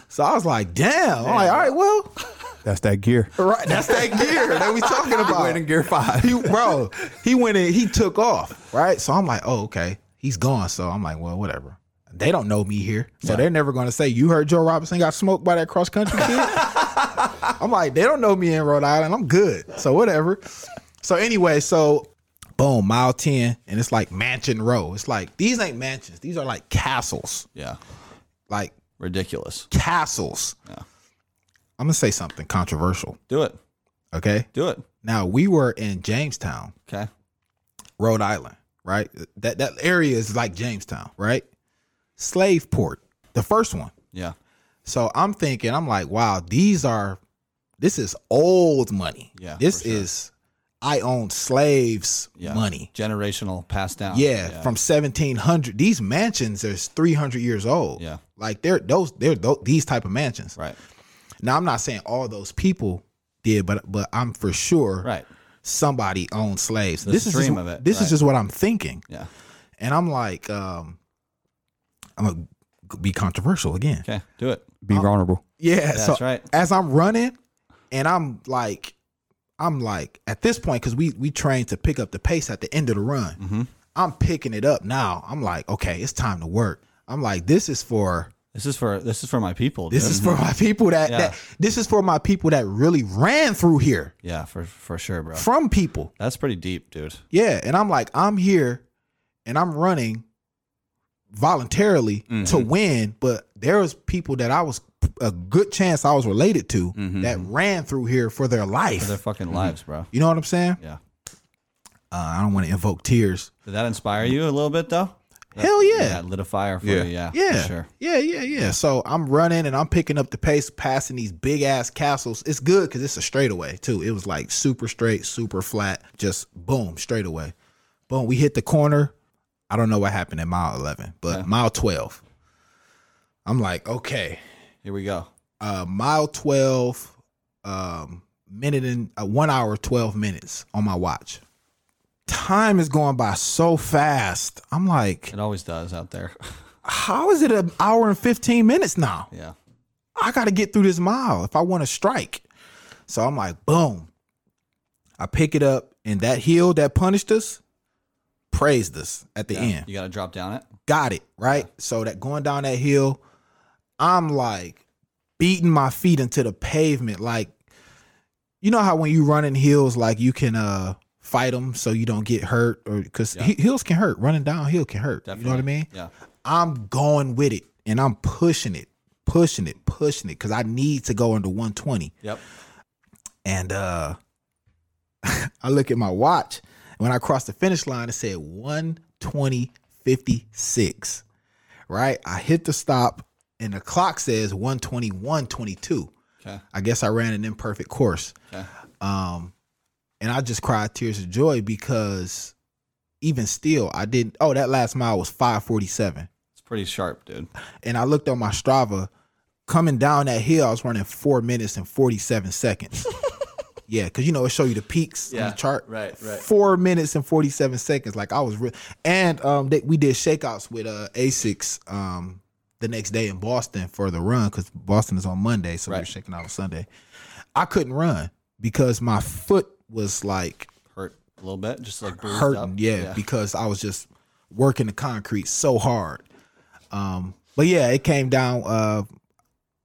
So I was like, damn. I'm like, all right, well, (laughs)
That's that gear.
right, that's that gear that we talking about.
gear five.
He, bro, he went in, he took off, right? So I'm like, oh, okay, he's gone. So I'm like, well, whatever. They don't know me here, so they're never going to say you heard Joe Robinson got smoked by that cross country kid. I'm like, they don't know me in Rhode Island. I'm good, so whatever. So anyway, so boom, mile ten, and it's like Mansion Row. It's like these ain't mansions; these are like castles,
Yeah.
like
Ridiculous.
castles.
Yeah.
I'm gonna say something controversial,
Do it.
okay?
Do it.
Now we were in Jamestown.
Okay.
Rhode Island, right? That that area is like Jamestown, right? Slaveport, the first one.
Yeah.
So I'm thinking, I'm like, wow, these are this is old money.
Yeah,
This
for sure.
is I own slaves
Yeah.
money.
Generational passed down.
Yeah, from 1700. These mansions are 300 years old.
Yeah.
Like they're those they're tho- these type of mansions.
Right.
Now I'm not saying all those people did, but but I'm for sure
Right.
somebody owned slaves.
The
this is
stream
just,
of it,
This
right.
is just what I'm thinking.
Yeah.
And I'm like, um, I'm gonna be controversial again.
Okay. Do it.
Be vulnerable.
Yeah.
That's
so
right.
as I'm running, and I'm like, I'm like at this point because we we trained to pick up the pace at the end of the run.
Mm-hmm.
I'm picking it up now. I'm like, okay, it's time to work. I'm like, this is for
This is for this is for my people.
this
dude.
is for my people that,
Yeah.
that this is for my people that really ran through here
Yeah, for for sure, bro.
from people.
That's pretty deep, dude.
Yeah, and I'm like, I'm here, and I'm Mm-hmm. running voluntarily to win, but there was people that I was a good chance I was related to that ran through here Mm-hmm. for their life.
Their fucking lives, bro.
you know what I'm saying?
Yeah.
Uh, I don't want to invoke tears.
Did that inspire you a little bit though? That-
Hell yeah.
That lit a fire for
Yeah.
you. Yeah.
Yeah.
For sure.
Yeah, yeah, yeah. So I'm running and I'm picking up the pace, passing these big ass castles. It's good because it's a straightaway too. It was like super straight, super flat, just boom, straightaway. Boom, we hit the corner. I don't know what happened at mile 11, but mile 12. I'm like, okay,
Here we go.
uh, mile 12, um, minute and uh, one hour, 12 minutes on my watch. Time is going by so fast. I'm like,
It always does out there. (laughs)
how is it an hour and 15 minutes now?
yeah.
I got to get through this mile if I want to strike. So I'm like, boom. I pick it up, and that hill that punished us praised us at the end.
You got to drop down it.
Got it, right? So that going down that hill, I'm like beating my feet into the pavement. Like, you know how when you run in hills, like you can uh fight them so you don't get hurt, or because hills can hurt. Running downhill can hurt. You know what I mean?
Yeah.
I'm going with it and I'm pushing it, pushing it, pushing it because I need to go under 120.
Yep.
And uh (laughs) I look at my watch. and When I crossed the finish line, it said 120.56. Right? I hit the stop and the clock says 121.22.
Okay.
I guess I ran an imperfect course.
Okay.
Um, and I just cried tears of joy because even still, I didn't. Oh, that last mile was 547
It's pretty sharp, dude.
and I looked on my Strava, coming down that hill, I was running four minutes and forty seven
(laughs)
seconds. yeah, because you know it show you the peaks on
Yeah,
the chart.
right, right.
Four minutes and forty seven seconds. Like I was, re- and um, they, we did shakeouts with uh Asics um the next day in Boston for the run because Boston is on Monday, so we we're
Right.
shaking out on Sunday. I couldn't run because my foot was like
Hurt a little bit, just like bruised up.
hurting, yeah, because I was just working the concrete so hard. Um, but yeah, it came down. Uh,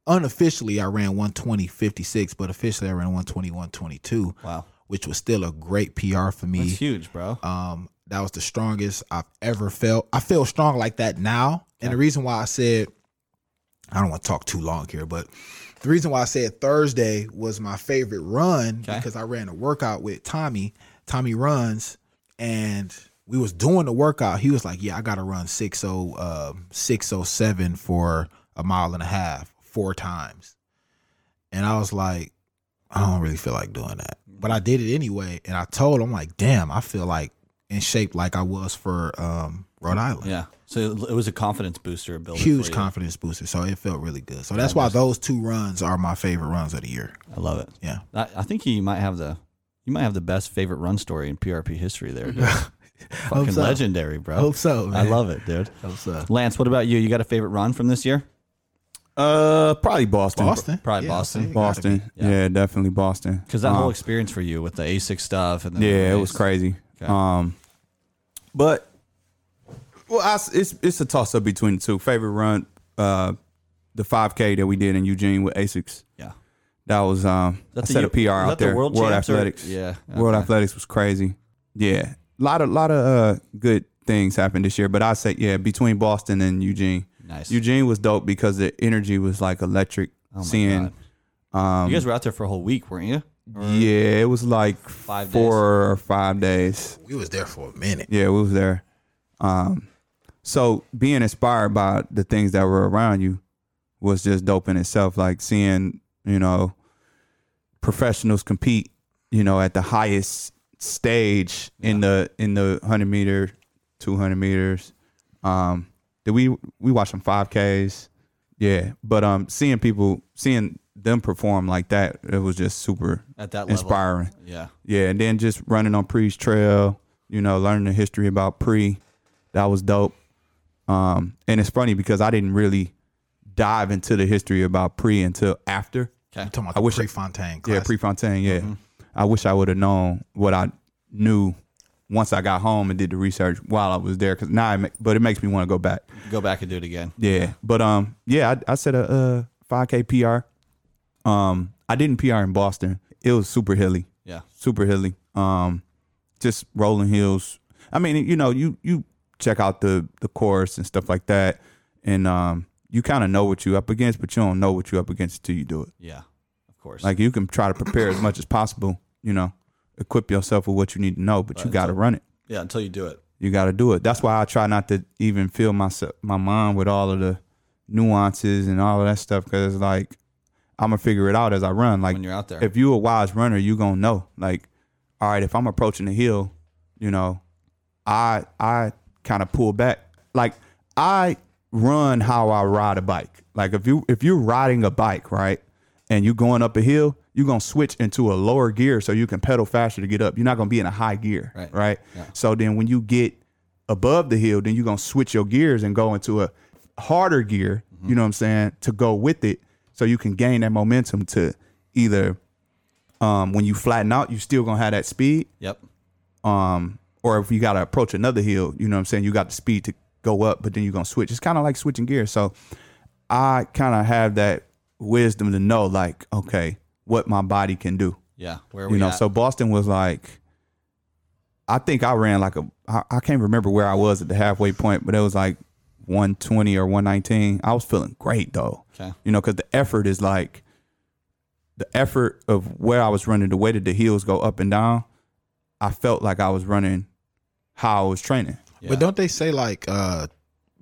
unofficially, I ran 120.56, but officially, I ran 121.22,
Wow.
which was still a great PR for me.
That's huge, bro.
Um, that was the strongest I've ever felt. I feel strong like that now. And the reason why I said, I don't want to talk too long here, but the reason why I said Thursday was my favorite run
Okay.
because I ran a workout with Tommy. Tommy runs and we was doing the workout. He was like, yeah, I got to run 60, um, 607 for a mile and a half four times. And I was like, I don't really feel like doing that. But I did it anyway. And I told him, like, damn, I feel like in shape like I was for um, Rhode Island.
yeah. So it was a confidence booster building.
Huge
for you.
confidence booster. So it felt really good. So that's why those two runs are my favorite runs of the year.
I love it.
Yeah.
I, I think you might have the you might have the best favorite run story in PRP history there, dude. Fucking
so.
legendary, bro.
Hope so,
I
man.
love it, dude.
Hope so.
Lance, what about you? You got a favorite run from this year?
Uh, probably Boston.
Boston.
Probably
Yeah,
Boston.
I think it gotta
Boston.
Yeah.
Yeah. definitely Boston.
Because that
Um,
whole experience for you with the ASIC stuff and then
Yeah, it
the
was
race.
crazy.
Okay.
Um, but well, I s it's it's a toss up between the two. Favorite run, uh, the 5K that we did in Eugene with Asics.
Yeah,
That was um,
That's
I
the
set
U-
a PR
was that
out
the
there.
World Champs or-
Athletics.
Yeah,
World
okay.
Athletics was crazy. Yeah, a lot of lot of uh, good things happened this year. But I say yeah, between Boston and Eugene,
Nice. Oh
Eugene was dope because the energy was like electric.
my
seeing
God. you guys were out there for a whole week, weren't you? Or-
Yeah, it was like
Five days.
four or five days.
We was there for a minute.
Yeah, we was there. Um, so being inspired by the things that were around you was just dope in itself. Like seeing, you know, professionals compete, you know, at the highest stage in the in the hundred meter, two hundred meters. Um, did we we watch some five Ks? Yeah, but um, seeing people seeing them perform like that, it was just super
At that level.
inspiring.
Yeah,
Yeah, and then just running on Pre's trail, you know, learning the history about Pre, that was dope. Um, and it's funny because I didn't really dive into the history about Pre until after.
I'm talking about
I
the
wish-
Prefontaine
Yeah,
class.
Pre Fontaine. Yeah, I wish I would have known what I knew once I got home and did the research while I was there. Because now, it ma- but it makes me want to go back.
go back and do it again.
Yeah, but um, yeah, I, I set a uh, 5K PR. Um, I didn't PR in Boston. It was super hilly
Yeah,
super hilly. Um, just rolling hills. I mean, you know, you you check out the the course and stuff like that, and um, you kind of know what you up against, but you don't know what you up against until you do it.
Yeah, of course.
Like you can try to prepare as much as possible, you know, equip yourself with what you need to know, but you got to run it.
yeah, until you do it.
You got to do it. That's why I try not to even fill my my mind with all of the nuances and all of that stuff because like I'm gonna figure it out as I run. Like
When you're out there.
if you a wise runner, you gonna know. Like, all right, if I'm approaching the hill, you know, I I kind of pull back. Like I run how I ride a bike. Like if you if you're riding a bike, right, and you going up a hill, you're gonna switch into a lower gear so you can pedal faster to get up. You're not gonna be in a high gear.
Right.
Right. So then when you get above the hill, then you're gonna switch your gears and go into a harder gear,
Mm-hmm.
you know what I'm saying, to go with it so you can gain that momentum to either um, when you flatten out, you still gonna have that speed.
Yep.
Um, or if you gotta approach another hill, you know what I'm saying, you got the speed to go up, but then you're gonna switch. It's kind of like switching gears. So I kind of have that wisdom to know, like, okay, what my body can do.
Yeah. Where are we
You know,
at?
so Boston was like, I think I ran like a, I, I can't remember where I was at the halfway point, but it was like 120 or 119. I was feeling great though.
Okay.
You know, because the effort is like, the effort of where I was running, the way that the heels go up and down, I felt like I was running how I was training.
Yeah.
But don't they say like uh,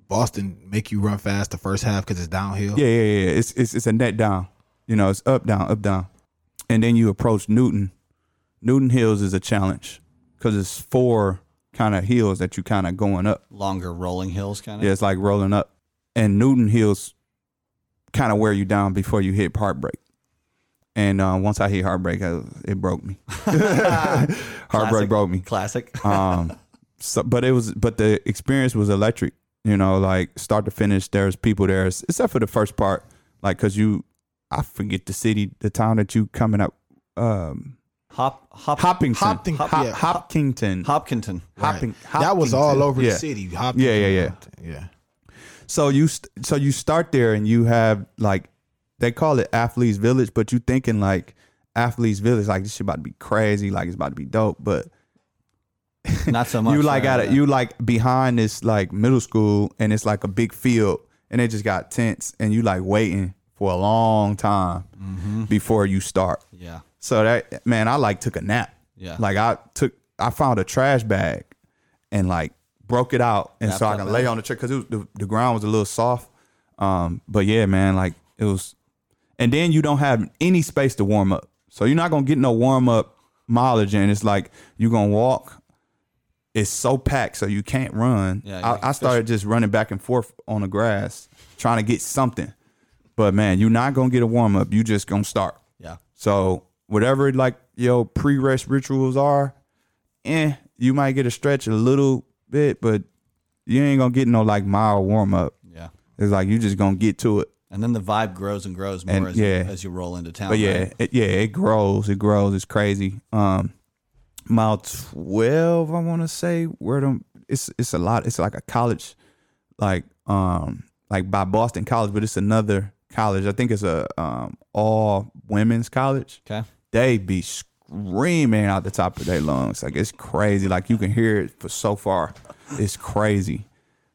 Boston make you run fast the first half because it's downhill?
Yeah, yeah, yeah. It's it's it's a net down. You know, it's up down, up down, and then you approach Newton. Newton Hills is a challenge because it's four kind of hills that you kind of going up.
Longer rolling hills, kind of.
Yeah, it's like rolling up, and Newton Hills kind of wear you down before you hit heartbreak. And uh, once I hit heartbreak, I, it broke me. (laughs) heartbreak broke me.
Classic. (laughs)
Um, so, but it was, but the experience was electric. You know, like start to finish, there's people there, s- except for the first part, like because you, I forget the city, the town that you coming up, um,
Hop. Hop.
Hoppington,
Hopkington,
Hop-
yeah.
Hopkington, (laughs)
Hopkinton.
Right.
Hopping-
that was all
Hopkinton.
over
Yeah.
the city. Hopkins,
Yeah, yeah, yeah.
yeah.
So you st- so you start there and you have like they call it athletes village, but you thinking like athletes village, like this shit about to be crazy, like it's about to be dope, but
Not so much. uh,
you like
yeah,
at it,
yeah.
you like behind this like middle school and it's like a big field and it just got tents and you like waiting for a long time
Mm-hmm.
before you start.
Yeah.
So that man, I like took a nap.
Yeah.
Like I took, I found a trash bag, and like broke it out, and so I
that
can lay on the chair because the the ground was a little soft. Um, but yeah, man, like it was, and then you don't have any space to warm up, so you're not gonna get no warm up mileage, and it's like you're gonna walk. It's so packed, so you can't run.
Yeah,
I, I started just running back and forth on the grass, trying to get something. But man, you're not gonna get a warm up. You just gonna start.
Yeah.
So whatever like your pre rest rituals are, eh, you might get a stretch a little bit, but you ain't gonna get no like mild warm up.
Yeah.
It's like you just gonna get to it.
And then the vibe grows and grows more
And,
as,
yeah.
as you roll into town.
But yeah,
right?
it, yeah, it grows, it grows, it's crazy. Um, mile twelve, I want to say where them it's it's a lot. It's like a college, like um like by Boston College, but it's another college. I think it's a um all women's college.
Okay.
they be screaming out the top of their lungs. Like it's crazy. Like you can hear it for so far. It's crazy.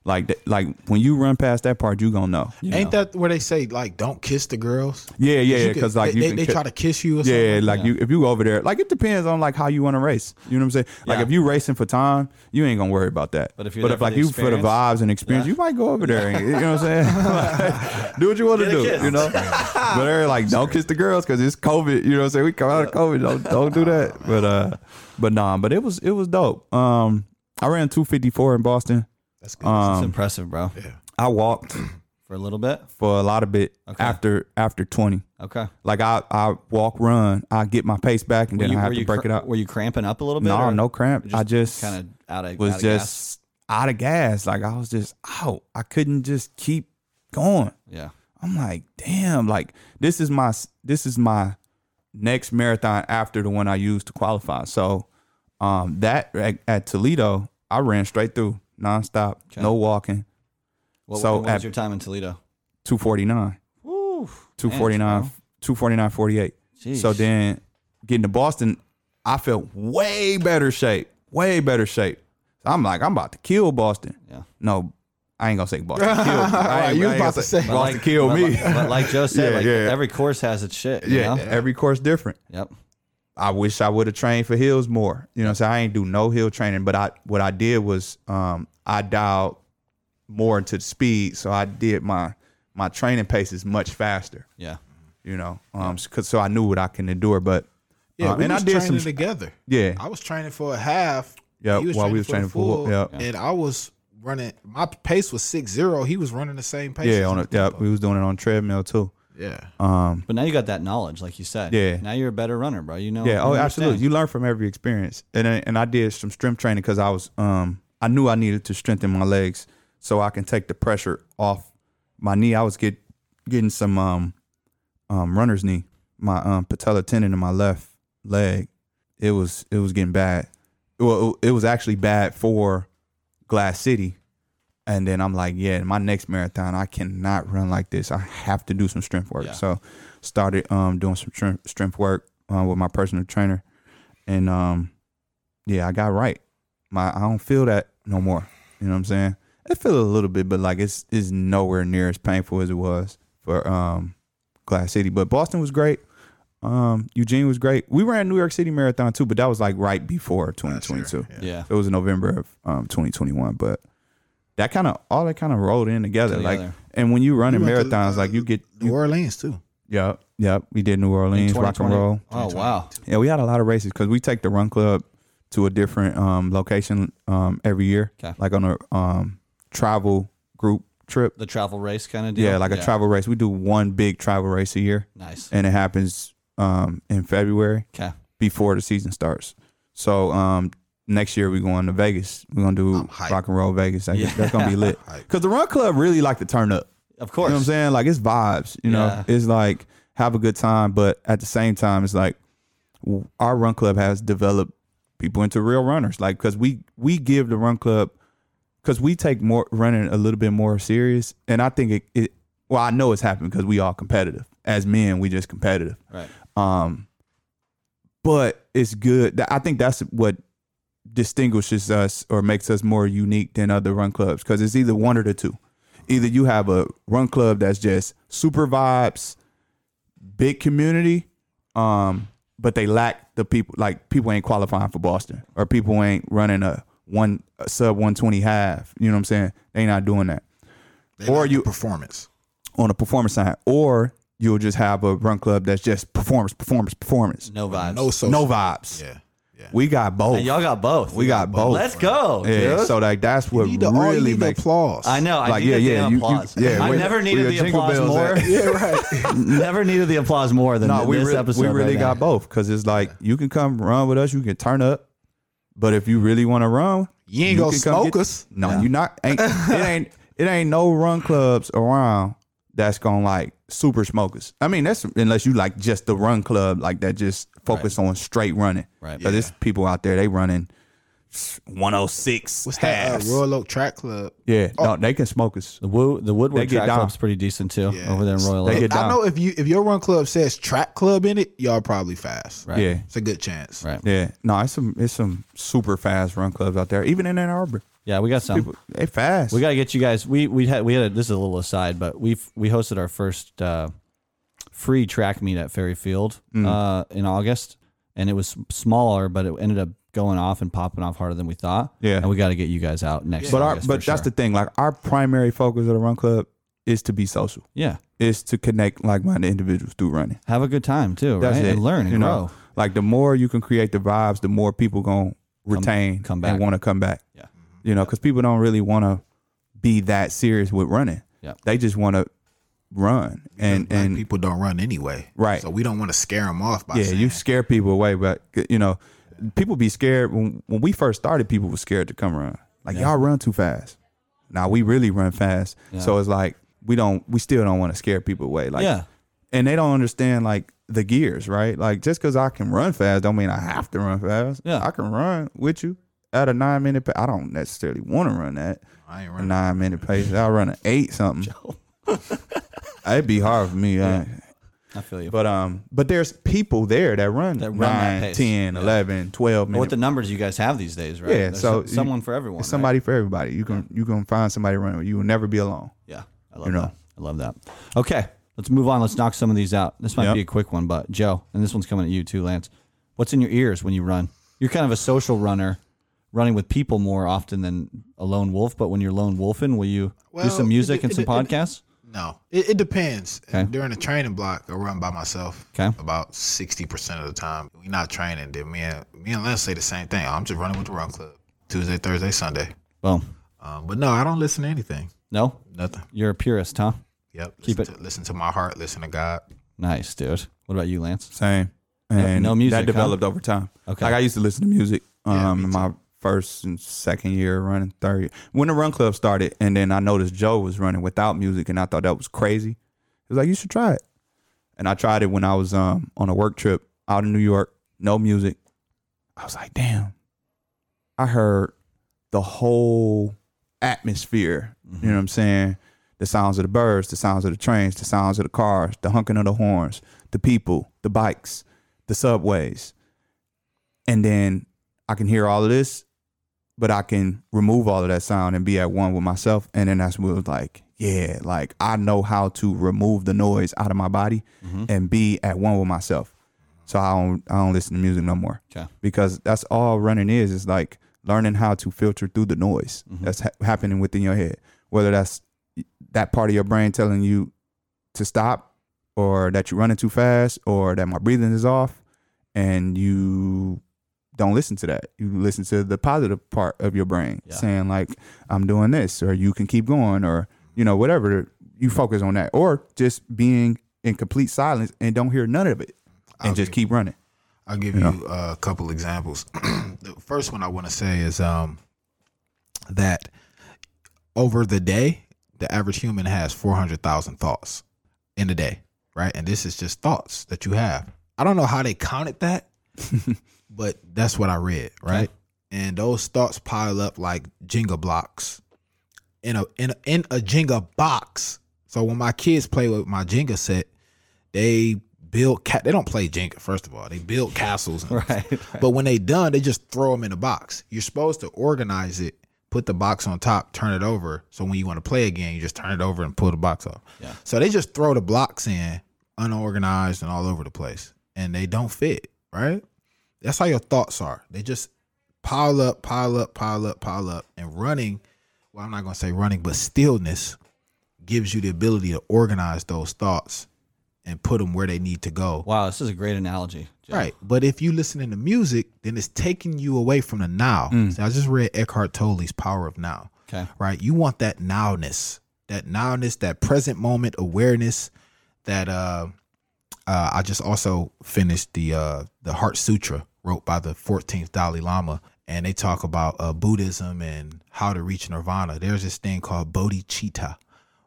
Like th- like when you run past that part, you gonna know. Yeah,
Ain't that where they say like don't kiss the girls?
yeah, yeah.
could-
Because like
they,
you
they,
can
they
ca-
try to kiss you. Or
yeah,
something.
like you if you go over there, like it depends on like how you want to race. You know what I'm saying? Like
Yeah.
if you racing for time, you ain't gonna worry about that.
But if you're
but
there
if
for
like
the
you for the
experience,
vibes and experience, you might go over there. And, you know what I'm saying? (laughs) Like,
(laughs)
do what you want to
Get a
do.
kiss.
You know, but they're like, don't kiss the girls because it's COVID. You know what I'm saying? We come out of COVID, don't don't do that. But uh, but nah, but it was it was dope. Um, I ran 254 in Boston.
That's good.
It's
Um,
impressive, bro.
I walked
For a little bit.
for a lot of bit
Okay.
after after 20.
Okay.
Like I I walk run, I get my pace back, and
Were
then
you,
I have
were
to
you
break
cr-
it up.
Were you cramping up a little bit?
No,
or
no cramp. I just
kind of out of
was
out of gas?
just out of gas. Like I was just out. I couldn't just keep going.
yeah.
I'm like, damn. Like this is my this is my next marathon after the one I used to qualify. So um, that at, at Toledo, I ran straight through, nonstop, no walking.
What,
So
what was
at-
your time in Toledo?
Two forty nine. Two forty nine. Two forty nine forty eight. So
Jeez.
then getting to Boston, I felt way better shape. Way better shape. So I'm like, I'm about to kill Boston.
Yeah.
No, I ain't gonna say Boston killed me. I ain't- I ain't
You was about
gonna
to say-
Boston killed
but
me. (laughs)
Like, but like Joe said,
Yeah,
like
yeah.
every course has its shit. you
yeah,
know?
every course different.
Yep.
I wish I would have trained for hills more. You know, so I ain't do no hill training, but I what I did was um, I dialed more into the speed, so I did my my training paces much faster.
Yeah.
You know, um, so, 'cause- so I knew what I can endure. But
Yeah,
uh,
we
and
was
I did some.
training together.
yeah,
I was training for a half.
Yeah,
he was
while we
training
was
for
training
the
for full, yeah.
and I was running. My pace was six zero. He was running the same pace.
yeah,
as
on
me.
a, yeah, we was doing it on treadmill too.
yeah.
Um,
But now you got that knowledge, like you said.
Yeah.
Now you're a better runner, bro. You know.
Yeah.
you
Oh,
understand.
absolutely. You learn from every experience, and I- and I did some strength training because I was um I knew I needed to strengthen my legs so I can take the pressure off my knee. I was get getting some um um runner's knee, my um patella tendon in my left leg. It was it was getting bad. Well, it it was actually bad for Glass City. And then I'm like, yeah, my next marathon, I cannot run like this. I have to do some strength work.
Yeah.
So started um, doing some strength, strength work uh, with my personal trainer, and um, yeah, I got right. My I don't feel that no more. You know what I'm saying? It feel a little bit, but like it's it's nowhere near as painful as it was for um, Glass City. But Boston was great. Um, Eugene was great. We ran New York City Marathon too, but that was like right before 2022.
Yeah.
It was in November of um, 2021, but that kind of all that kind of rolled in together. Like,
Together.
and when you running
You went to,
marathons,
uh,
like you get,
New Orleans too.
yep, yep. We did New Orleans rock and
2020
roll.
Oh wow.
Yeah, we had a lot of races because we take the run club to a different um, location um, every year,
Okay.
like on a um, travel group trip.
The travel race kind of deal.
Yeah, like a travel race. We do one big travel race a year,
Nice.
and it happens um, in February
Okay.
before the season starts. So um, next year we're going to Vegas. We're gonna do
I'm hyped.
rock and roll Vegas. That-
Yeah.
That's gonna be
(laughs)
lit.
Hyped.
Cause the Run Club really like to turn up.
Of
You
course.
know what I'm saying? Like it's vibes. You know,
Yeah.
it's like have a good time, but at the same time, it's like w- our Run Club has developed people into real runners. Like because we we give the Run Club because we take more running a little bit more serious, and I think it. it well, I know it's happening because we all competitive. As men, we just competitive
Right.
um but it's good Th- i think that's what distinguishes us or makes us more unique than other run clubs because it's either one or the two either you have a run club that's just super vibes big community um but they lack the people like people ain't qualifying for boston or people ain't running a one a sub 120 half you know what i'm saying they not doing that
They
Or
like the
you-
performance.
on a performance side or you'll just have a run club that's just performance performance performance
No vibes.
No social.
no vibes
Yeah. Yeah.
we got both.
And y'all got both.
we got both.
Let's go.
Yeah.
dude.
So like that's what
You need the, all you
really
need the
makes.
applause.
I know. I
Like,
need
yeah,
the
yeah,
damn
you- you-
applause.
yeah,
I
we-
never
we
needed
got
the
jingle
applause
bells (laughs)
more.
at-
Yeah, right.
(laughs) never needed the applause more than
No, we
this
really,
episode.
we really
right
got
now.
both because it's like you can come run with us, you can turn up, but if you really want to run,
You ain't gonna
can come
smoke
get-
us.
No, you not. Ain't, it
(laughs)
ain't. It ain't no run clubs around that's gonna like super smokers. I mean, that's unless you like just the run club like that, just focus on straight running.
Right.
But there's people out there they running 106
What's that? Uh, Oh.
halves.
Royal Oak Track Club.
yeah, no, they can smoke us.
The Woo, the
They
Woodward
get
track
down.
club's pretty decent too
Yeah.
over there in Royal.
They
Oak.
get
I
down.
know if you if your run club says track club in it, y'all probably fast.
Right.
Yeah.
It's a good chance.
Right.
Yeah, no, it's some it's some super fast run clubs out there, even in Ann Arbor.
Yeah, we got some.
People, they fast.
We got to get you guys. We we had we had a, this is a little aside, but we we hosted our first uh, free track meet at Ferry Field
Mm.
uh, in August, and it was smaller, but it ended up going off and popping off harder than we thought.
Yeah.
and we got to get you guys out next.
but our,
August
but
for
that's
sure.
the thing. Like our primary focus of the run club is to be social,
yeah.
is to connect like-minded individuals through running.
Have a good time too,
That's
right?
it.
And learn and
you
grow.
know, like the more you can create the vibes, the more people gonna retain,
come
and
back.
want to come back.
Yeah.
you know, because people don't really want to be that serious with running.
Yeah.
they just want to run and
Black
and
people don't run anyway.
Right.
So we don't want to scare them off by
yeah,
saying
you scare people away, but you know, people be scared when when we first started. People were scared to come run. Like y'all run too fast. Now we really run fast, so it's like we don't. We still don't want to scare people away. Like,
Yeah.
and they don't understand like the gears, right? Like just because I can run fast, don't mean I have to run fast.
Yeah.
I can run with you at a nine minute. Pa- I don't necessarily want to run that
I ain't
a
running.
nine
(laughs)
minute pace. I'll run an eight something. It'd be hard for me. I-
I feel you.
But um, but there's people there that run,
That run that
9,
pace.
10,
Yeah.
11, 12
But with
minutes.
the numbers you guys have these days, right?
Yeah,
There's
so
so-
you-
someone for everyone.
It's
right?
somebody for everybody. You can you can find somebody running. with You will never be alone.
Yeah, I love
You know.
that. I love that. Okay, let's move on. Let's knock some of these out. This might
Yep.
be a quick one, but Joe, and this one's coming at you too, Lance. What's in your ears when you run? You're kind of a social runner, running with people more often than a lone wolf. But when you're lone wolfing, will you
Well,
do some music
it-
and
it-
some
it-
podcasts?
No, it, it depends.
Okay.
During the training block, I run by myself.
Okay.
About sixty percent of the time, we're not training. Then me and me and Lance say the same thing. I'm just running with the run club Tuesday, Thursday, Sunday.
Boom.
Um, but no, I don't listen to anything.
No,
Nothing.
you're a purist, huh?
Yep.
Keep
listen To, listen to my heart. Listen to God.
Nice, dude. What about you, Lance?
Same. And
no music, huh?
that developed over time.
Okay.
Like I used to listen to music um
Yeah, me
in my first and second year running, third year. When the run club started and then I noticed Joe was running without music and I thought that was crazy. He was like, You should try it. And I tried it when I was um on a work trip out in New York, no music. I was like, damn. I heard the whole atmosphere.
Mm-hmm.
You know what I'm saying? The sounds of the birds, the sounds of the trains, the sounds of the cars, the honking of the horns, the people, the bikes, the subways. And then I can hear all of this, but I can remove all of that sound and be at one with myself. And then that's what it was like, yeah, like I know how to remove the noise out of my body and be at one with myself. So I don't I don't listen to music no more
Okay.
because that's all running is is like learning how to filter through the noise that's ha- happening within your head whether that's that part of your brain telling you to stop or that you're running too fast or that my breathing is off and you don't listen to that you listen to the positive part of your brain
Yeah.
saying like i'm doing this or you can keep going or you know whatever you focus on that or just being in complete silence and don't hear none of it and just keep running
I'll give you uh, a couple examples. (clears throat) the first one I want to say is um, that over the day, the average human has 400,000 thoughts in a day, right? And this is just thoughts that you have. I don't know how they counted that, but that's what I read, right? And those thoughts pile up like Jenga blocks in a in a, in a Jenga box. So when my kids play with my Jenga set, they build cat. They don't play Jenga. First of all, they build castles. and-
(laughs) Right.
But when they done, they just throw them in a box. You're supposed to organize it, put the box on top, turn it over. So when you want to play again, you just turn it over and pull the box off.
Yeah.
So they just throw the blocks in, unorganized and all over the place, and they don't fit. Right. That's how your thoughts are. They just pile up, pile up, pile up, pile up, and running. Well, I'm not gonna say running, but stillness gives you the ability to organize those thoughts and put them where they need to go.
Wow, this is a great analogy. Joe.
Right. But if you listening to music, then it's taking you away from the now. So I just read Eckhart Tolle's Power of Now.
Okay.
Right. You want that nowness, that nowness, that present moment awareness. That uh, uh, I just also finished the uh, the Heart Sutra wrote by the 14th Dalai Lama, and they talk about uh, Buddhism and how to reach nirvana. There's this thing called bodhicitta,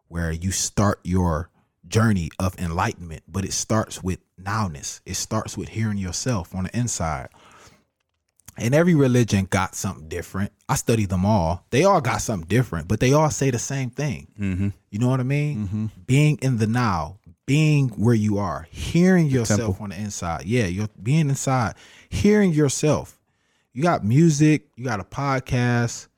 where you start your journey of enlightenment, but it starts with nowness. It starts with hearing yourself on the inside. And every religion got something different. I studied them all. They all got something different, but they all say the same thing. Mm-hmm. You know what I mean? Being in the now, being where you are, hearing yourself on the inside. Yeah, you're being inside, hearing yourself. You got music, you got a podcast,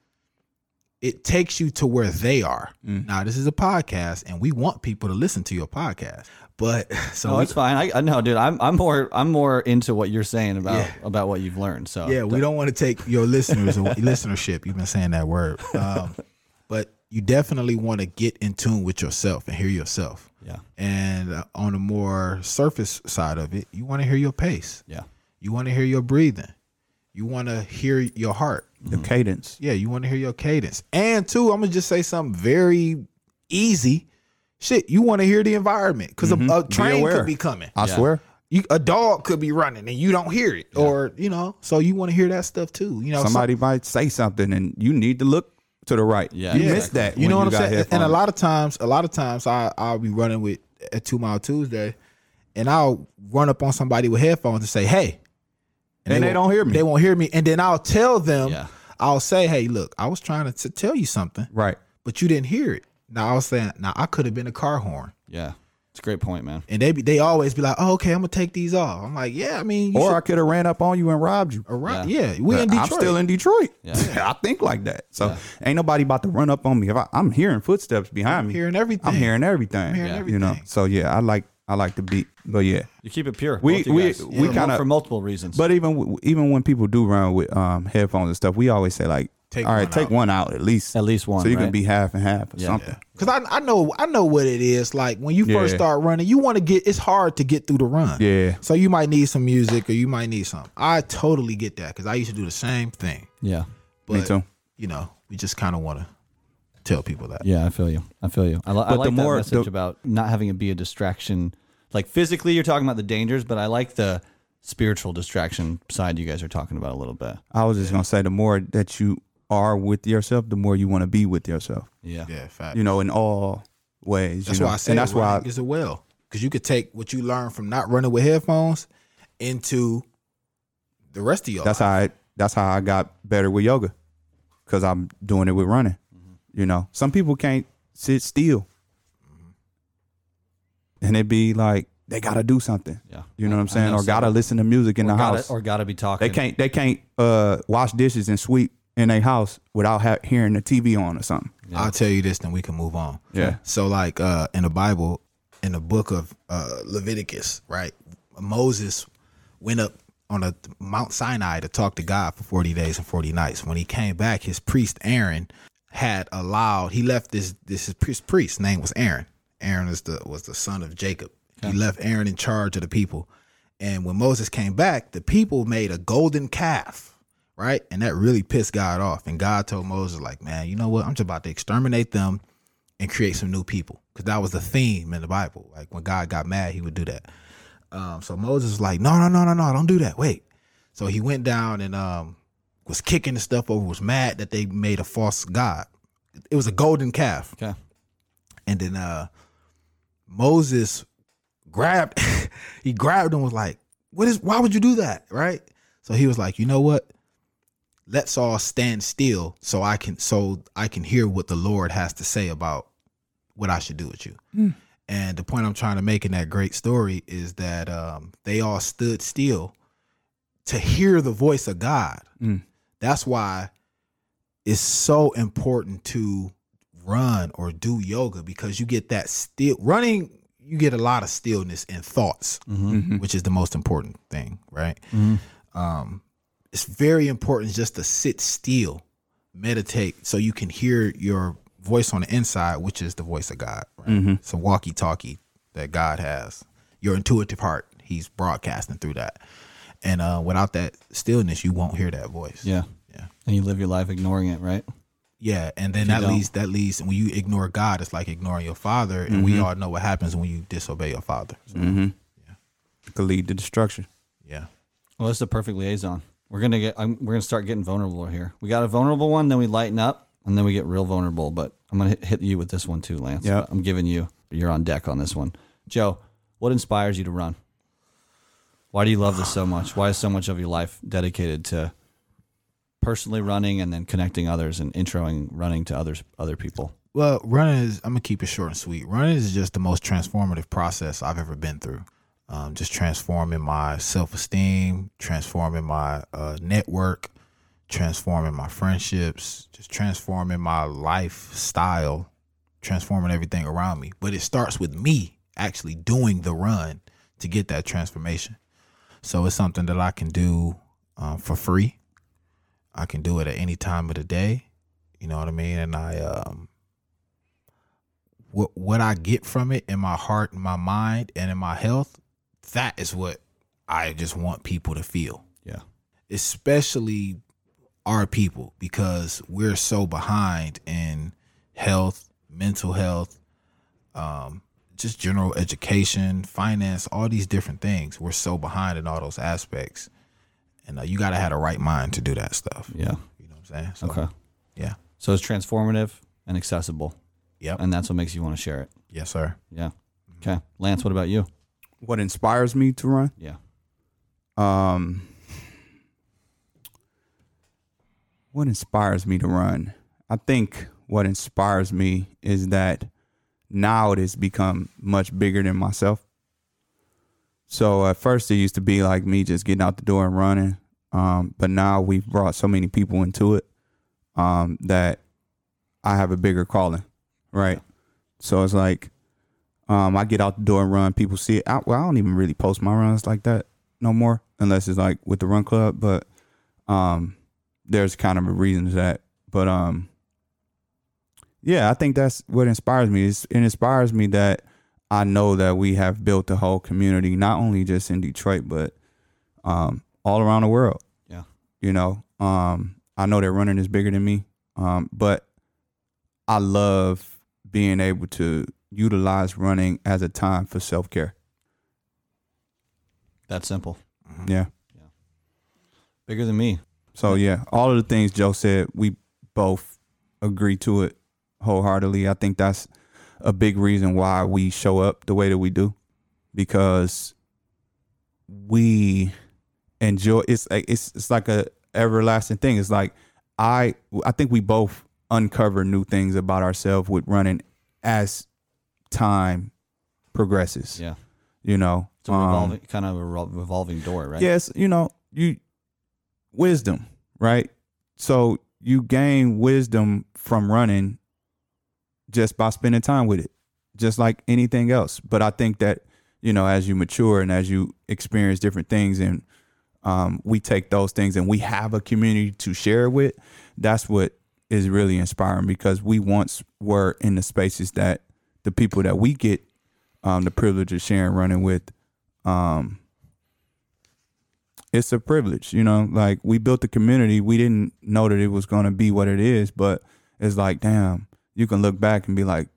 it takes you to where they are. Now, this is a podcast, and we want people to listen to your podcast. But (laughs) so
No,
we-
it's fine. I, I know, dude. I'm, I'm more I'm more into what you're saying about about what you've learned. So
yeah, we don't want to take your listeners or listenership. You've been saying that word, um, but you definitely want to get in tune with yourself and hear yourself.
Yeah.
And uh, on a more surface side of it, you want to hear your pace.
Yeah.
You want to hear your breathing. You want to hear your heart.
the cadence
Yeah, Mm-hmm. you want to hear your cadence. And two, I'm gonna just say something very easy. Shit, you want to hear the environment because a, a train
Mm-hmm. aware.
could be coming.
i swear
You, a dog could be running and you don't hear it, or you know, so you want to hear that stuff too. You know, so-
somebody might say something and you need to look to the right.
Yeah,
you
yeah.
missed that.
You know
when
what I'm
got
saying? And a
headphones.
lot of times, a lot of times, I I'll be running with at Two Mile Tuesday, and I'll run up on somebody with headphones and say, "Hey,"
And they
won't-
don't hear me.
They won't hear me, and then I'll tell them.
Yeah.
I'll say, "Hey, look, I was trying to t- tell you something,
right.
but you didn't hear it." Now I was saying, "Now I could have been a car horn."
Yeah. It's a great point, man.
and they be, they always be like, "Oh, okay, I'm gonna take these off." I'm like, "Yeah, I mean, you
Or I
(laughs) should,
could have ran up on you and robbed you.
all right, yeah, we in
Uh,
Detroit.
I'm still in Detroit. (laughs)
Yeah.
I think like that. So ain't nobody about to run up on me. If I, I'm hearing footsteps behind me,
hearing everything.
I'm hearing everything.
hearing
You know.
everything.
So yeah, I like I like the beat. But yeah.
You keep it pure.
We-
both you
we-
guys.
we
For-
kinda-
for multiple reasons.
But even w- even when people do run with um, headphones and stuff, we always say like,
Take
all right,
one
take
out."
one out at least.
At least one,
So you
right?
can be half and half or something.
Cause I, I know I know what it is like when you first
Yeah.
start running you want to get it's hard to get through the run
Yeah.
so you might need some music or you might need something I totally get that because I used to do the same thing
yeah.
but
Me too.
you know we just kind of want to tell people that
Yeah, I feel you. I feel you. I, li- I
But
like
the more-
that message
the-
about not having it be a distraction. Like physically, you're talking about the dangers, but I like the spiritual distraction side you guys are talking about a little bit.
I was just gonna say the more that you are with yourself, the more you want to be with yourself.
Yeah.
yeah fact.
You know, in all ways.
That's
you know?
why I say
and that's why
it's a well because you could take what you learn from not running with headphones into the rest of your
that's
life.
how I, that's how I got better with yoga because I'm doing it with running. You know, some people can't sit still, and it be like they gotta do something.
Yeah.
You know
I-
what
I
I'm saying,
know
or gotta
some-
listen to music in
or
the
gotta,
house,
or gotta be talking.
They can't they can't uh, wash dishes and sweep in their house without ha- hearing the TV on or something.
I'll tell you this, then we can move on.
Yeah.
So, like uh, in the Bible, in the book of uh, Leviticus, right? Moses went up on a Mount Sinai to talk to God for forty days and forty nights. When he came back, his priest Aaron had allowed. He left this this his priest priest's name was Aaron. Aaron is the was the son of Jacob. He left Aaron in charge of the people. And when Moses came back, the people made a golden calf, right? And that really pissed God off. And God told Moses, like, man, you know what? I'm just about to exterminate them and create some new people. Because that was the theme in the Bible. Like when God got mad, he would do that. Um, so Moses was like, no, no, no, no, no, don't do that. Wait. So he went down and um, was kicking the stuff over, was mad that they made a false God. It was a golden calf.
Okay.
And then uh Moses grabbed (laughs) he grabbed and was like, What is why would you do that? Right? So he was like, you know what? Let's all stand still so I can so I can hear what the Lord has to say about what I should do with you. And the point I'm trying to make in that great story is that um, they all stood still to hear the voice of God.
Mm.
That's why it's so important to run or do yoga because you get that still running. You get a lot of stillness and thoughts, which is the most important thing, right? Um, it's very important just to sit still, meditate, so you can hear your voice on the inside, which is the voice of God. Right? It's a walkie-talkie that God has. Your intuitive heart, He's broadcasting through that, and uh, without that stillness, you won't hear that voice.
Yeah.
Yeah.
And you live your life ignoring it, right?
Yeah, and then
you
that
don't.
leads that leads and when you ignore God, it's like ignoring your father, and
Mm-hmm.
we all know what happens when you disobey your father. So,
Could lead to destruction.
Yeah,
Well, that's the perfect liaison. We're gonna get. I'm, we're gonna start getting vulnerable here. We got a vulnerable one, then we lighten up, and then we get real vulnerable. But I'm gonna hit, hit you with this one too, Lance.
Yeah.
I'm giving you. You're on deck on this one, Joe. What inspires you to run? Why do you love this so much? Why is so much of your life dedicated to personally running and then connecting others and introing running to others, other people?
Well, running is, I'm going to keep it short and sweet. Running is just the most transformative process I've ever been through. Um, just transforming my self esteem, transforming my uh, network, transforming my friendships, just transforming my lifestyle, transforming everything around me. But it starts with me actually doing the run to get that transformation. So it's something that I can do um, for free. I can do it at any time of the day. You know what I mean? And I, um, what what I get from it in my heart, in my mind, and in my health, that is what I just want people to feel.
Yeah.
Especially our people, because we're so behind in health, mental health, um, just general education, finance, all these different things. We're so behind in all those aspects. And uh, you gotta have the right mind to do that stuff.
Yeah.
You know what I'm saying? So,
Okay.
Yeah.
So it's transformative and accessible,
Yep.
and that's what makes you want to share it.
Yes, sir.
Yeah. Okay, Lance. What about you?
What inspires me to run?
Yeah.
Um, what inspires me to run? I think what inspires me is that now it has become much bigger than myself. So at first it used to be like me just getting out the door and running, um, but now we've brought so many people into it um, that I have a bigger calling, right? So it's like um, I get out the door and run. People see it. I, well, I don't even really post my runs like that no more, unless it's like with the run club. But um, there's kind of a reason to that. But um, yeah, I think that's what inspires me. It's, it inspires me that I know that we have built a whole community, not only just in Detroit, but um, all around the world.
Yeah.
You know, um, I know that running is bigger than me, um, but I love being able to utilize running as a time for self care.
That simple.
Yeah.
Bigger than me.
So yeah, all of the things Joe said, we both agree to it wholeheartedly. I think that's a big reason why we show up the way that we do, because we enjoy. It's like it's it's like a everlasting thing. It's like I I think we both uncover new things about ourselves with running as time progresses.
Yeah.
You know,
It's a
Um,
revolving, kind of a revol- revolving door, right?
Yes, you know, you wisdom, right? So you gain wisdom from running just by spending time with it, just like anything else. But I think that, you know, as you mature and as you experience different things and um, we take those things and we have a community to share with, that's what is really inspiring because we once were in the spaces that the people that we get um, the privilege of sharing running with um, it's a privilege, you know. Like we built the community, we didn't know that it was gonna be what it is, but it's like, damn, you can look back and be like,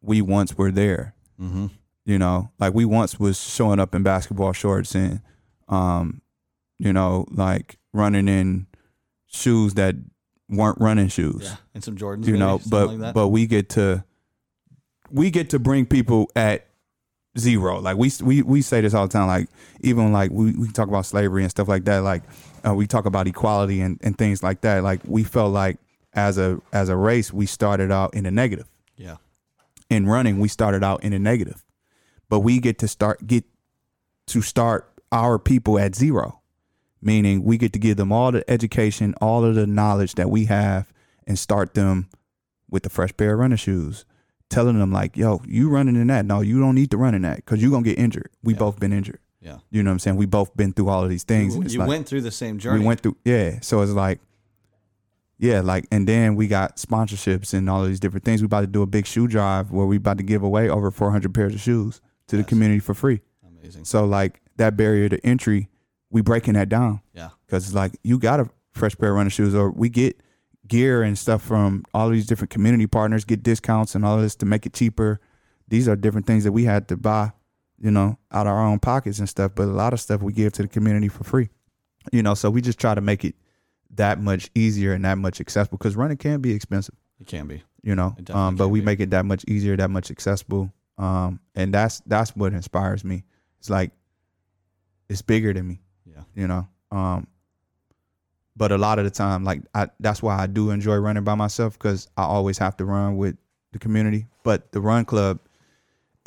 we once were there,
Mm-hmm.
you know. Like we once was showing up in basketball shorts and, um, you know, like running in shoes that weren't running shoes
Yeah. And some Jordans,
you know
maybe, something
but
like that.
but we get to we get to bring people at zero like we we we say this all the time like even like we, we talk about slavery and stuff like that like uh, we talk about equality and, and things like that like we felt like as a as a race we started out in the negative
yeah.
in running we started out in the negative but we get to start get to start our people at zero meaning we get to give them all the education all of the knowledge that we have and start them with a fresh pair of running shoes telling them like yo you running in that no you don't need to run in that because you're gonna get injured we both been injured
Yeah.
you know what i'm saying we both been through all of these things
You,
and it's
you
like-
went through the same journey.
we went through, yeah. So it's like, yeah, like, and then we got sponsorships and all of these different things. We about to do a big shoe drive where we about to give away over 400 pairs of shoes to the community for free.
Amazing.
So like that barrier to entry, we breaking that down
Yeah.
because it's like you got a fresh pair of running shoes, or we get gear and stuff from all these different community partners, get discounts and all this to make it cheaper. These are different things that we had to buy, you know, out of our own pockets and stuff. But a lot of stuff we give to the community for free, you know. So we just try to make it that much easier and that much accessible because running can be expensive,
It can be.
you know.
It definitely
Um, but
can
we
be.
make it that much easier, that much accessible, um, and that's that's what inspires me. It's like it's bigger than me
Yeah.
you know um but a lot of the time like i that's why i do enjoy running by myself because i always have to run with the community but the run club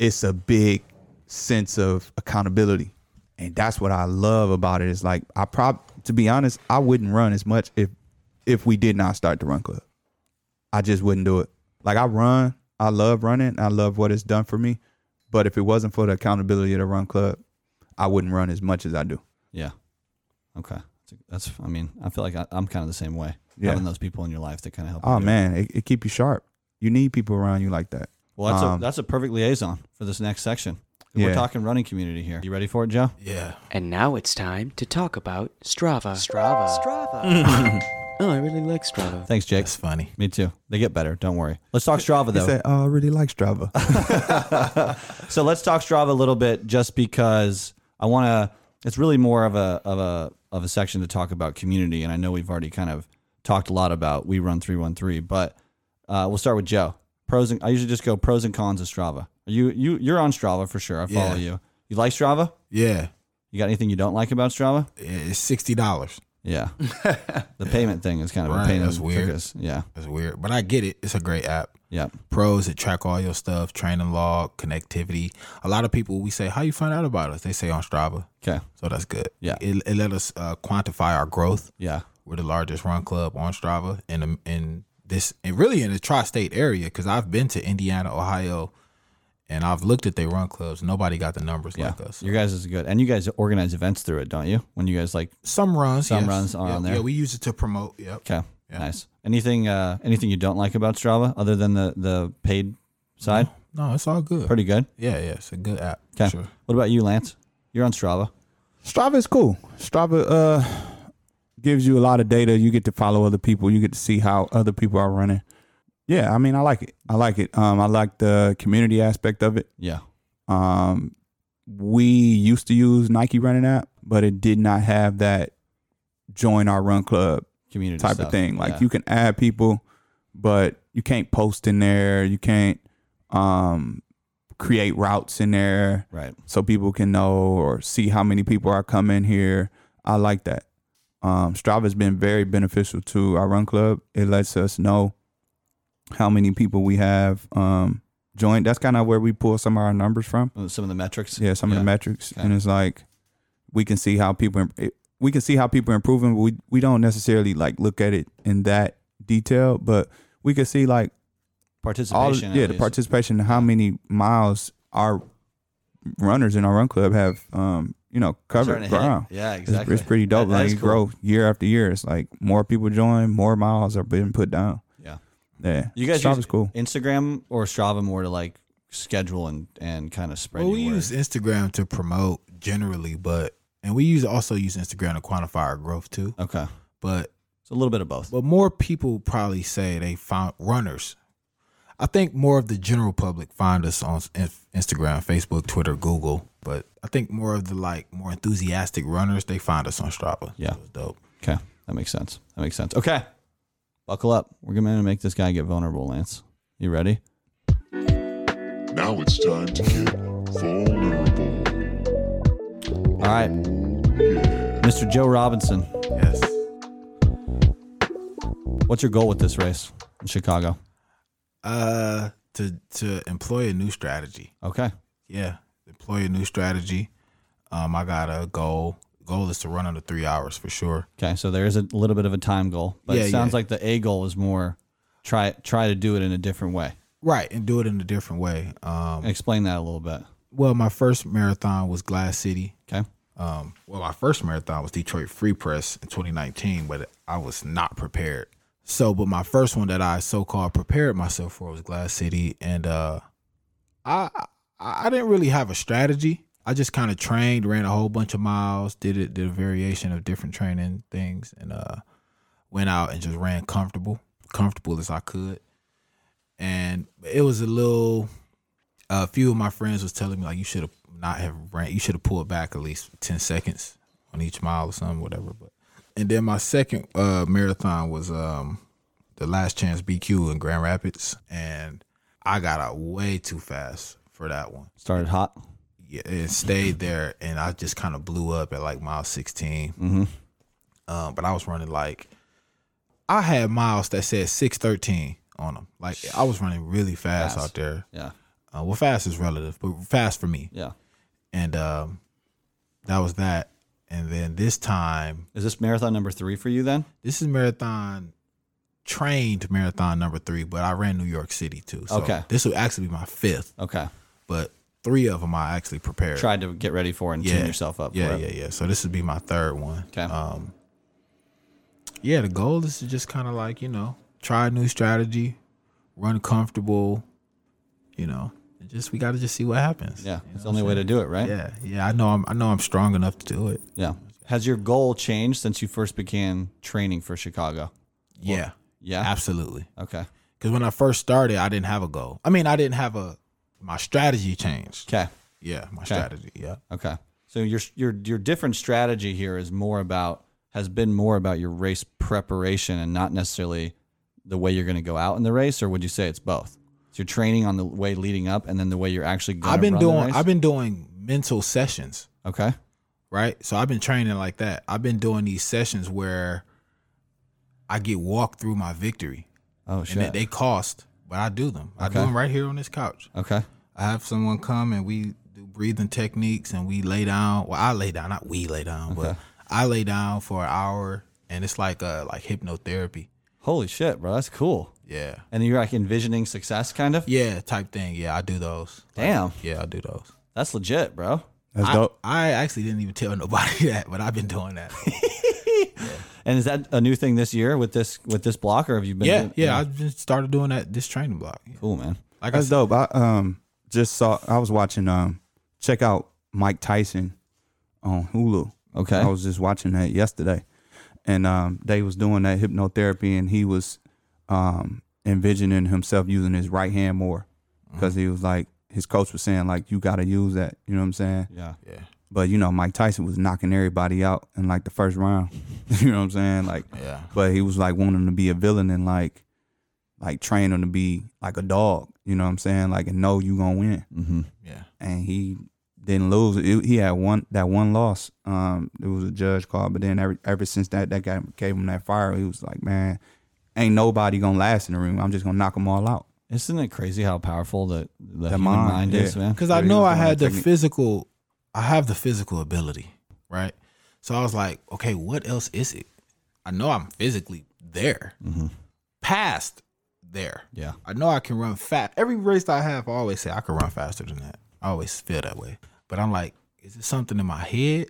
it's a big sense of accountability and that's what i love about it is like i prob to be honest i wouldn't run as much if if we did not start the run club i just wouldn't do it like i run i love running i love what it's done for me but if it wasn't for the accountability of the run club i wouldn't run as much as i do
Yeah. Okay. That's, I mean, I feel like I, I'm kind of the same way.
Yeah.
Having those people in your life that kind of help. you
Oh
do it.
man, it, it keep you sharp. You need people around you like that.
Well, that's,
Um,
a, that's a perfect liaison for this next section. We're
Yeah.
talking running community here. You ready for it, Joe?
Yeah.
And now it's time to talk about Strava. Strava. Strava. (laughs) oh, I really like Strava.
Thanks, Jake.
That's funny.
Me too. They get better. Don't worry. Let's talk Strava
He
though.
said, "Oh, I really like Strava."
so let's talk Strava a little bit, just because I want to. It's really more of a of a of a section to talk about community, and I know we've already kind of talked a lot about we run three one three, but uh, we'll start with Joe. Pros and I usually just go pros and cons of Strava. Are you you you're on Strava for sure. I follow
Yeah.
you. You like Strava?
Yeah.
You got anything you don't like about Strava?
It's sixty dollars. (laughs)
Yeah. the payment thing is kind of
Right,
a pain.
that's
in the
weird.
tuchus. Yeah.
That's weird, but I get it. It's a great app.
Yeah.
Pros that track all your stuff, training log, connectivity. A lot of people we say, "How you find out about us?" They say on Strava,
Okay.
so that's good.
Yeah.
it, it let us uh, quantify our growth.
Yeah.
We're the largest run club on Strava in the, in this and really in the tri-state area because I've been to Indiana, Ohio, and I've looked at their run clubs. Nobody got the numbers
Yeah.
like us.
Your guys is good. And you guys organize events through it, don't you? When you guys like
Some runs,
Some
yes.
runs are
yeah,
on there.
Yeah, we use it to promote. Yep.
Okay.
Yeah.
Nice. Anything uh anything you don't like about Strava other than the the paid side?
No, it's all good.
Pretty good.
Yeah, yeah, it's a good app. for
Okay.
Sure.
What about you, Lance? You're on Strava.
Strava is cool. Strava uh, gives you a lot of data. You get to follow other people. You get to see how other people are running. Yeah, I mean, I like it. I like it. Um, I like the community aspect of it.
Yeah.
Um, we used to use Nike Running app, but it did not have that join our run club
Community
type
stuff.
of thing. Like
Yeah.
you can add people, but you can't post in there. You can't um, create routes in there
Right.
so people can know or see how many people are coming here. I like that. Um, Strava has been very beneficial to our run club. It lets us know how many people we have um, joined. That's kind of where we pull some of our numbers from.
Some of the metrics.
Yeah, some of the metrics,
Okay.
and it's like we can see how people it- we can see how people improving. But we we don't necessarily like look at it in that detail, but we can see like all
Participation. at
yeah the
least.
participation and how many miles our runners in our run club have um you know
Starting
covered
to hit.
ground.
Yeah,
It's-
exactly.
It's, pretty dope.
That- that
like
is
you
cool.
grow year after year. It's like more people join, more miles are being put down.
Yeah.
Yeah,
You guys
Strava's
use
cool.
Instagram or Strava more to like schedule and and kind of spread.
Well, we
your word.
use Instagram to promote generally, but and we use also use Instagram to quantify our growth too.
Okay.
But
It's a little bit of both.
but more people probably say they found runners. I think more of the general public find us on in- Instagram, Facebook, Twitter, Google. But I think more of the like more enthusiastic runners they find us on Strava.
Yeah.
so it's dope.
Okay. That makes sense. That makes sense. Okay. Buckle up. We're gonna make this guy get vulnerable, Lance. You ready?
Now it's time to get vulnerable.
All right. Mr. Joe Robinson,
Yes,
what's your goal with this race in Chicago?
uh, to to employ a new strategy.
Okay.
yeah, employ a new strategy. Um, I got a goal. Goal is to run under three hours for sure.
Okay. So there is a little bit of a time goal, but
Yeah,
it sounds
yeah.
like the A goal is more try try to do it in a different way.
Right, and do it in a different way. Um,
Explain that a little bit.
well, my first marathon was Glass City.
Okay.
Um, well, my first marathon was Detroit Free Press in 2019, but I was not prepared. So, but my first one that I so called prepared myself for was Glass City, and uh, I I I didn't really have a strategy. I just kind of trained, ran a whole bunch of miles, did it, did a variation of different training things, and uh, went out and just ran comfortable, comfortable as I could. And it was a little a few of my friends was telling me like you should have not have ran you should have pulled back at least 10 seconds on each mile or something whatever but and then my second uh marathon was um the last chance bq in grand rapids and i got out way too fast for that one
Started hot.
yeah, and stayed there and i just kind of blew up at like mile 16
Mm-hmm.
um, but I was running like I had miles that said six thirteen on them. Like I was running really fast,
Fast.
out there.
Yeah.
Uh, well, fast is relative, but fast for me.
Yeah.
And um, that was that. And then this time,
Is this marathon number three for you then?
this is marathon trained marathon number three, but I ran New York City too. So
Okay.
this will actually be my fifth,
Okay.
but three of them I actually prepared.
Tried to get ready for and tune yourself up.
Yeah,
for
yeah,
it.
yeah. So this would be my third one.
Okay.
Um, yeah, the goal is to just kind of like you know try a new strategy, run comfortable, you know, and just we got to just see what happens.
Yeah. It's the only way to do it, right?
Yeah, yeah. I know I'm I know I'm strong enough to do it.
Yeah. Has your goal changed since you first began training for Chicago?
Yeah,
Yeah.
absolutely.
Okay.
Because when I first started, I didn't have a goal. I mean, I didn't have a my strategy changed.
Okay.
Yeah, my strategy. Yeah.
Okay. So your your your different strategy here is more about has been more about your race preparation and not necessarily the way you're going to go out in the race, or would you say it's both? So you're training on the way leading up, and then the way you're actually going.
I've been doing I've been doing mental sessions.
okay.
right? So I've been training like that. I've been doing these sessions where I get walked through my victory,
Oh
and they,
shit.
they cost, but I do them. I do
Okay.
them right here on this couch.
okay.
I have someone come and we do breathing techniques and we lay down. Well, I lay down, not we lay down, but
Okay.
I lay down for an hour, and it's like uh like hypnotherapy.
Holy shit, bro. That's cool.
Yeah,
And you're like envisioning success, kind of.
yeah, type thing. Yeah, I do those.
Damn,
Yeah, I do those.
that's legit, bro.
That's
I,
dope.
I actually didn't even tell (laughs) nobody that, but I've been doing
(laughs)
that.
And is that a new thing this year with this with this block, or have you been?
yeah, yeah, I just started doing that this training block.
Cool, man.
Like I
That's
said,
dope. I um just saw I was watching um check out Mike Tyson on Hulu.
Okay.
I was just watching that yesterday. And um they was doing that hypnotherapy and he was um envisioning himself using his right hand more because he was like his coach was saying like you got to use that, you know what I'm saying?
yeah.
yeah,
But you know Mike Tyson was knocking everybody out in like the first round. (laughs) you know what I'm saying? Like
yeah,
but he was like wanting to be a villain and like like train him to be like a dog you know what i'm saying like and know you gonna win
Mm-hmm.
yeah.
and he didn't lose It- he had one that one loss um it was a judge call but then ever, ever since that that guy gave him that fire he was like man ain't nobody gonna last in the ring i'm just gonna knock them all out
Isn't it crazy how powerful the the, human
mind,
mind, is,
yeah.
man?
Because I
Where he
know
was
I
doing
had
that
the
technique.
physical, I have the physical ability, right? So I was like, okay, what else is it? I know I'm physically there,
Mm-hmm.
past there.
Yeah.
I know I can run fast. Every race that I have, I always say I can run faster than that. I always feel that way. But I'm like, is it something in my head?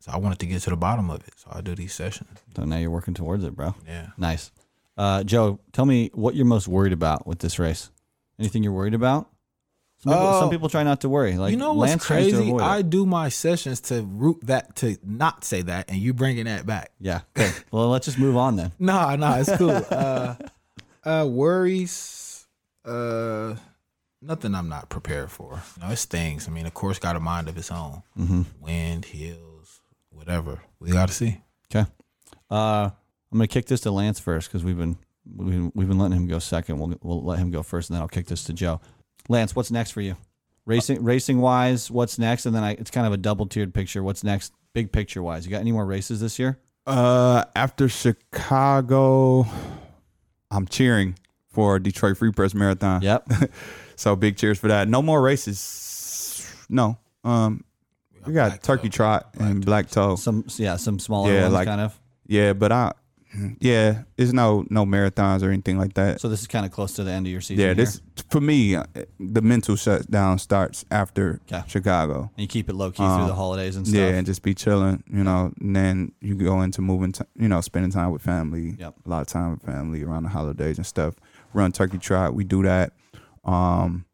So I wanted to get to the bottom of it. So I do these sessions.
So now you're working towards it, bro.
Yeah.
Nice. Uh, Joe, tell me what you're most worried about with this race. Anything you're worried about? Some people,
Oh.
some people try not to worry. Like
you know what's
Lance tries to
crazy?
avoid it.
I do my sessions to root that to not say that, and you bringing that back.
yeah. Okay. well, let's just move on then.
No, no, it's cool. uh, uh, worries, uh, nothing I'm not prepared for. You know, it's things. I mean, of course, got a mind of its own. Wind, hills, whatever. We got to see.
Okay. Uh, I'm gonna kick this to Lance first because we've been we've been, we've been letting him go second. We'll we'll let him go first, and then I'll kick this to Joe. Lance, what's next for you? Racing racing wise, what's next? And then I, it's kind of a double tiered picture. What's next? Big picture wise, you got any more races this year?
uh after chicago i'm cheering for detroit free press marathon
Yep.
So big cheers for that. No more races. No. Um, we got Turkey Trot and Black Toe.
(laughs) some yeah, some smaller
Yeah,
ones
like-
kind of.
Yeah, but I, yeah, it's no no marathons or anything like that.
So this is kind of close to the end of your season.
yeah,
here.
this for me uh, the mental shutdown starts after
Okay.
Chicago.
and you keep it low key through the holidays and stuff.
Um, Yeah, and just be chilling, you know. And then you go into moving, t- you know, spending time with family.
Yep.
A lot of time with family around the holidays and stuff. Run turkey trot, we do that, um,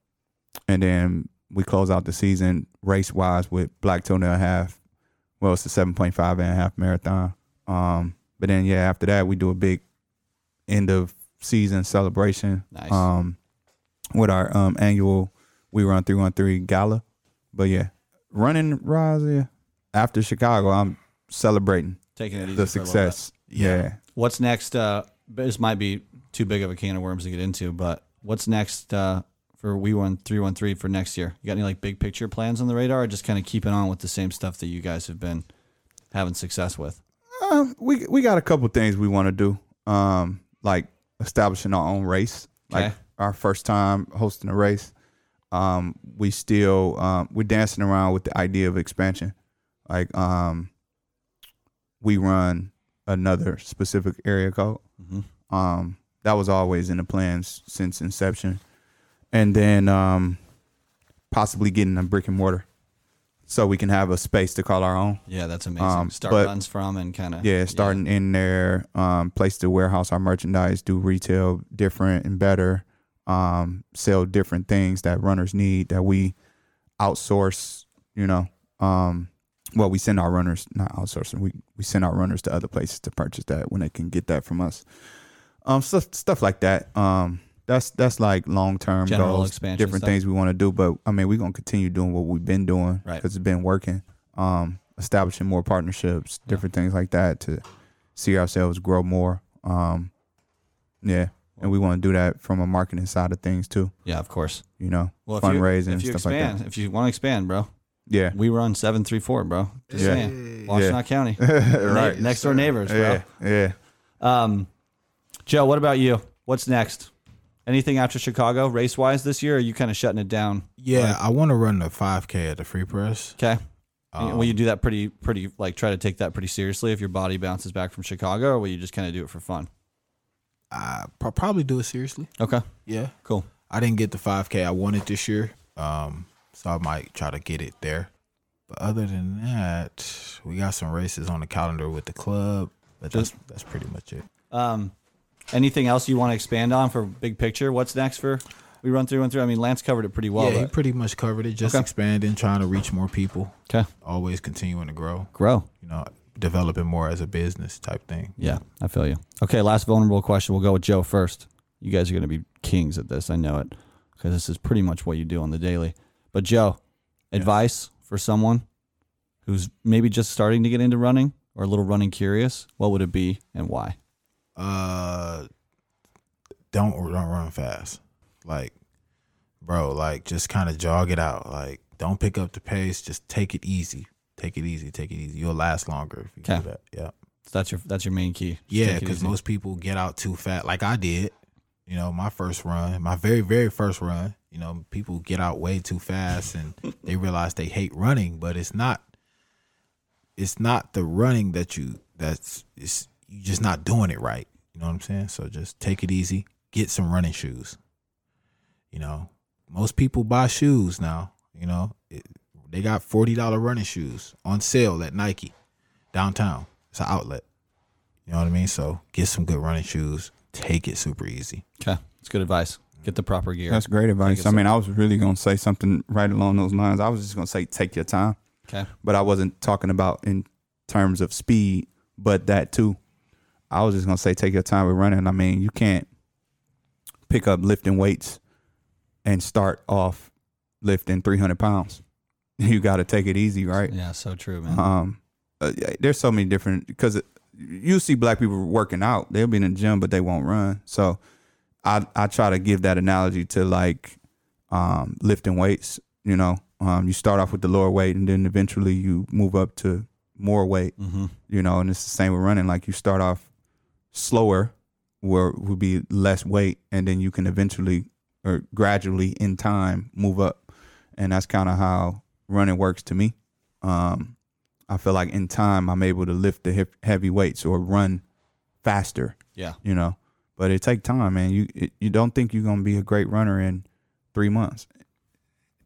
and then we close out the season race wise with Black Tuna and a half. Well, it's a seven point five and a half marathon. Um, but then yeah, after that we do a big end of season celebration.
Nice.
Um, with our um annual we run three one three gala. But yeah, running rise yeah. After Chicago, I'm celebrating
Taking it easy.
the
for a little
success. Yeah.
bit. What's next? Uh, this might be too big of a can of worms to get into, but what's next uh, for We One Three One Three for next year? You got any like big picture plans on the radar, or just kind of keeping on with the same stuff that you guys have been having success with?
Uh, we we got a couple things we want to do. Um, like establishing our own race. Like
Okay.
our first time hosting a race. Um, we still um we're dancing around with the idea of expansion. Like um, we run another specific area code. Um, that was always in the plans since inception, and then um, possibly getting a brick and mortar, so we can have a space to call our own.
Yeah, that's amazing.
Um,
Start
but-
runs from and kind of
Yeah, starting in there, um, place to warehouse our merchandise, do retail different and better, um, sell different things that runners need that we outsource, you know. Um, well, we send our runners, not outsourcing, we, we send our runners to other places to purchase that when they can get that from us. Um, stuff, stuff like that. Um, that's that's like long term
General
goals,
expansion
different
stuff.
things we want to do. But I mean, we're gonna continue doing what we've been doing
Right.
it's been working. Um, establishing more partnerships, different things like that to see ourselves grow more. Um, yeah, and we want to do that from a marketing side of things too.
Yeah, of course.
You know,
Well, if you,
fundraising,
if you
stuff
expand,
like that.
if you want to expand, bro,
Yeah.
We run 734, bro. Just
Yeah.
saying. Washtenaw
Yeah. (laughs)
County.
right.
Na- next door neighbors, bro.
Yeah. Yeah.
Um, Joe, what about you? What's next? Anything after Chicago race wise this year? Or are you kind of shutting it down?
Yeah, I want to run the 5K at the free press.
Okay. will you do that pretty, pretty, like try to take that pretty seriously if your body bounces back from Chicago, or will you just kind of do it for fun?
I pro- probably do it seriously.
Okay.
Yeah,
Cool.
I didn't get the 5K I wanted this year, um, so I might try to get it there. But other than that, we got some races on the calendar with the club, but that's that's pretty much it.
Um, anything else you want to expand on for big picture? What's next for we run through and through? I mean, Lance covered it pretty well.
yeah, he pretty much covered it. Just
Okay.
expanding, trying to reach more people,
okay.
always continuing to grow.
Grow.
You know, developing more as a business type thing.
Yeah, I feel you. Okay, last vulnerable question. We'll go with Joe first. You guys are going to be kings at this. I know it because this is pretty much what you do on the daily. But Joe, advice for someone who's maybe just starting to get into running or a little running curious. What would it be and why?
Uh, don't don't run fast. Like, bro, like just kind of jog it out. Like, don't pick up the pace. Just take it easy. Take it easy. Take it easy. You'll last longer if you do
Okay.
that. Yeah.
So that's your that's your main key. Just
Yeah,
take it
because
easy.
most people get out too fat, like I did. You know, my first run, my very, very first run, you know, people get out way too fast
(laughs)
and they realize they hate running, but it's not it's not the running that you that's it's you just not doing it right. You know what I'm saying? So just take it easy. Get some running shoes. You know, most people buy shoes now, you know. It, they got $40 running shoes on sale at Nike downtown. It's an outlet. You know what I mean? So get some good running shoes. Take it super easy.
okay. That's good advice. Get the proper gear.
That's great advice. I mean, I was really gonna say something right along those lines. I was just gonna say take your time.
okay.
but I wasn't talking about in terms of speed, but that too. I was just gonna say take your time with running. I mean, you can't pick up lifting weights and start off lifting 300 pounds. (laughs) You got to take it easy, right?
Yeah, so true, man.
Um, uh, yeah, there's so many different because you see black people working out. They'll be in the gym, but they won't run. So I I try to give that analogy to like um, lifting weights. You know, um, you start off with the lower weight, and then eventually you move up to more weight.
Mhm.
You know, and it's the same with running. Like you start off slower, where it would be less weight, and then you can eventually or gradually in time move up, and that's kind of how running works to me. Um, I feel like in time I'm able to lift the hip, heavy weights or run faster,
Yeah.
you know. But it take time, man. You it, you don't think you're gonna be a great runner in three months,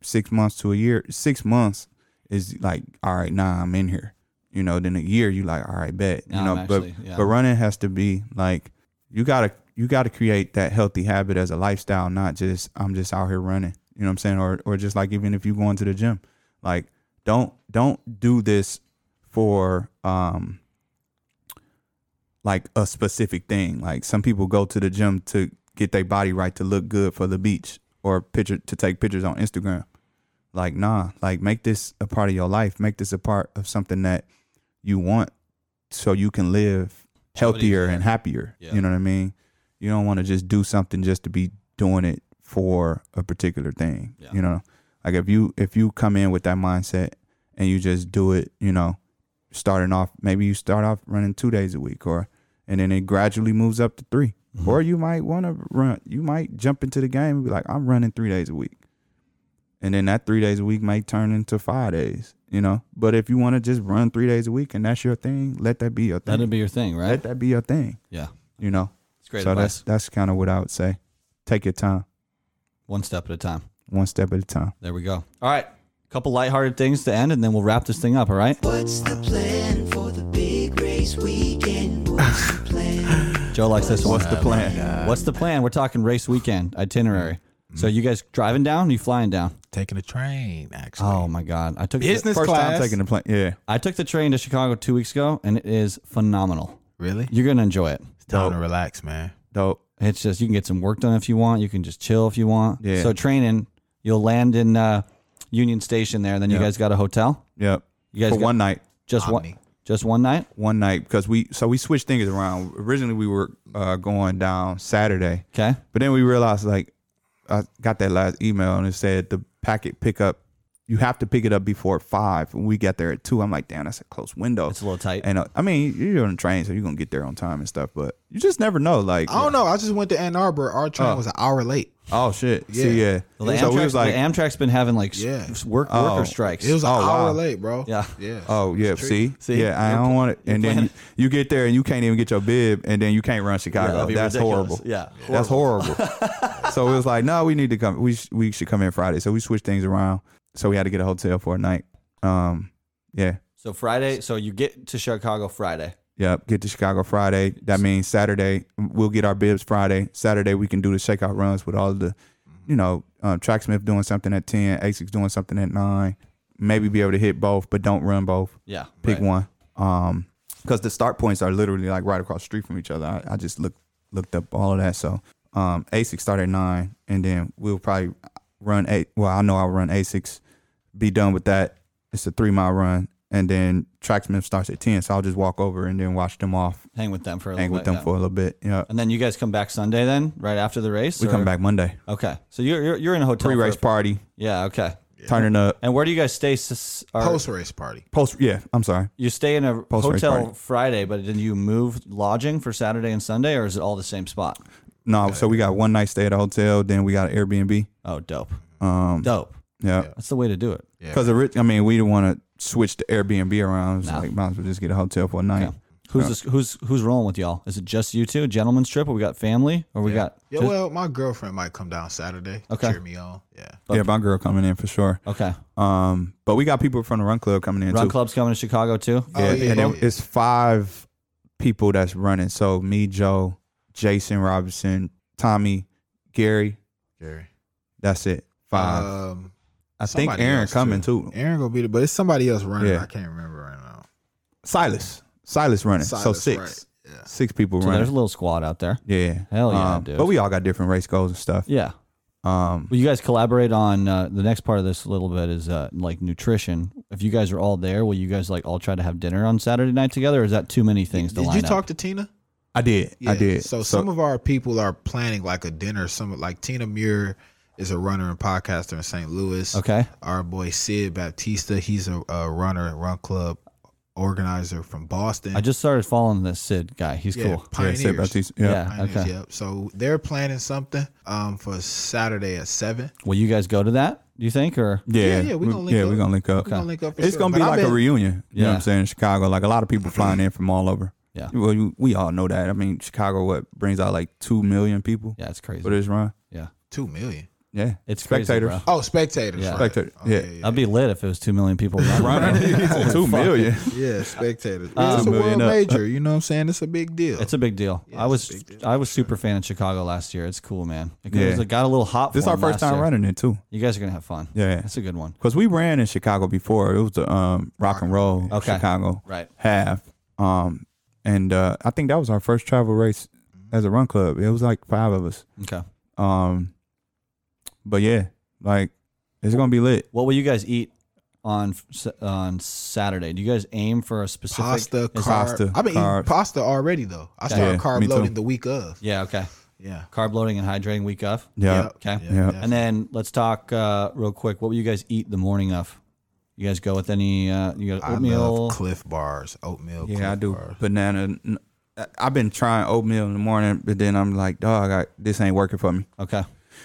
six months to a year. Six months is like, all right, nah, I'm in here. You know, then a year you like, all right, bet. You
Now
know,
I'm
but
actually- yeah.
but running has to be like you gotta you gotta create that healthy habit as a lifestyle, not just I'm just out here running. You know what I'm saying? Or or just like even if you going to the gym, like don't don't do this for um like a specific thing. Like some people go to the gym to get their body right to look good for the beach or picture to take pictures on Instagram. Like nah, like make this a part of your life. Make this a part of something that you want so you can live healthier and happier.
Yeah.
You know what I mean? You don't want to just do something just to be doing it for a particular thing.
Yeah.
You know, like if you if you come in with that mindset and you just do it, you know, starting off maybe you start off running two days a week or and then it gradually moves up to 3
Mm-hmm.
Or you might want to run you might jump into the game and be like, I'm running three days a week. And then that three days a week might turn into five days, you know. But if you want to just run three days a week and that's your thing, let that be your thing.
That'd be your thing, right?
let that be your thing,
Yeah.
you know.
It's great
so that's
advice.
that's kind of what I would say. Take your time,
One step at a time.
one step at a time.
There we go. All right. couple lighthearted things to end, and then we'll wrap this thing up. All right.
What's the plan for the big race weekend? What's the plan?
Joe likes this one.
What's the plan?
What's the plan? We're talking race weekend itinerary. So you guys driving down? Or you flying down?
Taking a train, actually.
Oh my god! I took
Business
The,
First
class.
time taking the plane. Yeah.
I took the train to Chicago two weeks ago, and it is phenomenal.
really?
You're gonna enjoy it.
It's time to relax, man.
Dope.
It's just you can get some work done if you want. You can just chill if you want.
Yeah.
So training, you'll land in uh, Union Station there, and then you
Yeah.
guys got a hotel.
Yep.
You guys
For
got-
one night.
Just
Omni.
one. Just one night.
one night because we so we switched things around. Originally we were uh, going down Saturday,
Okay.
but then we realized like I got that last email and it said the packet pickup you have to pick it up before five. When we got there at two, I'm like, damn, that's a close window.
It's a little tight.
And uh, I mean, you're on a train, so you're gonna get there on time and stuff. But you just never know. Like,
I don't know. I just went to Ann Arbor. Our train
Oh.
was an hour late.
oh shit, yeah,
Yeah.
See, yeah.
Well, the,
so we
Amtrak's,
was like,
the Amtrak's been having like s-
Yeah.
s- work
Oh.
worker strikes.
It was an
Oh,
hour
wow.
late, bro.
Yeah.
Yeah.
Oh yeah, see,
See?
yeah, I
You're
don't
pl-
want it.
you're
And then
planning-
you, you get there and you can't even get your bib, and then you can't run Chicago.
that'd be
That's
ridiculous.
horrible.
Yeah,
that's horrible. so it was like, no, we need to come. We sh- we should come in Friday. So we switched things around. So we had to get a hotel for a night. Um, yeah,
So Friday, so you get to Chicago Friday.
Yep, get to Chicago Friday. That means Saturday we'll get our bibs Friday. Saturday we can do the shakeout runs with all the, you know, um, Tracksmith doing something at ten, Asics doing something at nine. Maybe be able to hit both, but don't run both.
Yeah,
pick
right.
one. Um, because the start points are literally like right across the street from each other. I, I just looked looked up all of that. So, um, Asics start at nine, and then we'll probably run eight. Well, I know I'll run Asics, be done with that. It's a three mile run, and then Tracksmith starts at ten. So I'll just walk over and then watch them off,
Hang with them for a
hang
little
with
bit,
them
yeah.
for a little bit. Yeah,
And then you guys come back Sunday, then right after the race.
we
or-
come back Monday.
Okay, so you're you're, you're in a hotel.
Pre race
for-
party,
Yeah. Okay.
turning up.
And where do you guys stay? s- or-
Post race party.
Post, yeah. I'm sorry.
you stay in a
Post-race
hotel
party.
Friday, but then you move lodging for Saturday and Sunday, or is it all the same spot?
No, so we got one night stay at a hotel, then we got an Airbnb.
Oh, dope.
Um,
Dope.
yeah.
That's the way to do it.
Yeah.
Because I mean, we didn't want to switch to Airbnb around. It's
No.
like, might as well just get a hotel for a night.
Yeah.
Uh,
Who's this, who's who's rolling with y'all? Is it just you two, gentleman's trip, or we got family, or we got
Yeah,
just-
well, my girlfriend might come down Saturday. to
Okay.
Cheer me on. Yeah.
Yeah, my girl coming in for sure.
okay?
Um, but we got people from the Run Club coming in
Run
too.
club's coming to Chicago too.
Yeah,
Oh, yeah,
and
yeah,
it- it's five people that's running. So me, Joe, Jason Robinson, Tommy, Gary.
Gary.
That's it. Five.
Um,
I think
somebody
Aaron
else,
coming too.
Aaron gonna be there, but it's somebody else running.
Yeah.
I can't remember right now.
Silas. Silas running. so
Silas,
six.
right. Yeah.
Six people
So
running.
there's a little squad out there.
yeah.
Hell yeah,
Um,
dude.
But we all got different race goals and stuff.
Yeah.
Um,
Well, you guys collaborate on uh, the next part of this a little bit is uh, like nutrition. If you guys are all there, will you guys like all try to have dinner on Saturday night together? Or is that too many things to
Did
line
you
up?
talk to Tina?
I did. I
Yeah.
did.
So, some of our people are planning like a dinner. Some like Tina Muir is a runner and podcaster in St. Louis.
Okay.
Our boy Sid Baptista, he's a, a runner and run club organizer from Boston.
I just started following this Sid guy. He's
yeah,
cool.
yeah,
pioneers.
Sid Baptiste. Yeah.
Yeah.
Pioneers,
okay.
Yep. So they're planning something um for Saturday at seven.
Will you guys go to that? Do you think or
Yeah,
Yeah, yeah, we gonna link
yeah,
up.
we gonna link up.
We gonna link up for
it's
sure.
gonna
But
be
I
like a
bet-
reunion. You know what
Yeah.
I'm saying? In Chicago, like a lot of people flying in from all over.
Yeah.
Well, you, we all know that. I mean, Chicago what brings out like two million people
yeah, it's crazy.
for this run.
yeah,
Two million.
Yeah,
it's
spectators.
Crazy, bro.
Oh, spectators.
Yeah.
right.
Spectator-
Oh,
yeah.
I'd be lit if it was two
(laughs)
million
(laughs)
people.
Running.
running.
It's two million.
Yeah, spectators.
It's
it's
a
a
Uh, million
world
up.
major. You know what I'm saying? It's a big deal.
It's a big deal.
Yeah,
I
it's a
was
big deal,
I was super fan of Chicago last year. It's cool, man. It,
Yeah.
was- it got a little hot.
This is
for
our
'em
first
last
time
year.
running it too.
You guys are gonna have fun.
Yeah.
that's a good one.
Cause we ran in Chicago before. It was the um, rock and roll
Okay.
Chicago
Right.
half. Um, and uh, I think that was our first travel race as a run club. It was like five of us.
Okay.
Um, but yeah, like it's gonna be lit.
What will you guys eat on s- on Saturday? Do you guys aim for a specific
pasta,
is-
carb.
Pasta,
I've been
carbs.
eating pasta already though. I started
Yeah, me
carb
too.
loading the week of.
Yeah. Okay.
Yeah.
Carb loading and hydrating week of.
Yeah.
Yep.
Okay.
Yeah,
Yeah.
And then let's talk uh, real quick. What will you guys eat the morning of? You guys go with any? Uh, you got
I
oatmeal.
love Cliff bars, oatmeal. Clif
Yeah, I do
Bars.
banana. n- I- I've been trying oatmeal in the morning, but then I'm like, dog, I, this ain't working for me,
okay.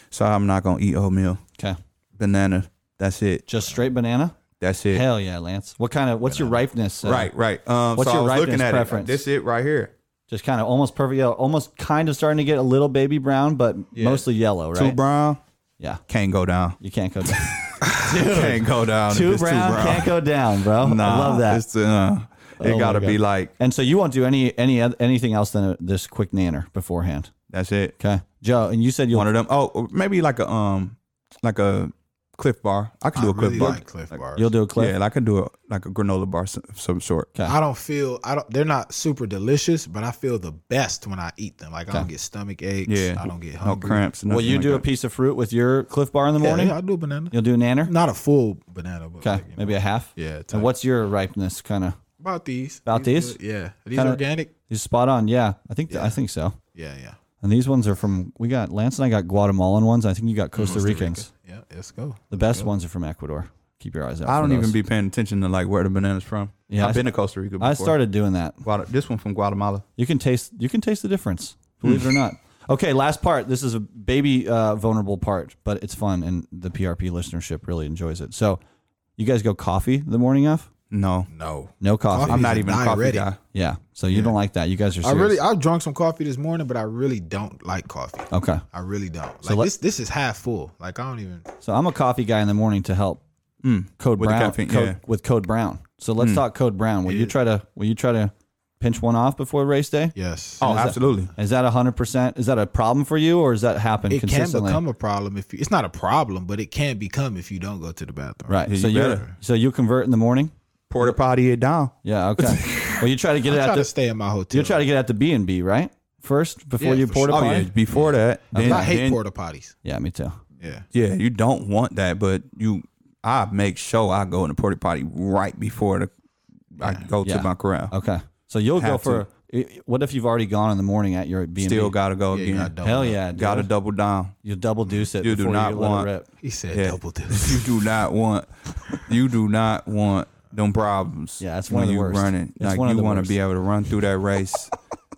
so I'm not gonna eat oatmeal.
Okay.
Banana. That's it.
Just straight banana.
That's it.
Hell yeah, Lance. What kind of? What's your ripeness? uh,
Right, right. Um,
What's
so I
your
was
ripeness
looking at
preference?
it. This it right here.
Just kind of almost perfect yellow, almost kind of starting to get a little baby brown, but mostly yellow, right?
Too brown
yeah,
can't go
(laughs)
down.
you can't go down.
(laughs) can't go down. if
too,
it's
brown, can't go down, bro.
(laughs) Nah,
I love that. Oh
It's, uh, it
my
gotta
God.
be like
and so you won't do any any oth- anything else than a, this quick nanner beforehand.
that's it.
Okay, Joe, and you said you
One
wanted
of them. Oh, or maybe like a um, like a Cliff Bar. I could
I
do a Cliff
really
Bar.
like Cliff bars.
you'll do a clip.
Yeah, like I could do a like a granola bar s- of some sort.
I don't feel I don't. They're not super delicious, but I feel the best when I eat them. Like I don't get stomach aches.
Yeah,
I don't get
no
hungry.
cramps.
Will
nothing
you
like
do a
that.
piece of fruit with your Cliff Bar in the
Yeah,
morning?
yeah, I do banana.
You'll do a nanner.
Not a full banana, but
Okay,
like, you know,
maybe a half.
Yeah, type.
And what's your ripeness? Kind of.
about these?
About
good.
these?
Yeah, Are these
Kinda-
organic.
You spot on. Yeah, I think th- I think so.
Yeah, yeah.
And these ones are from we got
Mm-hmm.
Lance and I got Guatemalan ones. I think you got Costa Ricans.
Yeah, let's go.
The best ones are from Ecuador. keep your eyes out.
I
for
don't even
those.
be paying attention to like where the bananas from.
Yeah,
I've
I-
been to Costa Rica. Before.
I started doing that.
Guada- this one from Guatemala.
You can taste. You can taste the difference. Believe it or not. Okay, last part. This is a baby uh, vulnerable part, but it's fun, and the PRP listenership really enjoys it. So, you guys go coffee the morning of?
No,
No,
No coffee.
I'm not
He's
even a
not
coffee
ready.
guy.
Yeah. So you don't like that. You guys are.
I
Serious.
really I drunk some coffee this morning, but I really don't like coffee.
Okay.
I really don't. Like
let-
this this is half full. Like I don't even.
So I'm a coffee guy in the morning to help Code
With the
Brown
caffeine,
Code-
yeah.
with Code Brown. So let's talk Code Brown. Will you try to will you try to pinch one off before race day?
Yes.
Oh, absolutely.
Is that hundred percent? Is that a problem for you, or does that happen
it can
consistently?
become a problem if you, it's not a problem, but it can become if you don't go to the bathroom.
right.
Yeah,
so
you
you
better.
are so you convert in the morning.
Porta potty it down.
Yeah.
(laughs)
Okay. well, you try to get
I
it at
try to
the
stay in my hotel.
you try to get at the B and B right first before
Yeah,
you
for
porta
sure.
Oh
potty.
yeah, before that, then,
I hate
then-
porta potties.
yeah. me too.
Yeah.
Yeah, you don't want that, but you, I make sure I go in the porta potty right before the, I go
Yeah.
to my corral.
Okay. So you'll go
Have
for. i- What if you've already gone in the morning at your B and B?
Still gotta go
Yeah, you
again.
gotta double
Hell
up.
yeah.
gotta
dude.
double down.
You double deuce it.
You do
before
not
let it
want-
rip.
He said
Yeah.
double dip.
(laughs) you do not want you do not want them problems.
Yeah, that's one of
when you
the worst.
running.
It's
like
one of
you
the
want to
worst.
be able to run through that
(laughs)
race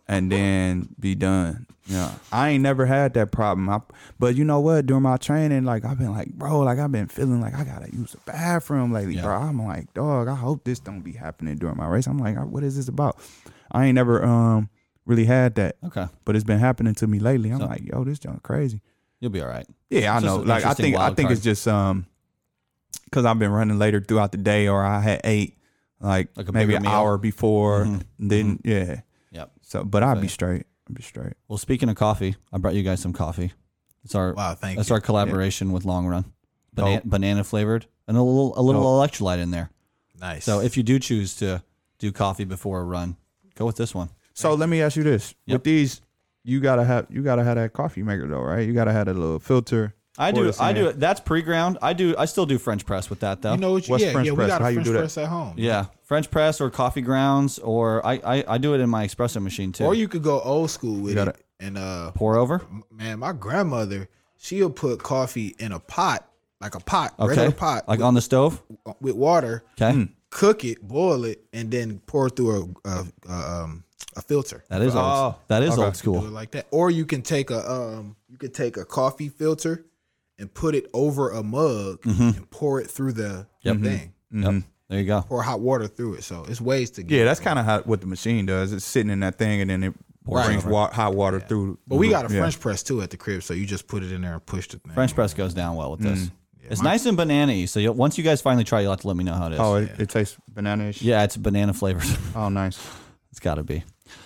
and then be done. Yeah. I ain't never had that problem. I, but you know what? During my training, like I've been like, bro, like I've been feeling like I gotta use the bathroom lately,
Yeah.
bro. I'm like, dog, I hope this don't be happening during my race. I'm like, "Uh, what is this about? I ain't never um really had that,
Okay.
but it's been happening to me lately. I'm like, yo, this junk crazy.
You'll be all right.
Yeah, I
It's just
know.
an
Like I
interesting
think I
wild
think
card.
it's just um because I've been running later throughout the day, or I had ate like,
Like a
maybe
bigger
an
meal.
hour before. and Then yeah,
Yep.
so but I'd be
yeah.
straight. I'd be straight.
Well, speaking of coffee, I brought you guys some coffee. It's our
Wow, thank
that's
you.
our collaboration with Long Run, Bana-
Dope.
banana flavored, and a little a little electrolyte in there.
Nice.
So if you do choose to do coffee before a run, go with this one.
So let me ask you this:
Yep.
with these, you gotta have you gotta have that coffee maker though, right? You gotta have that little filter.
I
pour
do
this
I
in.
do it. That's pre ground. I do I still do French press with that though.
you know what? You,
What's
yeah,
French
yeah, we
press?
got a
How you
French
do that?
press at home.
yeah, French press or coffee grounds, or I I, I do it in my espresso machine too.
Or you could go old school with
gotta-
it. And uh,
pour over.
man, my grandmother, she'll put coffee in a pot, like a pot,
Okay,
regular pot,
like
with,
on the stove.
with water,
Okay,
cook it, boil it, and then pour through a a, a, um, a filter.
that is old.
Oh,
That is
okay.
old
do it
school.
like that. Or you can take a um you could take a coffee filter and put it over a mug and pour it through the
Mm-hmm. Yep.
thing.
Yep. There you go.
Pour hot water through it. So it's ways to get
Yeah, that's kind of how what the machine does. It's sitting in that thing, and then it brings wa- hot water through.
But we got a
Yeah.
French press too at the crib, so you just put it in there and push the thing.
French press goes down well with this. it's nice and banana-y. So you'll, once you guys finally try, you'll have to let me know how it is.
Oh, it, it tastes bananish.
yeah, it's banana flavored. (laughs)
Oh, nice.
it's got to be.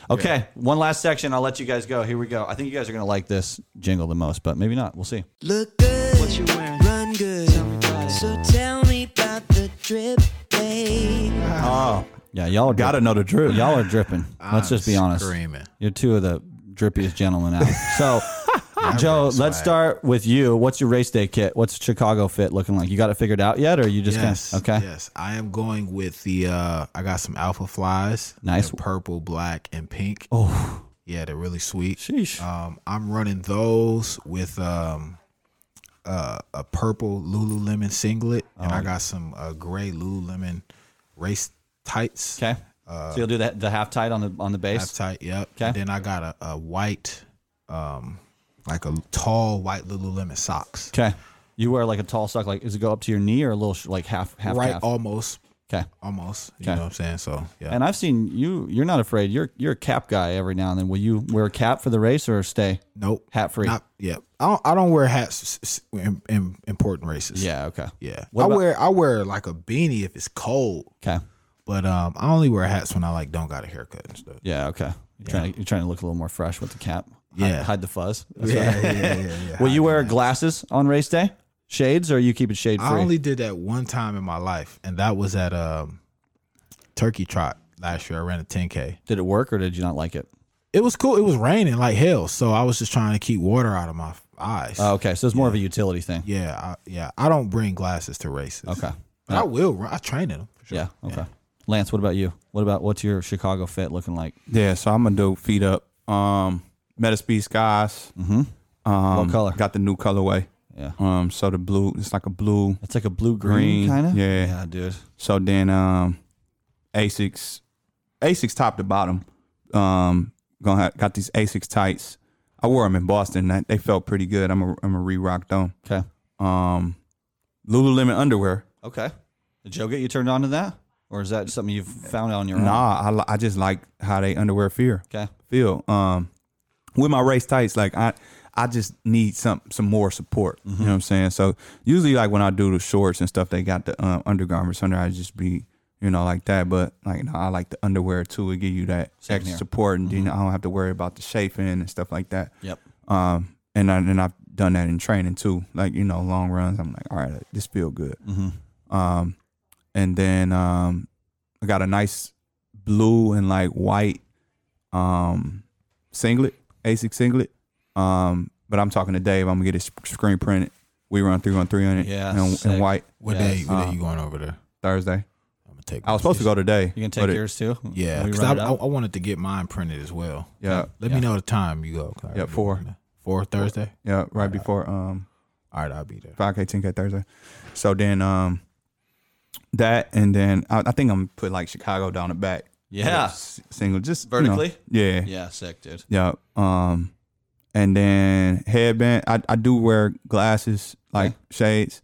Okay, one last section. I'll let you guys go. Here we go. I think you guys are gonna like this jingle the most, but maybe not. We'll see.
Look good. What you wearing? Run good. Tell me about it. So tell me about the drip, babe.
Yeah, y'all are
Got
dripping.
another drip.
Y'all are dripping. Let's just be honest.
Screaming.
You're two of the drippiest gentlemen out. So, Joe, let's start with you. What's your race day kit? What's Chicago fit looking like? You got it figured out yet, or you just
Yes.
kinda, okay?
Yes. I am going with the uh I got some alpha flies.
Nice.
They're purple, black, and pink.
Oh,
Yeah, they're really sweet.
sheesh.
Um, I'm running those with um, uh, a purple Lululemon singlet, and
Um,
I got some uh, gray Lululemon race tights.
okay. so you'll do the, the half tight on the on the base.
uh, Half tight, yep.
Okay.
And then I got a, a white, um, like a tall white Lululemon socks.
Okay. You wear like a tall sock. Like, does it go up to your knee or a little sh- like half half
right,
calf?
almost,
okay.
almost. You
Okay.
know what I'm saying? So yeah.
And I've seen you. You're not afraid. You're you're a cap guy every now and then. Will you wear a cap for the race or stay
nope.
hat free?
Not, yeah. I don't. I don't wear hats s- s- in, in important races.
yeah. Okay.
Yeah.
What
I
about-
wear I wear like a beanie if it's cold.
Okay.
But um, I only wear hats when I like don't got a haircut and stuff.
Yeah. Okay. You're trying to you're trying to look a little more fresh with the cap. Hide-
Yeah.
Hide, the fuzz. That's
Yeah,
right.
yeah, yeah, yeah. (laughs)
Will you wear glasses on race day? Shades or you keep it shade free?
I only did that one time in my life, and that was at um, Turkey Trot last year. I ran a 10k.
did it work or did you not like it?
It was cool. It was raining like hell, so I was just trying to keep water out of my eyes.
Oh, okay. So it's more of a utility thing.
yeah, I, yeah. I don't bring glasses to races.
Okay.
but I will. run- I train in them for sure.
Yeah. Okay. Lance, what about you? What about what's your Chicago fit looking like?
Yeah, so I'm gonna do feet up. Um, Metaspeed Skies.
Mm-hmm.
Um,
color?
Got the new colorway.
Yeah.
Um, so the blue, it's like a blue.
It's like a blue green
Green,
kind of.
yeah.
Yeah, dude.
So then, um, Asics, Asics top to bottom. Um, gonna have, got these Asics tights. I wore them in Boston. That, they felt pretty good. I'm a, I'm a re-rock them.
Okay.
Um, Lululemon underwear.
Okay. Did Joe get you turned on to that, or is that something you've found on your own?
Nah, I, li- I just like how they underwear feel.
Okay.
Feel. Um, with my race tights, like I, I just need some some more support.
Mm-hmm.
You know what I'm saying? So usually, like when I do the shorts and stuff, they got the um, undergarments under. I just be you know like that, but like nah, I like the underwear too. It give you that extra
Same here. Mm-hmm.
support, and then I don't have to worry about the shaping and stuff like that.
Yep.
Um, and I, and I've done that in training too. Like you know, long runs. I'm like, all right, this feel good.
Mm-hmm.
Um, and then um, I got a nice blue and like white um singlet, Asics singlet. Um, but I'm talking to Dave. I'm gonna get it sc- screen printed. We run three on three on it.
Yeah,
and,
sick.
and white
What
Yeah.
day? What day
Uh,
you going over there?
Thursday.
I'm gonna take.
I was supposed to go today.
You can
but
take
it-
yours too.
Yeah,
Will we
because I,
run it
I,
up?
I wanted to get mine printed as well.
Yeah,
Let me know the time you go.
Yeah, four.
Four Thursday.
yeah,
Uh,
right before um
All right, I'll be there.
five k, ten k Thursday. So then um that and then I, I think I'm put like Chicago down the back.
Yeah.
S- single, just you know.
Vertically?
yeah,
yeah, sick, dude.
Yeah. Um, and then headband. I, I do wear glasses, like shades,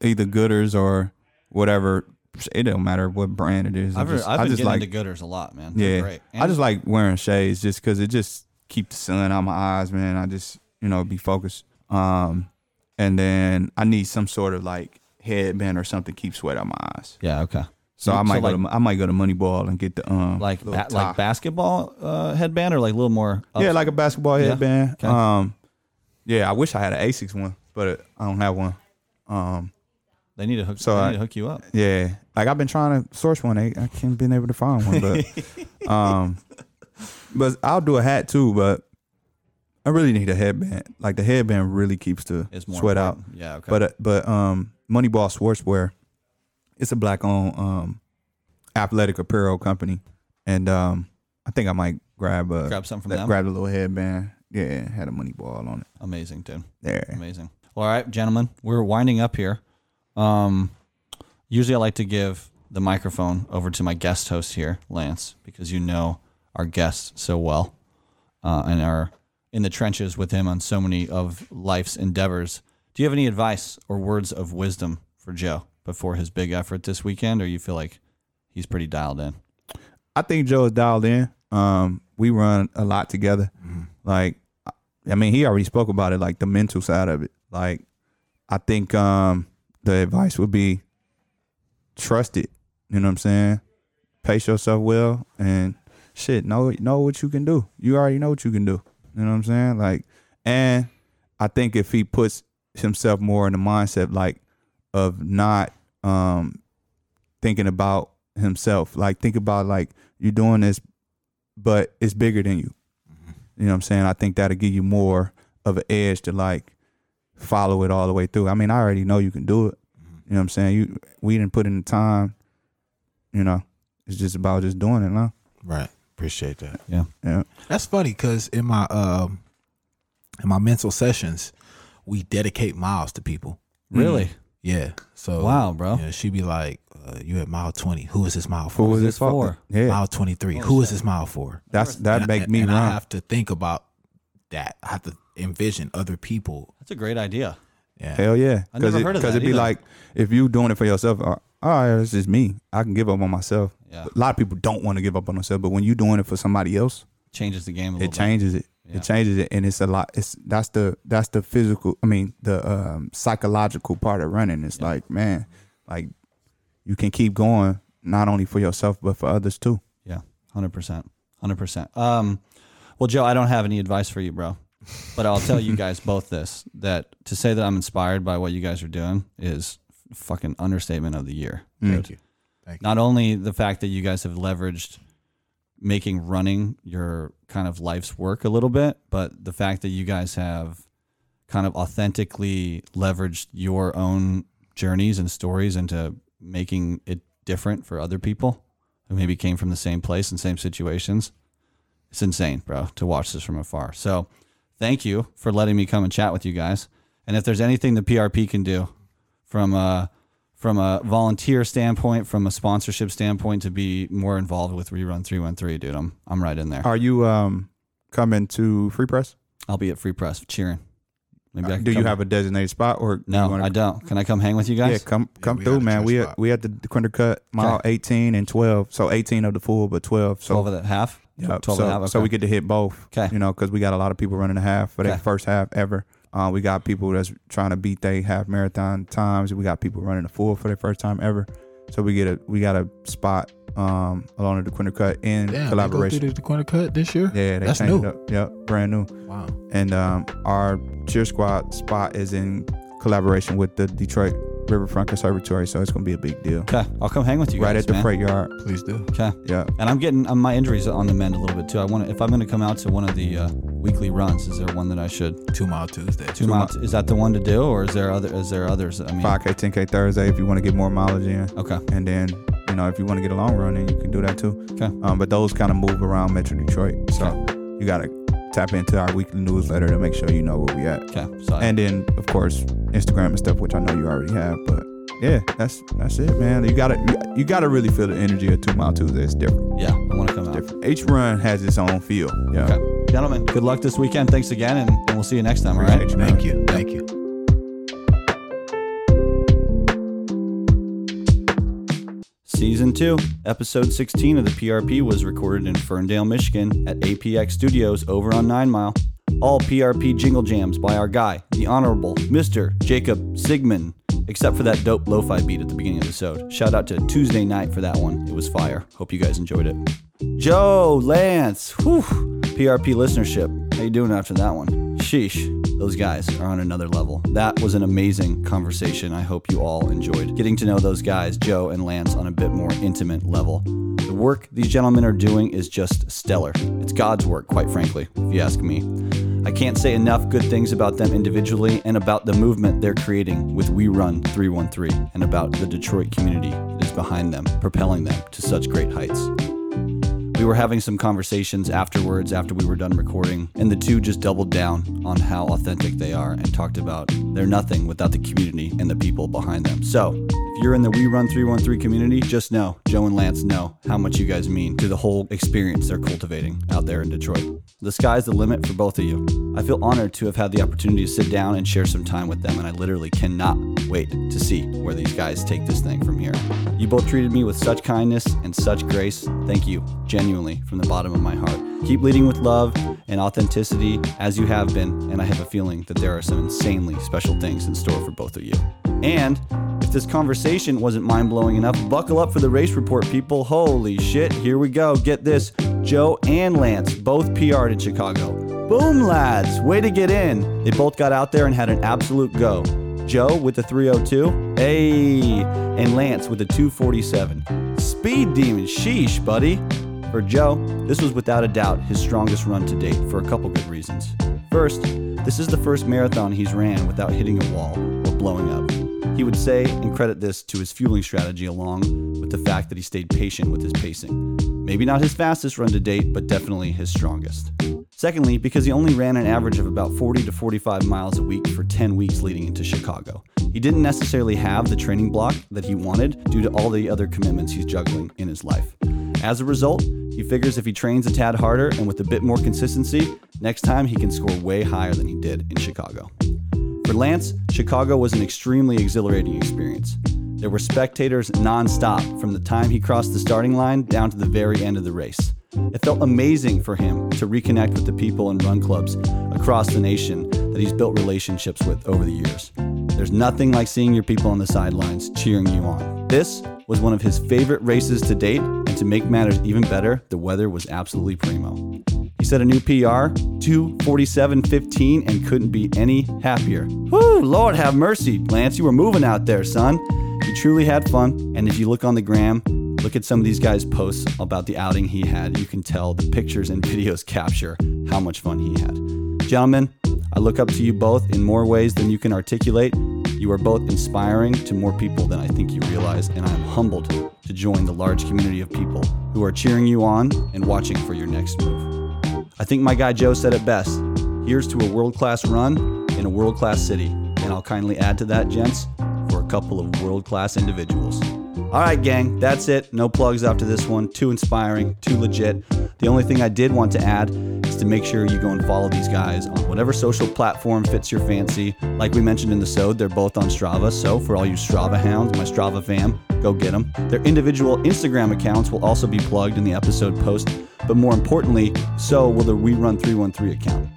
either Gooders or whatever. It don't matter what brand it is. I
I've,
just,
I've
I
been
just
getting
like,
into Gooders a lot, man. They're
yeah.
great.
I just like wearing shades just because it just keep the sun out my eyes, man. I just you know be focused. Um, and then I need some sort of like headband or something to keep sweat out my eyes.
yeah, okay.
So I
Mm, So
might
like-
go to I might go to Moneyball and get the um
Like
little
ba-
tie.
like basketball uh, headband or like a little more. up-
Yeah, like a basketball
Oh, Yeah.
headband.
Okay.
Um, yeah, I wish I had an Asics one, but I don't have one. Um,
they need to hook.
So
they
I-
need to hook you up.
yeah, like I've been trying to source one. I, I can't been able to find one, but
(laughs)
um, but I'll do a hat too. But I really need a headband. Like the headband really keeps the
It's more
sweat out.
important. Yeah, okay.
But uh, but um, Moneyball Sportswear, it's a black owned um, athletic apparel company, and um, I think I might grab a
Grab something from
that-
them?
Grab a little headband. Yeah, had a Moneyball on it.
Amazing, dude.
There.
Amazing. Well, all right, gentlemen, we're winding up here. Um, usually, I like to give the microphone over to my guest host here, Lance, because you know our guest so well uh, and are in the trenches with him on so many of life's endeavors. Do you have any advice or words of wisdom for Joe before his big effort this weekend, or you feel like he's pretty dialed in?
I think Joe is dialed in. Um, we run a lot together. Like, I mean, he already spoke about it, like the mental side of it. Like, I think um, the advice would be trust it. You know what I'm saying? Pace yourself well and shit. Know know what you can do. You already know what you can do. You know what I'm saying? Like, and I think if he puts himself more in the mindset like of not um thinking about himself. Like think about like you're doing this, but it's bigger than you. You know what I'm saying? I think that'll give you more of an edge to like follow it all the way through. I mean, I already know you can do it. You know what I'm saying? You we didn't put in the time. You know, it's just about just doing it now.
Right. Appreciate that.
Yeah.
Yeah.
That's funny because in my um in my mental sessions, we dedicate miles to people.
Really?
Yeah. So
Wow, bro.
Yeah, she'd be like, uh, "You at mile twenty? Who is this mile
Who
for?
was
this
this for?
for?
Yeah,
Mile twenty three? Who is this mile for?"
that's that
And-
make me
and I
run.
have to think about that. I have to envision other people.
That's a great idea.
Yeah.
Hell yeah,
I never
it,
heard of
Because it'd
that
be
either.
like if you doing it for yourself, uh, all right, this is me. I can give up on myself.
Yeah.
A lot of people don't want to give up on themselves, but when you doing it for somebody else,
Changes the game a little
it
bit.
changes it.
Yeah.
It changes it, and it's a lot. It's that's the that's the physical. I mean, the um, psychological part of running. It's like, man, like you can keep going not only for yourself but for others too.
Yeah, hundred percent, hundred percent. Um, well, Joe, I don't have any advice for you, bro, but I'll tell you guys both this: that to say that I'm inspired by what you guys are doing is fucking understatement of the year.
Thank you.
Not only the fact that you guys have leveraged making running your kind of life's work a little bit, but the fact that you guys have kind of authentically leveraged your own journeys and stories into making it different for other people who maybe came from the same place and same situations. It's insane, bro, to watch this from afar. So, thank you for letting me come and chat with you guys. And if there's anything the PRP can do from a from a volunteer standpoint, from a sponsorship standpoint, to be more involved with Rerun Three One Three, dude, I'm I'm right in there.
Are you um coming to Free Press?
I'll be at Free Press cheering. Maybe I can
Uh, Do you
come-
have a designated spot or
No,
you wanna-
I don't. Can I come hang with you guys?
Yeah, come come
we
through,
got a
man.
church
We
spot.
at, we at the Quinder Cut mile eighteen and twelve. So eighteen of the full, but twelve. So
Twelve of the half.
yeah,
Twelve
so,
and a half.
so
okay.
we get to hit both.
'Kay.
You know, because we got a lot of people running the half for their
Okay.
first half ever. Uh, we got people that's trying to beat their half marathon times. We got people running the full for their first time ever. So we get a we got a spot um along the Quinder Cut in
Damn,
collaboration.
They go through the, the corner cut this year.
yeah, they
That's
changed
new.
it up. Yep, brand new.
Wow.
And um, our cheer squad spot is in collaboration with the Detroit Riverfront Conservatory, so it's gonna be a big deal.
Okay, I'll come hang with you
right
guys,
at the
man.
freight yard.
Please do.
Okay,
Yeah,
and I'm getting um, my injuries on the mend a little bit too. I want to if I'm going to come out to one of the uh, weekly runs. Is there one that I should
Two mile Tuesday.
two miles? Is that the one to do, or is there other? Is there others? I mean,
five k, ten k Thursday if you want to get more mileage in,
okay,
and then you know if you want to get a long run, then you can do that too.
okay,
Um, but those kind of move around Metro Detroit, so you gotta tap into our weekly newsletter to make sure you know where we at,
okay. So
and then of course Instagram and stuff, which I know you already have, but. Yeah, that's that's it, man. You gotta you, you gotta really feel the energy of Two Mile Tuesday. It's different.
yeah, I want to come out.
different. Each run has its own feel. Yeah.
Okay, gentlemen, good luck this weekend. Thanks again, and, and we'll see you next time. All right.
Appreciate man.
Thank you. Thank you.
Season 2, Episode 16 of the PRP was recorded in Ferndale, Michigan at APX Studios over on Nine Mile. All PRP jingle jams by our guy, the Honorable Mr. Jacob Sigmund, except for that dope lo fi beat at the beginning of the episode. Shout out to Tuesday night for that one. It was fire. Hope you guys enjoyed it. Joe, Lance, whew, PRP listenership. How you doing after that one? Sheesh, those guys are on another level. That was an amazing conversation. I hope you all enjoyed getting to know those guys, Joe and Lance, on a bit more intimate level. The work these gentlemen are doing is just stellar. It's God's work, quite frankly, if you ask me. I can't say enough good things about them individually and about the movement they're creating with We Run 313 and about the Detroit community that is behind them, propelling them to such great heights. We were having some conversations afterwards after we were done recording, and the two just doubled down on how authentic they are and talked about they're nothing without the community and the people behind them. So, if you're in the We Run 313 community, just know Joe and Lance know how much you guys mean to the whole experience they're cultivating out there in Detroit. The sky's the limit for both of you. I feel honored to have had the opportunity to sit down and share some time with them, and I literally cannot wait to see where these guys take this thing from here. You both treated me with such kindness and such grace. Thank you, genuinely, from the bottom of my heart. Keep leading with love and authenticity as you have been, and I have a feeling that there are some insanely special things in store for both of you. And if this conversation wasn't mind blowing enough, buckle up for the race report, people. Holy shit, here we go. Get this Joe and Lance, both PR'd in Chicago. Boom, lads! Way to get in! They both got out there and had an absolute go. Joe with the 302, hey, and Lance with the 247. Speed demon, sheesh, buddy. For Joe, this was without a doubt his strongest run to date for a couple good reasons. First, this is the first marathon he's ran without hitting a wall or blowing up. He would say and credit this to his fueling strategy along with the fact that he stayed patient with his pacing. Maybe not his fastest run to date, but definitely his strongest. Secondly, because he only ran an average of about 40 to 45 miles a week for 10 weeks leading into Chicago. He didn't necessarily have the training block that he wanted due to all the other commitments he's juggling in his life. As a result, he figures if he trains a tad harder and with a bit more consistency, next time he can score way higher than he did in Chicago. For Lance, Chicago was an extremely exhilarating experience. There were spectators nonstop from the time he crossed the starting line down to the very end of the race. It felt amazing for him to reconnect with the people and run clubs across the nation that he's built relationships with over the years. There's nothing like seeing your people on the sidelines cheering you on. This was one of his favorite races to date, and to make matters even better, the weather was absolutely primo. He set a new PR, 247.15, and couldn't be any happier. Whoo, Lord have mercy, Lance, you were moving out there, son. He truly had fun, and if you look on the gram, look at some of these guys' posts about the outing he had, you can tell the pictures and videos capture how much fun he had. Gentlemen, I look up to you both in more ways than you can articulate. You are both inspiring to more people than I think you realize, and I am humbled to join the large community of people who are cheering you on and watching for your next move. I think my guy Joe said it best. Here's to a world class run in a world class city And I'll kindly add to that, gents, for a couple of world class individuals. All right, gang, that's it. No plugs after this one. Too inspiring, too legit. The only thing I did want to add is to make sure you go and follow these guys on whatever social platform fits your fancy. Like we mentioned in the Sode, they're both on Strava. So for all you Strava hounds, my Strava fam, go get them. Their individual Instagram accounts will also be plugged in the episode post. But more importantly, so will the We Run 313 account.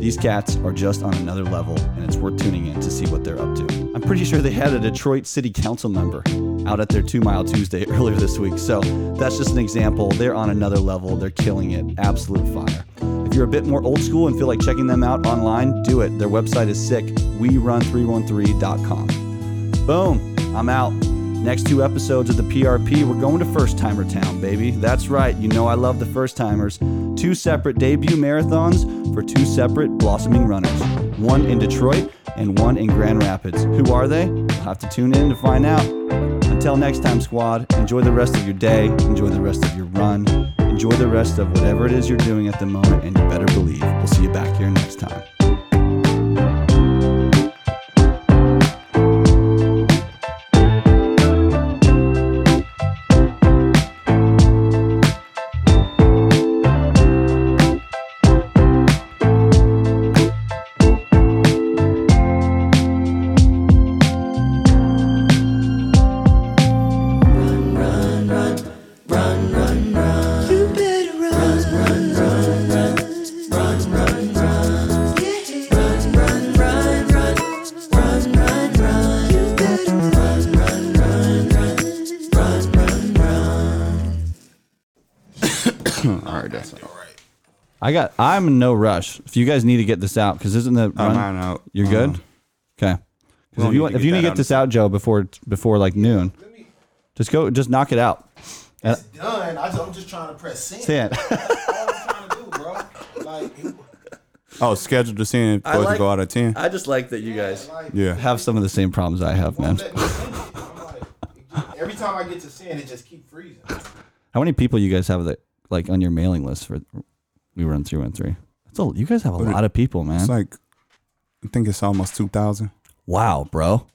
These cats are just on another level, and it's worth tuning in to see what they're up to. I'm pretty sure they had a Detroit City Council member out at their Two Mile Tuesday (laughs) earlier this week, so that's just an example. They're on another level, they're killing it. Absolute fire. If you're a bit more old school and feel like checking them out online, do it. Their website is sick, werun313.com. Boom. I'm out. Next two episodes of the PRP, we're going to First Timer Town, baby. That's right. You know I love the first timers. Two separate debut marathons for two separate blossoming runners. One in Detroit and one in Grand Rapids. Who are they? You'll have to tune in to find out. Until next time, squad, enjoy the rest of your day, enjoy the rest of your run, enjoy the rest of whatever it is you're doing at the moment, and you better believe we'll see you back here next time.
You better run, run, run, run, run, run, run, yeah. Run, run, run, run, run, run, run. You better run, run, run, run, run, run, run.
All right, that's all.
I got. I'm in no rush. If you guys need to get this out, because isn't the run,
I'm out.
You're good.
Um,
okay. 'Cause
don't need
if Uh-huh. you
to
want, if
get
you need
that
to
out
get this out, Joe, before before like noon, just go. Just knock it out.
It's done. I am just trying to press send.
Stand.
That's all I'm trying to do, bro. Like, you-
Oh, scheduled to send for us to go out at ten.
(laughs) I just like that you guys
like,
yeah.
have some of the same problems I have, man.
let me send it. I'm like, it- every time I get to send, it just keep freezing.
How many people you guys have that like on your mailing list for? We run three one three. That's a, you guys have a lot of people, man.
It's like I think it's almost two thousand.
wow, bro.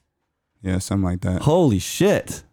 Yeah, something like that.
Holy shit.